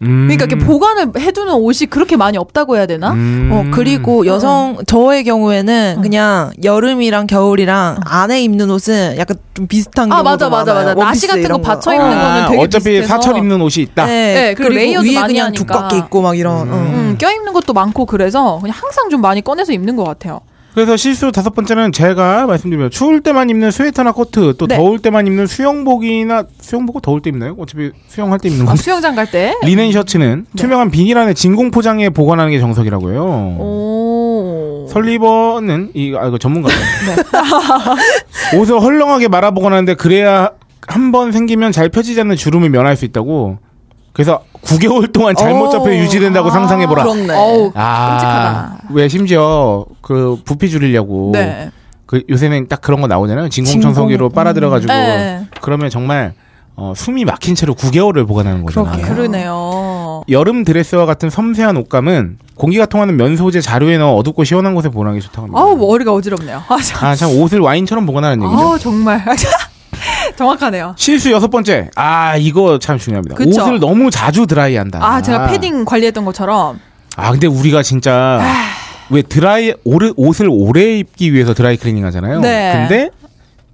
음.
그러니까 이렇게 보관을 해두는 옷이 그렇게 많이 없다고 해야 되나?
음.
어, 그리고 여성,
어.
저의 경우에는 그냥 여름이랑 겨울이랑 안에 입는 옷은 약간 좀 비슷한
어. 아,
경우가
맞아, 맞아,
많아요.
맞아.
원피스
나시 같은
이런
거 받쳐 입는
어.
거는 되게
어차피
비슷해서.
사철 입는 옷이 있다.
네,
네, 그
그리고
레이어드
위에
많이
그냥
하니까.
두껍게 입고 막 이런. 응.
음, 껴입는 것도 많고 그래서 그냥 항상 좀 많이 꺼내서 입는 것 같아요.
그래서 실수 다섯 번째는 제가 말씀드리면 추울 때만 입는 스웨터나 코트, 또
네.
더울 때만 입는 수영복이나 수영복은 더울 때 입나요? 어차피 수영할 때 입는
아,
건데.
수영장 갈 때.
리넨 셔츠는
네.
투명한 비닐 안에 진공 포장에 보관하는 게 정석이라고 해요.
오.
설리버는 이 아 이거 전문가죠. 옷을 헐렁하게 말아보곤 하는데 그래야 한 번 생기면 잘 펴지지 않는 주름을 면할 수 있다고. 그래서 9개월 동안 잘못 잡혀
오.
유지된다고
아,
상상해보라.
그렇네.
어우,
아,
끔찍하다.
왜 심지어 그 부피 줄이려고
네.
그 요새는 딱 그런 거 나오잖아요. 진공청소기로 빨아들여가지고
네.
그러면 정말 어, 숨이 막힌 채로 9개월을 보관하는 거잖아요.
아, 그러네요.
여름 드레스와 같은 섬세한 옷감은 공기가 통하는 면 소재 자루에 넣어 어둡고 시원한 곳에 보관하기 좋다고 합니다.
아우 머리가 어지럽네요. 아, 참.
아, 참 옷을 와인처럼 보관하는 얘기죠.
아우 정말 정확하네요.
실수 여섯 번째. 아, 이거 참 중요합니다.
그쵸.
옷을 너무 자주 드라이한다.
아 제가 패딩 관리했던 것처럼
아, 근데 우리가 진짜
아.
왜 드라이 오래, 옷을 오래 입기 위해서 드라이 클리닝 하잖아요.
네.
근데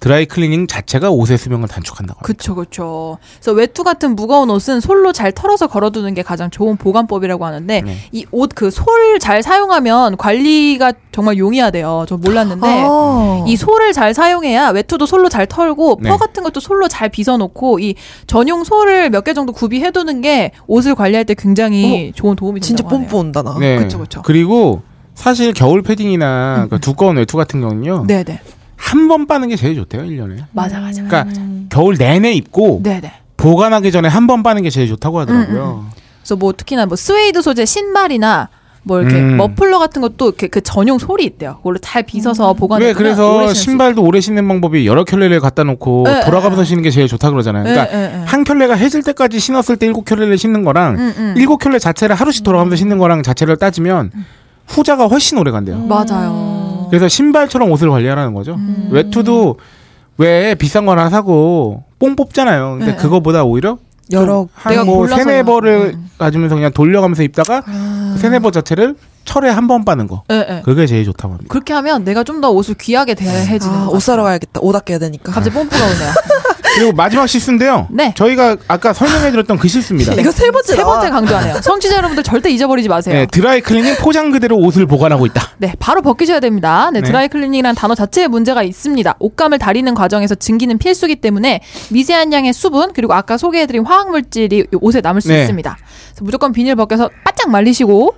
드라이 클리닝 자체가 옷의 수명을 단축한다고. 합니다.
그쵸 그쵸. 그래서 외투 같은 무거운 옷은 솔로 잘 털어서 걸어두는 게 가장 좋은 보관법이라고 하는데
네.
이 옷 그 솔 잘 사용하면 관리가 정말 용이하대요. 저 몰랐는데
아.
네. 이 솔을 잘 사용해야 외투도 솔로 잘 털고
네.
퍼 같은 것도 솔로 잘 빗어놓고 이 전용 솔을 몇 개 정도 구비해두는 게 옷을 관리할 때 굉장히 좋은 도움이 된다고
진짜
하네요.
뽐뿌 온다 나.
네.
그쵸, 그쵸.
리고 사실 겨울 패딩이나 그 두꺼운 외투 같은 경우는요.
네네
한 번 빠는 게 제일 좋대요, 1년에.
맞아 맞아.
그러니까 겨울 내내 입고
음. 네네. 음,
보관하기 전에 한 번 빠는 게 제일 좋다고 하더라고요.
그래서 뭐 특히나 뭐 스웨이드 소재 신발이나 뭐 이렇게
음.
머플러 같은 것도 이렇게 그 전용 솔이 있대요. 그걸로 잘 빗어서 보관해.
왜 그래서 신발도 오래 신는 방법이 여러 켤레를 갖다 놓고
네,
돌아가면서 신는 게 제일 좋다 그러잖아요. 그러니까
예,
한 켤레가 해질 때까지 신었을 때 일곱 켤레를 신는 거랑
음, 음.
일곱 켤레 자체를 하루씩 돌아가면서 신는 거랑 자체를 따지면 후자가 훨씬 오래 간대요.
음. 맞아요.
그래서 신발처럼 옷을 관리하라는 거죠.
음.
외투도 왜 비싼 거 하나 사고 뽕 뽑잖아요. 근데
네.
그거보다 오히려
여러
내가
한뭐
골라서
세네 벌을
음. 아.
가지면서 그냥 돌려가면서 입다가 그 세네 벌 자체를 철에 한 번 빠는 거.
예, 예.
그게 제일 좋다고 합니다.
그렇게 하면 내가 좀 더 옷을 귀하게 대해지는
아,
것
옷 사러
같아요.
가야겠다. 옷 아껴야 되니까.
갑자기 뽐뿌가 오네요.
그리고 마지막 실수인데요.
네.
저희가 아까 설명해드렸던 그 실수입니다.
이거 세 번째.
세 번째 강조하네요. 청취자 여러분들 절대 잊어버리지 마세요.
네,
네.
드라이 클리닝 포장 그대로 옷을 보관하고 있다.
바로 벗기셔야 됩니다. 네,
네.
드라이 클리닝이라는 단어 자체에 문제가 있습니다. 옷감을 다리는 과정에서 증기는 필수기 때문에 미세한 양의 수분 그리고 아까 소개해드린 화학물질이 이 옷에 남을 수
네.
있습니다. 그래서 무조건 비닐 벗겨서 바짝 말리시고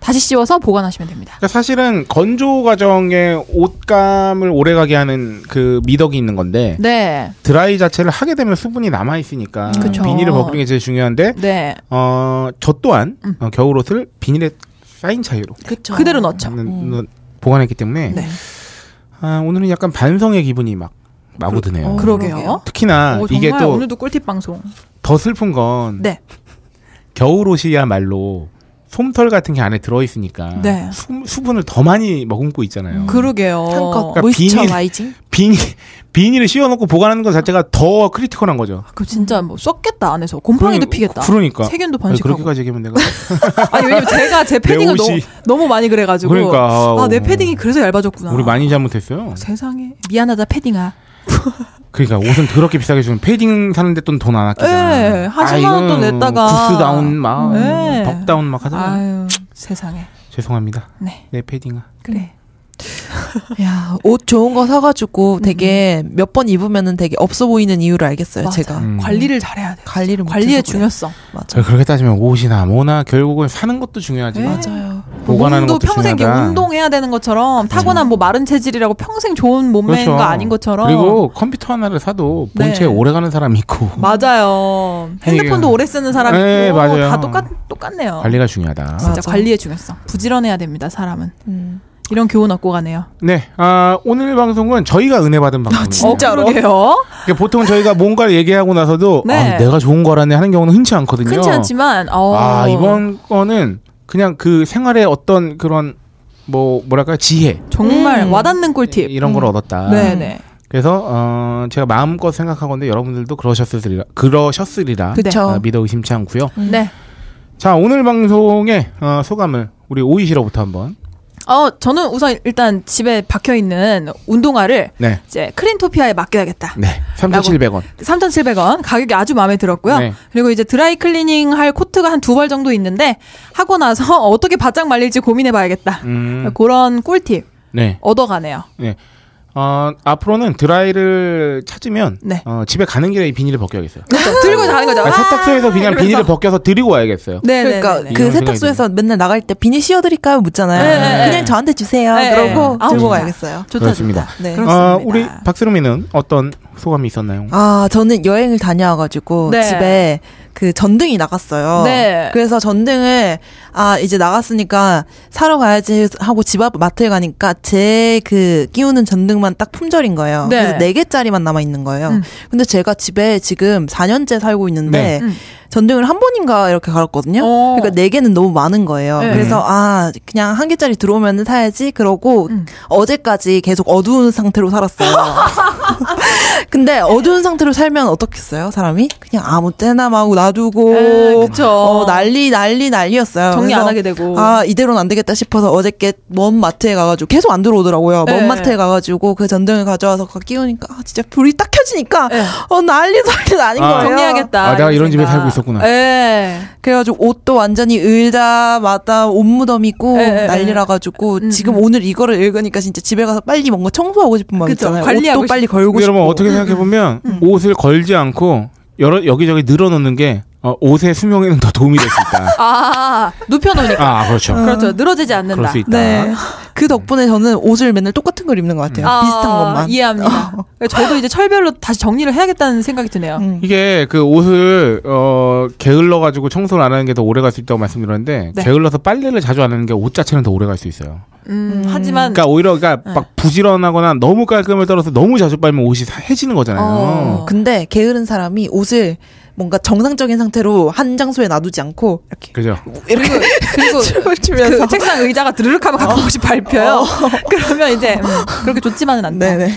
다시 씌워서 보관하시면 됩니다.
그러니까 사실은 건조 과정에 옷감을 오래가게 하는 그 미덕이 있는 건데
네, 음.
드라이 자체를 하게 되면 수분이 남아 있으니까
그쵸.
비닐을 벗기는 게 제일 중요한데
네,
어 저 또한
음.
어, 겨울 옷을 비닐에 쌓인 차이로
그쵸.
그대로 넣죠.
담는- 넣- 보관했기 때문에
네.
아, 오늘은 약간 반성의 기분이 막 마구 드네요.
어, 음.
그러게요.
특히나
오, 정말
아, 이게 또 더
오늘도 꿀팁 방송.
슬픈 건
네.
겨울 옷이야말로 솜털 같은 게 안에 들어 있으니까
네.
수, 분을더 많이 머금고 있잖아요.
그러게요.
한껏
그러니까 비닐-
모이스처라이징.
비닐 비닐을 씌워 놓고 보관하는 것 자체가 더 크리티컬한 거죠.
그 진짜
음.
뭐 썩겠다 안에서 곰팡이도
그러니-
피겠다.
그러니까.
세균도
아니,
번식하고.
그렇게까지 얘기하면 내가
아니 왜냐면 제가 제 패딩을 너무
옷이-
너무 많이 그래가지고
그러니까.
아 내 패딩이 그래서 얇아졌구나.
우리 많이 잘못했어요.
세상에 미안하다 패딩아.
그러니까 옷은 그렇게 비싸게 주면 패딩 사는데 돈 안 아끼잖아.
예, 한 10만 원또
이거는
냈다가.
구스 다운 막
예.
덕 다운 막 하잖아. 요
아유 세상에.
죄송합니다.
네
내 패딩아.
그래.
야, 옷 좋은 거
음,
사가지고 되게 몇 번 입으면은 되게 없어 보이는 이유를 알겠어요,
맞아.
제가.
음.
관리를 잘해야 돼.
관리를
관리의
못해서 그래요.
중요성.
맞아.
그렇게 따지면 옷이나 뭐나 결국은 사는 것도
예.
중요하지만
맞아요.
보관하는
몸도
것도
평생 이렇게
중요하다.
운동해야 되는 것처럼 타고난 뭐 마른 체질이라고 평생 좋은 몸매인
그렇죠.
거 아닌 것처럼.
그리고 컴퓨터 하나를 사도
네.
본체에 오래가는 사람이 있고
맞아요. 핸드폰도
이게-
오래 쓰는 사람
네,
있고
맞아요.
다 똑같 똑같네요.
관리가 중요하다.
진짜
맞아.
관리의 중요성. 부지런해야 됩니다, 사람은.
음.
이런 교훈 얻고 가네요.
네, 아, 오늘 방송은 저희가 은혜 받은 방송입니다.
어, 그러게요.
그러니까 보통 저희가 뭔가를 얘기하고 나서도
네.
아, 내가 좋은 거라네 하는 경우는 흔치 않거든요.
흔치 않지만 어.
아 이번 거는 그냥 그 생활의 어떤 그런 뭐 뭐랄까 지혜
정말
음.
와닿는 꿀팁.
이런 걸 얻었다.
네, 네.
그래서 어, 제가 마음껏 생각하건데 여러분들도 그러셨으리라 그러셨으리라
그쵸.
아, 믿어 의심치 않고요.
네.
자 오늘 방송의 어, 소감을 우리 오이 씨로부터 한번.
어, 저는 우선 일단 집에 박혀 있는 운동화를
네.
이제 크린토피아에 맡겨야겠다.
네. 3,700원.
3,700원. 가격이 아주 마음에 들었고요.
네.
그리고 이제 드라이 클리닝 할 코트가 한 두 벌 정도 있는데 하고 나서 어떻게 바짝 말릴지 고민해 봐야겠다.
음.
그런 꿀팁.
네.
얻어가네요.
네. 어, 앞으로는 드라이를 찾으면
네.
어, 집에 가는 길에 이 비닐을 벗겨야겠어요.
들고 다니는 거죠.
아, 세탁소에서 그냥
이러면서.
비닐을 벗겨서 드리고 와야겠어요.
네,
그러니까
네, 네, 네.
이런
그
생각이
세탁소에서 맨날 나갈 때 비닐 씌워드릴까요? 묻잖아요.
네, 네,
그냥
네.
저한테 주세요.
네,
그러고
네.
들고
아,
가야겠어요.
좋다,
그렇습니다.
좋다.
네.
아,
그렇습니다.
우리 박스롬이는 어떤 소감이 있었나요?
아, 저는 여행을 다녀와가지고
네.
집에 그 전등이 나갔어요.
네.
그래서 전등을 아 이제 나갔으니까 사러 가야지 하고 집 앞 마트에 가니까 제 그 끼우는 전등만 딱 품절인 거예요.
네.
그래서 네 개짜리만 남아 있는 거예요.
음.
근데 제가 집에 지금 4년째 살고 있는데
네.
음.
전등을 한 번인가 이렇게 갈았거든요.
어.
그러니까 네 개는 너무 많은 거예요.
네.
그래서 아 그냥 한 개짜리 들어오면 사야지 그러고
음.
어제까지 계속 어두운 상태로 살았어요. 근데 어두운 상태로 살면 어떻겠어요, 사람이? 그냥 아무 때나 막 놔두고
에, 아, 그쵸.
어, 난리 난리 난리였어요.
정리
그래서
안 하게 되고.
아 이대로는 안 되겠다 싶어서 어저께 먼 마트에 가가지고 계속 안 들어오더라고요.
네.
먼 마트에 가가지고 그 전등을 가져와서 그거 끼우니까 아, 진짜 불이 딱 켜지니까
네.
어 난리 난리 아닌
아,
거예요.
정리하겠다.
아, 내가 이런 집에
생각.
살고 있었구나.
예.
그래가지고 옷도 완전히 을다마다 옷무덤이고
에, 에,
난리라가지고
네, 음,
지금 오늘 이거를 읽으니까 진짜 집에 가서 빨리 뭔가 청소하고 싶은 마음
그쵸.
있잖아요.
관리하고
옷도 빨리
근데
걸고 싶고. 음,
여러분 어떻게 생각해 보면 옷을 걸지 않고 여러 여기저기 늘어놓는 게 어, 옷의 수명에는 더 도움이 될 수 있다.
아, 눕혀놓으니까.
아 그렇죠.
그렇죠. 늘어지지 않는다.
그럴 수 있다.
음, 네. 그 덕분에 저는 옷을 맨날 똑같은 걸 입는 것 같아요.
아,
비슷한 것만. 어.
이해합니다. 그러니까 저도 이제 철별로 다시 정리를 해야겠다는 생각이 드네요.
음.
이게 그 옷을 어 게을러 가지고 청소를 안 하는 게 더 오래 갈 수 있다고 말씀드렸는데
네.
게을러서 빨래를 자주 안 하는 게 옷 자체는 더 오래 갈 수 있어요.
음, 하지만
그러니까 오히려 그러니까
네.
막 부지런하거나 너무 깔끔을 떨어서 너무 자주 빨면 옷이 사- 해지는 거잖아요.
어.
근데 게으른 사람이 옷을 뭔가 정상적인 상태로 한 장소에 놔두지 않고 이렇게
그죠?
그리고, 그리고
춤을 추면서
그 책상 의자가 드르륵 하면
어.
가끔 혹시 밟혀요. 그러면 이제 음, 그렇게 좋지만은 않다.
네네.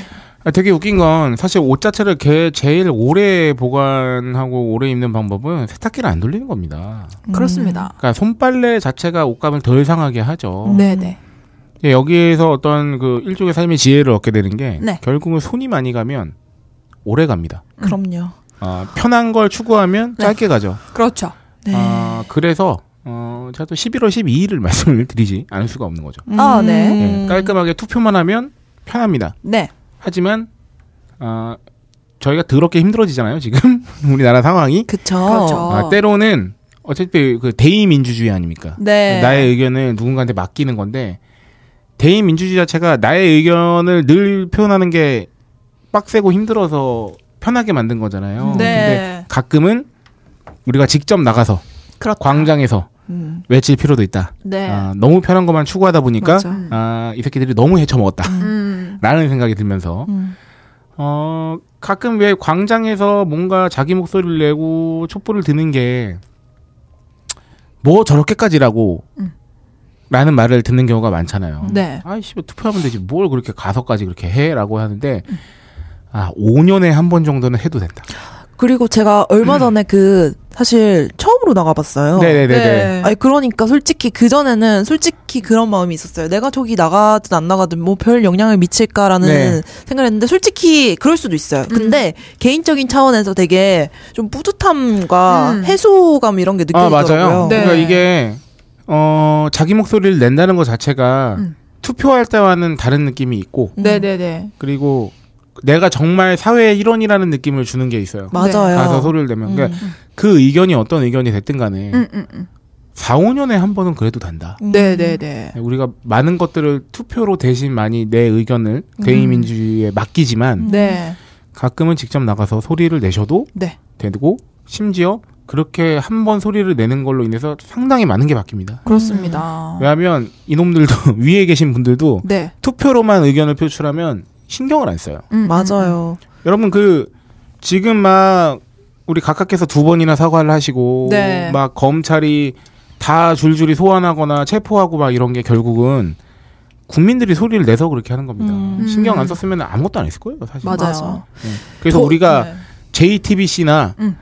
아, 되게 웃긴 건 사실 옷 자체를 개, 제일 오래 보관하고 오래 입는 방법은 세탁기를 안 돌리는 겁니다.
음. 그렇습니다.
그러니까 손빨래 자체가 옷감을 덜 상하게 하죠.
음.
네네.
예, 여기에서 어떤 그 일종의 삶의 지혜를 얻게 되는 게
네.
결국은 손이 많이 가면 오래 갑니다.
음. 그럼요.
아, 편한 걸 추구하면
네.
짧게 가죠.
그렇죠.
아, 그래서 어, 제가 또 11월 12일을 말씀을 드리지 않을 수가 없는 거죠.
음.
아, 네.
예, 깔끔하게 투표만 하면 편합니다.
네.
하지만 아, 저희가 더럽게 힘들어지잖아요. 지금 우리나라 상황이
그쵸.
그렇죠.
아, 때로는 어차피 그 대의민주주의 아닙니까?
네.
나의 의견을 누군가한테 맡기는 건데 대의민주주의 자체가 나의 의견을 늘 표현하는 게 빡세고 힘들어서 편하게 만든 거잖아요.
네.
근데 가끔은 우리가 직접 나가서
그렇다.
광장에서
음.
외칠 필요도 있다.
네.
아, 너무 편한 것만 추구하다 보니까
맞아.
아, 이 새끼들이 너무 헤쳐먹었다.
음.
라는 생각이 들면서
음.
어, 가끔 왜 광장에서 뭔가 자기 목소리를 내고 촛불을 드는 게 뭐 저렇게까지라고
음.
라는 말을 듣는 경우가 많잖아요.
네.
아이씨, 투표하면 되지. 뭘 그렇게 가서까지 그렇게 해? 라고 하는데,
음.
아, 5년에 한 번 정도는 해도 된다.
그리고 제가 얼마 전에 그 사실 처음으로 나가봤어요.
네네네네.
아니 그러니까 솔직히 그 전에는 솔직히 그런 마음이 있었어요. 내가 저기 나가든 안 나가든 뭐 별 영향을 미칠까라는
네.
생각을 했는데 솔직히 그럴 수도 있어요. 근데 개인적인 차원에서 되게 좀 뿌듯함과
음.
해소감 이런 게
아,
느껴지더라고요.
맞아요.
네.
그러니까 이게, 어, 자기 목소리를 낸다는 것 자체가
음.
투표할 때와는 다른 느낌이 있고,
음.
네네네.
그리고 내가 정말 사회의 일원이라는 느낌을 주는 게 있어요.
네.
맞아요.
가서 소리를 내면.
음.
그러니까 그 의견이 어떤 의견이 됐든 간에
음, 음, 음.
4, 5년에 한 번은 그래도 된다.
네네네.
우리가 많은 것들을 투표로 대신 많이 내 의견을
음.
대의민주주의에 맡기지만
네.
가끔은 직접 나가서 소리를 내셔도
네.
되고 심지어 그렇게 한 번 소리를 내는 걸로 인해서 상당히 많은 게 바뀝니다.
어.
음.
그렇습니다.
왜냐하면 이놈들도 위에 계신 분들도
음.
네.
투표로만 의견을 표출하면 신경을 안 써요.
음,
맞아요.
여러분 그 지금 막 우리 각각께서 두 번이나 사과를 하시고
네.
막 검찰이 다 줄줄이 소환하거나 체포하고 막 이런 게 결국은 국민들이 소리를 내서 그렇게 하는 겁니다. 신경 안 썼으면 아무것도 안 했을 거예요,
음.
사실.
음. 맞아요.
네. 그래서
도-
우리가
네.
JTBC나
음.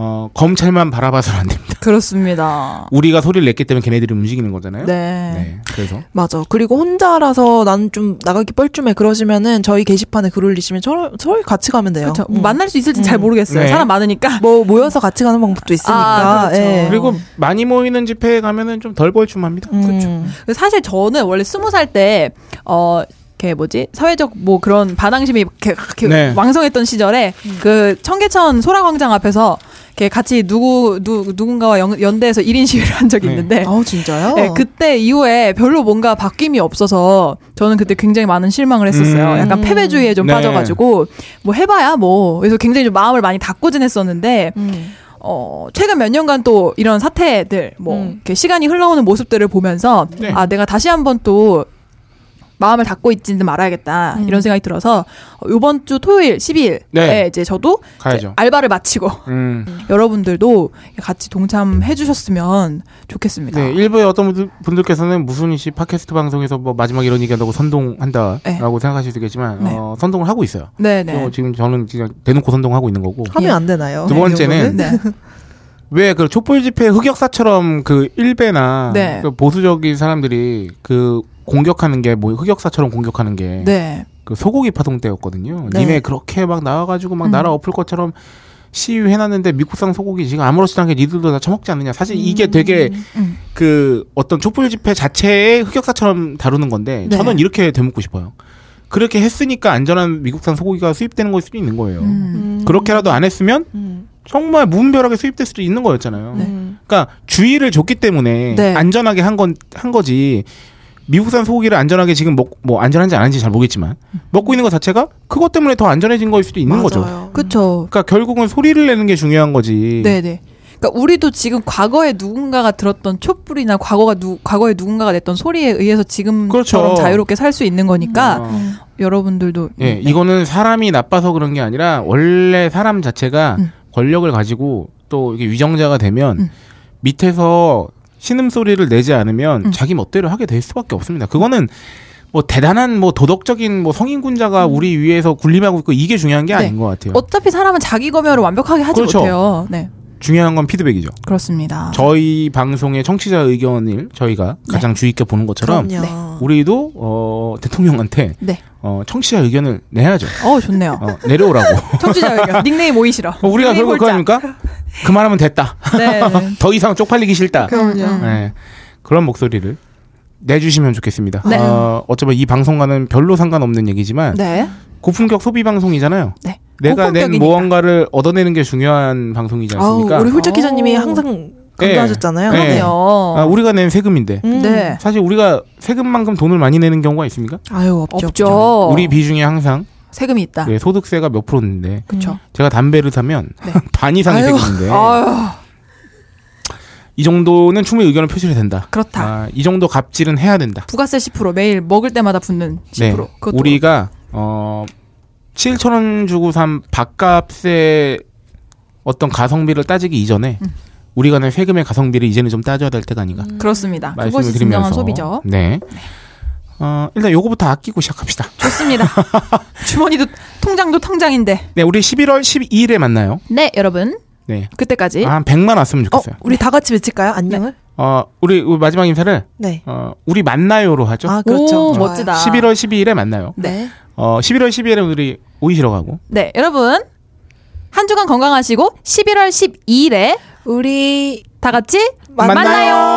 어, 검찰만 바라봐서는 안 됩니다.
그렇습니다.
우리가 소리를 냈기 때문에 걔네들이 움직이는 거잖아요.
네.
네, 그래서
맞아. 그리고 혼자라서 나는 좀 나가기 뻘쭘해 그러시면은 저희 게시판에 글 올리시면 저, 저희 같이 가면 돼요.
그렇죠.
음.
만날 수 있을지 잘 모르겠어요.
네.
사람 많으니까.
뭐 모여서 같이 가는 방법도 있으니까.
아, 그렇죠.
예.
그리고 많이 모이는 집회에 가면은 좀 덜 벌춤합니다.
음.
사실 저는 원래 스무 살 때, 어, 이렇게 뭐지 사회적 뭐 그런 반항심이 이렇게, 이렇게
네.
왕성했던 시절에
음.
그 청계천 소라광장 앞에서 이렇게 같이 누구 누 누군가와 연, 연대해서 1인 시위를 한 적이
네.
있는데
아 진짜요?
네, 그때 이후에 별로 뭔가 바뀜이 없어서 저는 그때 굉장히 많은 실망을 했었어요.
음.
약간 패배주의에 좀
네.
빠져가지고 뭐 해봐야 뭐 그래서 굉장히 좀 마음을 많이 닫고 지냈었는데
음.
어, 최근 몇 년간 또 이런 사태들 뭐
음.
이렇게 시간이 흘러오는 모습들을 보면서
네.
아 내가 다시 한번 또 마음을 닫고 있지는 말아야겠다 이런 생각이 들어서 이번 주 토요일 12일에
음. 네.
이제 저도
가야죠.
알바를 마치고
음.
여러분들도 같이 동참해 주셨으면 좋겠습니다.
네, 일부의 어떤 분들, 분들께서는 무순이 씨 팟캐스트 방송에서 뭐 마지막 이런 얘기한다고 선동한다라고
네.
생각하실 수 있겠지만
네.
어, 선동을 하고 있어요.
네네. 어,
어, 지금 저는 그냥 대놓고 선동하고 있는 거고.
예.
하면 안 되나요?
두
네,
이
번째는 네.
정도는?
왜 그 촛불 집회 흑역사처럼 그 일베나
네.
그 보수적인 사람들이 그 공격하는 게 뭐 흑역사처럼 공격하는 게 그
네.
소고기 파동 때였거든요.
네.
니네 그렇게 막 나와가지고 막
음.
나라 엎을 것처럼 시위해놨는데 미국산 소고기 지금 아무렇지도 않게 니들도 다 처먹지 않느냐. 사실 이게 되게
음.
그 어떤 촛불 집회 자체의 흑역사처럼 다루는 건데
네.
저는 이렇게 되묻고 싶어요. 그렇게 했으니까 안전한 미국산 소고기가 수입되는 걸 수도 있는 거예요.
음.
그렇게라도 안 했으면
음.
정말 무분별하게 수입될 수도 있는 거였잖아요.
음.
그러니까 주의를 줬기 때문에
네.
안전하게 한 건 한 거지. 미국산 소고기를 안전하게 지금 먹, 뭐 안전한지 아닌지 잘 모르겠지만 먹고 있는 것 자체가 그것 때문에 더 안전해진 거일 수도 있는 거죠.
그쵸.
그러니까 결국은 소리를 내는 게 중요한 거지.
네네. 그러니까 우리도 지금 과거에 누군가가 들었던 촛불이나 과거가 누 과거에 누군가가 냈던 소리에 의해서 지금처럼
그렇죠.
자유롭게 살 수 있는 거니까
어.
여러분들도
예,
네.
이거는 사람이 나빠서 그런 게 아니라 원래 사람 자체가
음.
권력을 가지고 또 이게 위정자가 되면
음.
밑에서 신음 소리를 내지 않으면
음.
자기 멋대로 하게 될 수밖에 없습니다. 그거는 뭐 대단한 뭐 도덕적인 뭐 성인군자가 우리 위에서 군림하고 있고 이게 중요한 게
음. 네.
아닌 것 같아요.
어차피 사람은 자기 검열을 완벽하게 하지
그렇죠.
못해요. 네.
중요한 건 피드백이죠.
그렇습니다.
저희 방송의 청취자 의견을 저희가
네.
가장 주의 깊게 보는 것처럼
그럼요.
우리도 어 대통령한테
네.
어 청취자 의견을 내야죠.
어 좋네요.
어, 내려오라고.
청취자 의견. 닉네임 오이시러.
어, 우리가 결국
닉네임
그거
홀짝.
아닙니까? 그만하면 됐다.
네.
더 이상 쪽팔리기 싫다.
그럼요.
네. 그런 목소리를 내주시면 좋겠습니다.
네.
어, 어쩌면 이 방송과는 별로 상관없는 얘기지만
네.
고품격 소비 방송이잖아요.
네.
내가 낸
고품격이니까.
무언가를 얻어내는 게 중요한 방송이지
아우,
않습니까?
우리 홀짝 기자님이
어.
항상
네.
강조하셨잖아요.
네.
그러네요.
아, 우리가 낸 세금인데
음.
네.
사실 우리가 세금만큼 돈을 많이 내는 경우가 있습니까?
아유 없죠.
없죠.
우리 비중에 항상
세금이 있다.
예, 소득세가 몇 프로인데
네. 그렇죠.
제가 담배를 사면
네.
반 이상이 세금인데
아유,
이 정도는 충분히 의견을 표시해야 된다.
그렇다.
아, 이 정도 갑질은 해야 된다.
부가세 10% 매일 먹을 때마다 붙는 10%. 그것도
네. 우리가 어 7천 원 주고 산 밥값의 어떤 가성비를 따지기 이전에
음.
우리가 낸 세금의 가성비를 이제는 좀 따져야 될 때가 아닌가
그렇습니다.
말씀을
음. 그것이
드리면서
진정한 소비죠.
네. 어, 일단 요거부터 아끼고 시작합시다.
좋습니다. 주머니도 통장도 통장인데.
네, 우리 11월 12일에 만나요.
네, 여러분.
네.
그때까지.
아, 한 100만 왔으면
어,
좋겠어요.
우리 다 같이 외칠까요? 안녕을?
어, 우리 우리 마지막 인사를
네.
어, 우리 만나요로 하죠.
아 그렇죠.
오,
좋아요.
멋지다.
11월 12일에 만나요.
네.
어, 11월 12일에 우리 오이시러 가고
네, 여러분. 한 주간 건강하시고 11월 12일에
우리
다 같이
만나요.